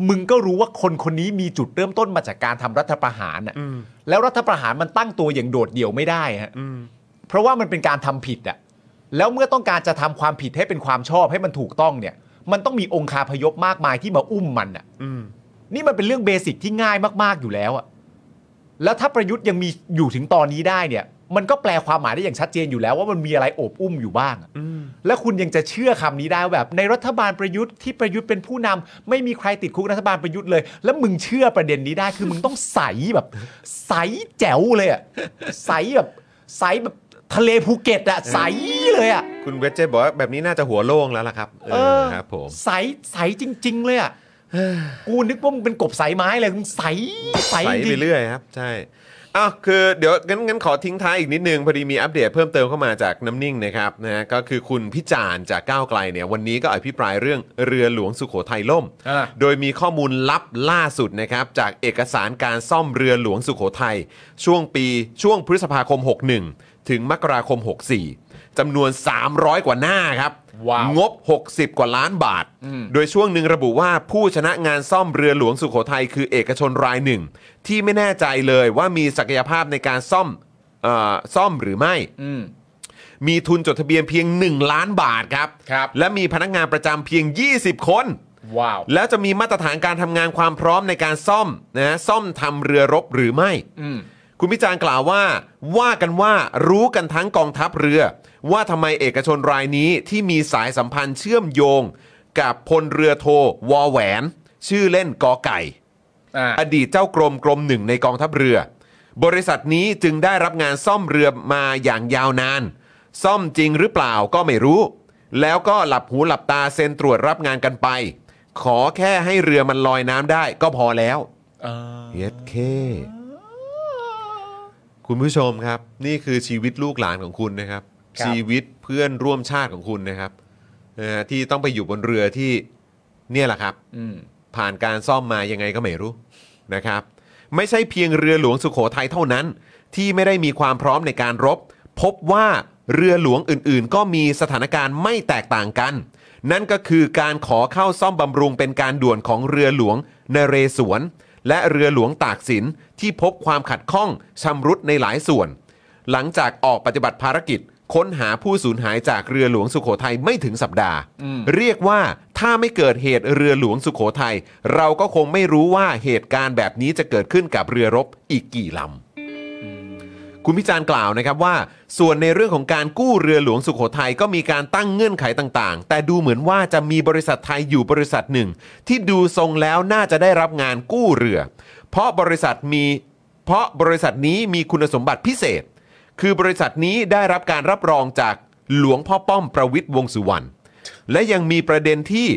S2: มึงก็รู้ว่าคนคนนี้มีจุดเริ่มต้นมาจากการทำรัฐประหารอ่ะแล้วรัฐประหารมันตั้งตัวอย่างโดดเดี่ยวไม่ได้ฮะ เพราะว่ามันเป็นการทำผิดอะแล้วเมื่อต้องการจะทำความผิดให้เป็นความชอบให้มันถูกต้องเนี่ย มันต้องมีองคาพยพมากมายที่มาอุ้มมันอะนี่มันเป็นเรื่องเบสิกที่ง่ายมากๆอยู่แล้วอะ แล้วถ้าประยุทธ์ยังมีอยู่ถึงตอนนี้ได้เนี่ย มันก็แปลความหมายได้อย่างชัดเจนอยู่แล้วว่ามันมีอะไรโอบอุ้มอยู่บ้างอะแล้วคุณยังจะเชื่อคำนี้ได้ว่าแบบ ในรัฐบาลประยุทธ์ที่ประยุทธ์เป็นผู้นำไม่มีใครติดคุกรัฐบาลประยุทธ์เลย แล้วมึงเชื่อประเด็นนี้ได้คือมึงต้องใสแบบใสแจ๋วเลยอะใสแบบใสแบบทะเลภูเก็ตอะใสเลยอะ
S1: คุณเวจเจบอกว่าแบบนี้น่าจะหัวโล่งแล้วล่ะครับ
S2: เออ
S1: ครับผม
S2: ใสใสจริง ๆ เลยอ่ะกูนึกว่ามึงเป็นกบสายไม้เลยมึงใสใส
S1: ไป
S2: จริ
S1: ไป
S2: ง
S1: เรื่อยครับใช่อ้าวคือเดี๋ยวงั้นงั้นขอทิ้งท้ายอีกนิดนึงพอดีมีอัปเดตเพิ่มเติมเข้ามาจากน้ำนิ่งนะครับนะฮะก็คือคุณพิจารณ์จากก้าวไกลเนี่ยวันนี้ก็อภิปรายเรื่องเรือหลวงสุโขทัยล่ม
S2: อ่า
S1: โดยมีข้อมูลลับล่าสุดนะครับจากเอกสารการซ่อมเรือหลวงสุโขทัยช่วงปีช่วงพฤษภาคม 61 ถึงมกราคม 64จำนวน 300 กว่าหน้าครับ
S2: ว้าว
S1: งบ 60 กว่าล้านบาท โดยช่วงหนึ่งระบุว่าผู้ชนะงานซ่อมเรือหลวงสุโขทัยคือเอกชนรายหนึ่ง ที่ไม่แน่ใจเลยว่ามีศักยภาพในการซ่อมเอ่อซ่อมหรือไม่
S2: อืม
S1: มีทุนจดทะเบียนเพียง 1 ล้านบาทครับ
S2: ครับ
S1: และมีพนักงานประจำเพียง 20 คน
S2: ว้าว
S1: แล้วจะมีมาตรฐานการทำงานความพร้อมในการซ่อมนะฮะซ่อมทำเรือรบหรือไม่
S2: อืม
S1: คุณพิจารณ์กล่าวว่า ว่ากันว่ารู้กันทั้งกองทัพเรือ ว่าทำไมเอกชนรายนี้ที่มีสายสัมพันธ์เชื่อมโยง กับพลเรือโทวอแหวน ชื่อเล่นกอไก่
S2: อ่า
S1: อดีตเจ้ากรมกรมหนึ่งในกองทัพเรือ บริษัทนี้จึงได้รับงานซ่อมเรือมาอย่างยาวนาน ซ่อมจริงหรือเปล่าก็ไม่รู้ แล้วก็หลับหูหลับตาเซ็นตรวจรับงานกันไป ขอแค่ให้เรือมันลอยน้ำได้ก็พอแล้วเฮ็ดเค คุณผู้ชมครับ นี่คือชีวิตลูกหลานของคุณนะครับ
S2: ครับ
S1: ชีวิตเพื่อนร่วมชาติของคุณนะครับนะฮะที่ต้องไปอยู่บนเรือที่เนี่ยแหละครับ
S2: อืม
S1: ผ่านการซ่อมมายังไงก็ไม่รู้นะครับ ไม่ใช่เพียงเรือหลวงสุโขทัยเท่านั้น ที่ไม่ได้มีความพร้อมในการรบ พบว่าเรือหลวงอื่นๆ ก็มีสถานการณ์ไม่แตกต่างกัน นั่นก็คือการขอเข้าซ่อมบำรุงเป็นการด่วนของเรือหลวงนเรศวร และเรือหลวงตากสินที่พบความขัดข้องชำรุดในหลายส่วน หลังจากออกปฏิบัติภารกิจ ค้นหาผู้สูญหายจากเรือหลวงสุโขทัยไม่ถึงสัปดาห์ เรียกว่าถ้าไม่เกิดเหตุเรือหลวงสุโขทัยเราก็คงไม่รู้ว่าเหตุการณ์แบบนี้จะเกิดขึ้นกับเรือรบอีกกี่ลำ คุณพิจารณ์กล่าวนะครับว่า ส่วนในเรื่องของการกู้เรือหลวงสุโขทัยก็มีการตั้งเงื่อนไขต่างๆ แต่ดูเหมือนว่าจะมีบริษัทไทยอยู่บริษัทหนึ่ง ที่ดูทรงแล้วน่าจะได้รับงานกู้เรือ เพราะบริษัทมีเพราะบริษัทนี้มีคุณสมบัติพิเศษ คือบริษัทนี้ได้รับการรับรองจากหลวงพ่อป้อมประวิตยวงษ์สุวรรณ และยังมีประเด็นที่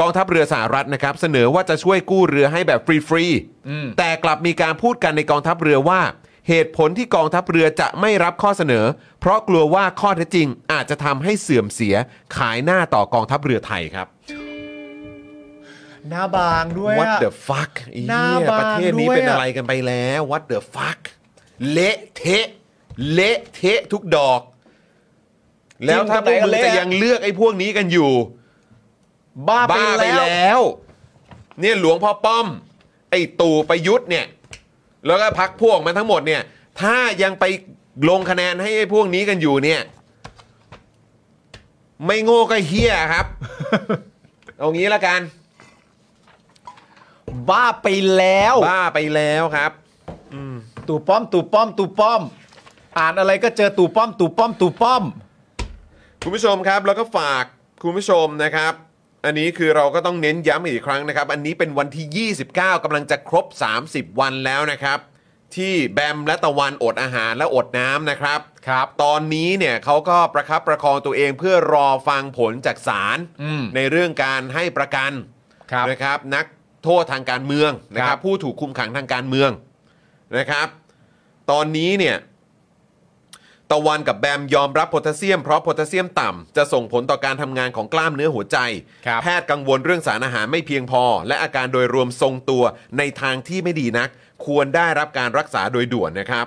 S1: กองทัพเรือสหรัฐนะครับ เสนอว่าจะช่วยกู้เรือให้แบบฟรีๆแต่กลับมีการพูดกันในกองทัพเรือว่า เหตุผลที่กองทัพเรือจะไม่รับข้อเสนอ เพราะกลัวว่าข้อเท็จจริงอาจจะทำให้เสื่อมเสียขายหน้าต่อกองทัพเรือไทยครับ
S2: หน้าบางด้วย
S1: What the fuck อี
S2: หน้า
S1: เหี้ย
S2: บา
S1: ป
S2: ง
S1: ระเทศนี้เป็น
S2: ด้วยอะ
S1: อะไรกันไปแล้ว What the fuck เละเทะ เละเทะทุกดอก แล้วถ้าพวกมึงจะยังเลือกไอ้พวกนี้กันอยู่
S2: บ้า
S1: บ้าไป
S2: ไปแล้ว
S1: แล้ว เนี่ยหลวงพ่อป้อม ไอ้ตู่ประยุทธ์เนี่ย แล้วก็พักพวกมันทั้งหมดเนี่ย ถ้ายังไปลงคะแนนให้ไอ้พวกนี้กันอยู่เนี่ย ไม่โง่ก็เฮี้ยครับ เอางี้ละกัน
S2: บ้าไปแล้ว
S1: บ้าไปแล้วครับ
S2: ตู่ป้อมตู่ป้อมตู่ป้อม อ่านอะไรก็เจอตู่ป้อมตู่ป้อมตู่ป้อม
S1: คุณผู้ชมครับแล้วก็ฝากคุณผู้ชมนะครับ อันนี้คือเราก็ต้องเน้นย้ำอีกครั้งนะครับ อันนี้เป็นวันที่ 29 กำกำลังจะครบ 30 วันแล้วนะครับ ที่แบมและตะวันอดอาหารและอดน้ำนะครับ
S2: ครับ
S1: ตอนนี้เนี่ยเขาก็ประคับประคองตัวเองเพื่อรอฟังผลจากศาล
S2: อืม
S1: ในเรื่องการให้ประกัน
S2: ครับ
S1: นะครับ นักโทษทางการเมืองนะค
S2: ครั
S1: รับบ ผู้ถูกคุมขังทางการเมืองนะครับ ตอนนี้เนี่ย ตะวันกับแบมยอมรับโพแทสเซียมเพราะโพแทสเซียมต่ำจะส่งผลต่อการทำงานของกล้ามเนื้อหัวใจ
S2: ครับ
S1: แพทย์กังวลเรื่องสารอาหารไม่เพียงพอ และอาการโดยรวมทรงตัวในทางที่ไม่ดีนัก ควรได้รับการรักษาโดยด่วนนะครับ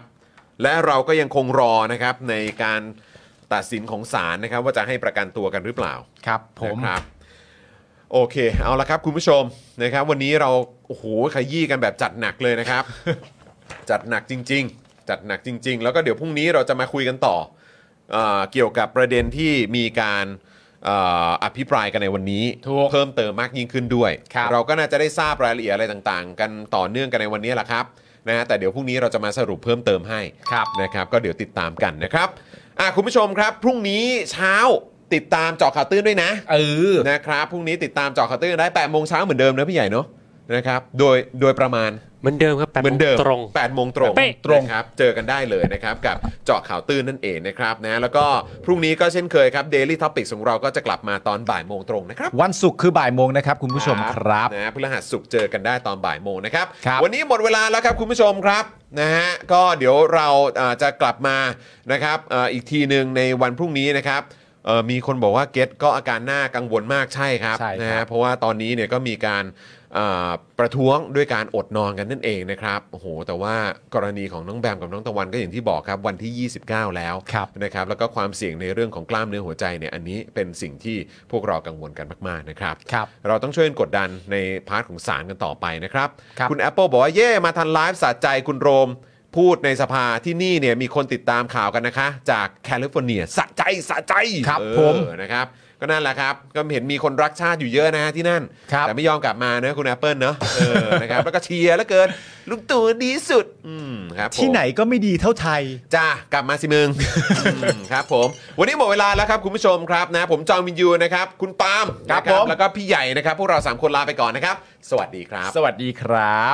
S1: และเราก็ยังคงรอนะครับในการตัดสินของศาลนะครับ ว่าจะให้ประกันตัวกันหรือเปล่า
S2: ครับผม
S1: นะครับโอเค เอาละครับคุณผู้ชมนะครับ วันนี้เราโอ้โหขยี้กันแบบจัดหนักเลย นะครับ จัดหนักจริง ๆ จัดหนักจริง ๆ แล้วก็เดี๋ยวพรุ่งนี้เราจะมาคุยกันต่อเออเกี่ยวกับประเด็นที่มีการเอ่ออภิปรายกันในวันนี้
S2: ถูก
S1: เพิ่มเติมมากยิ่งขึ้นด้วย
S2: ครับ
S1: เราก็น่าจะได้ทราบรายละเอียดอะไรต่างๆ กันต่อเนื่องกันในวันนี้แหละครับ นะฮะแต่เดี๋ยวพรุ่งนี้เราจะมาสรุปเพิ่มเติมให้
S2: ครับ
S1: นะครับ ก็เดี๋ยวติดตามกันนะครับอ่ะคุณผู้ชมครับ พรุ่งนี้เช้าติดตามเจาะข่าวตื้นด้วยนะ
S2: เออ
S1: นะครับพรุ่งนี้ติดตามเจาะข่าวตื้นได้8โมงเช้าเหมือนเดิมนะพี่ใหญ่เนาะนะครับโดยโดยประมาณ
S3: เหมือนเดิมครับแปด
S1: เหมือนเดิม
S3: ตรง
S1: 8โมงตรง
S3: เป๊ะ
S1: ตรงครับเจอกันได้เลยนะครับกับเจาะข่าวตื้นนั่นเองนะครับนะแล้วก็พรุ่งนี้ก็เช่นเคยครับ Daily Topics ของเราก็จะกลับมาตอนบ่ายโมงตรงนะครับ
S2: วันศุกร์คือบ่ายโมงนะครับ คุณผู้ชมครับ
S1: นะพฤหัสสุกร์เจอกันได้ตอนบ่ายโมงนะครับ
S2: ครับ
S1: วันนี้หมดเวลาแล้วครับคุณผู้ชมครับนะฮะก็เดี๋ยวเราเอ่อจะกลับมานะครับเอ่ออีกทีหนึ่งในวันพรุ่งนี้นะครับเอ่อมีคนบอกว่าเกตก็อาการหน้ากังวลมากใช่ครับ
S2: ใช่ครับ
S1: นะฮะเพราะว่าตอนนี้เนี่ยก็มีการเอ่อประท้วงด้วยการอดนอนกันนั่นเองนะครับโอ้โหแต่ว่ากรณีของน้องแบมกับน้องตะวันก็อย่างที่บอกครับวันที่ 29 แล้ว
S2: ครับ
S1: นะครับแล้วก็ความเสี่ยงในเรื่องของกล้ามเนื้อหัวใจเนี่ยอันนี้เป็นสิ่งที่พวกเรากังวลกันมากๆนะครับ
S2: ครับ
S1: เราต้องช่วยกันกดดันในพาร์ทของสารกันต่อไปนะครับ
S2: ครับ
S1: คุณ Apple บอกว่า เย่มาทันไลฟ์สะใจคุณโรม พูดในสภาที่นี่เนี่ยมีคนติดตามข่าวกันนะคะ จากแคลิฟอร์เนียสะใจสะใจ
S2: ครับ
S1: เออ
S2: ผม
S1: นะครับก็นั่นแหละครับ ก็เห็นมีคนรักชาติอยู่เยอะนะฮะที่นั่น
S2: ครับ
S1: แต่ไม่ยอมกลับมานะคุณ Apple เนอะเออนะครับแล้วก็เชียร์แล้วเกินลุงตู่ดีสุดอืมครับผม
S2: ที่ไหนก็ไม่ดีเท่าไทย
S1: จ้ากลับมาสิมึง อืมครับผมวันนี้หมดเวลาแล้วครับคุณผู้ชมครับนะผมจอมวินยูนะครับ คุณปาล์ม
S2: ครับ
S1: นะ
S2: ผม
S1: แล้วก็พี่ใหญ่นะครับ พวกเราสามคนลาไปก่อนนะครับ สวัสดีครับ
S2: สวัสดีครับ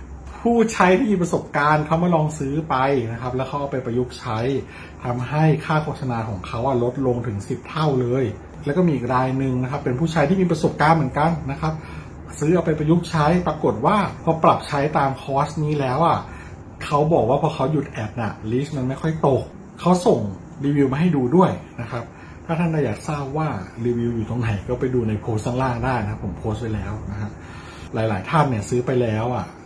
S6: ผู้ใช้ที่มีประสบการณ์เขามาลองซื้อไปนะครับ แล้วเขาเอาไปประยุกต์ใช้ทำให้ค่าโฆษณาของเขาอะลดลงถึง 10 เท่าเลย แล้วก็มีอีกรายหนึ่งนะครับ เป็นผู้ใช้ที่มีประสบการณ์เหมือนกันนะครับ ซื้อเอาไปประยุกต์ใช้ปรากฏว่าพอปรับใช้ตามคอร์สนี้แล้วอ่ะเขาบอกว่าพอเขาหยุดแอดน่ะลิสต์มันไม่ค่อยตกเขาส่งรีวิวมาให้ดูด้วยนะครับ ถ้าท่านอยากทราบว่ารีวิวอยู่ตรงไหนก็ไปดูในโพสต์ข้างล่างได้นะครับผมโพสต์ไว้แล้วนะครับ หลาย ๆ ท่านเนี่ยซื้อไปแล้วอ่ะ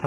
S6: ถ้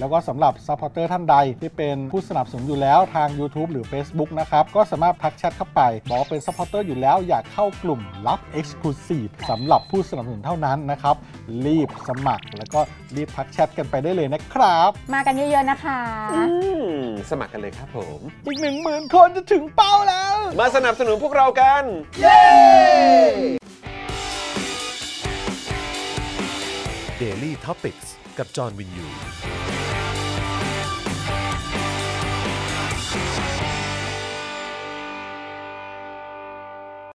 S6: แล้วก็สำหรับ Supporter ท่านใดที่เป็นผู้สนับสนุนอยู่แล้วทาง YouTube หรือ Facebook นะครับ ก็สามารถทักแชทเข้าไป บอกว่าเป็น Supporter อยู่แล้วอยากเข้ากลุ่มลับ Exclusive สำหรับผู้สนับสนุนเท่านั้นนะครับ รีบสมัครแล้วก็รีบทักแชทกันไปได้เลยนะครับ
S7: มากันเยอะๆนะคะ
S1: อืมสมัครกันเลยครับผม
S6: อีก 1 0,000 คนจะถึงเป้าแล้ว
S1: มาสนับสนุนพวกเรากัน
S8: Daily t o p i c กกับจอห์นวินยู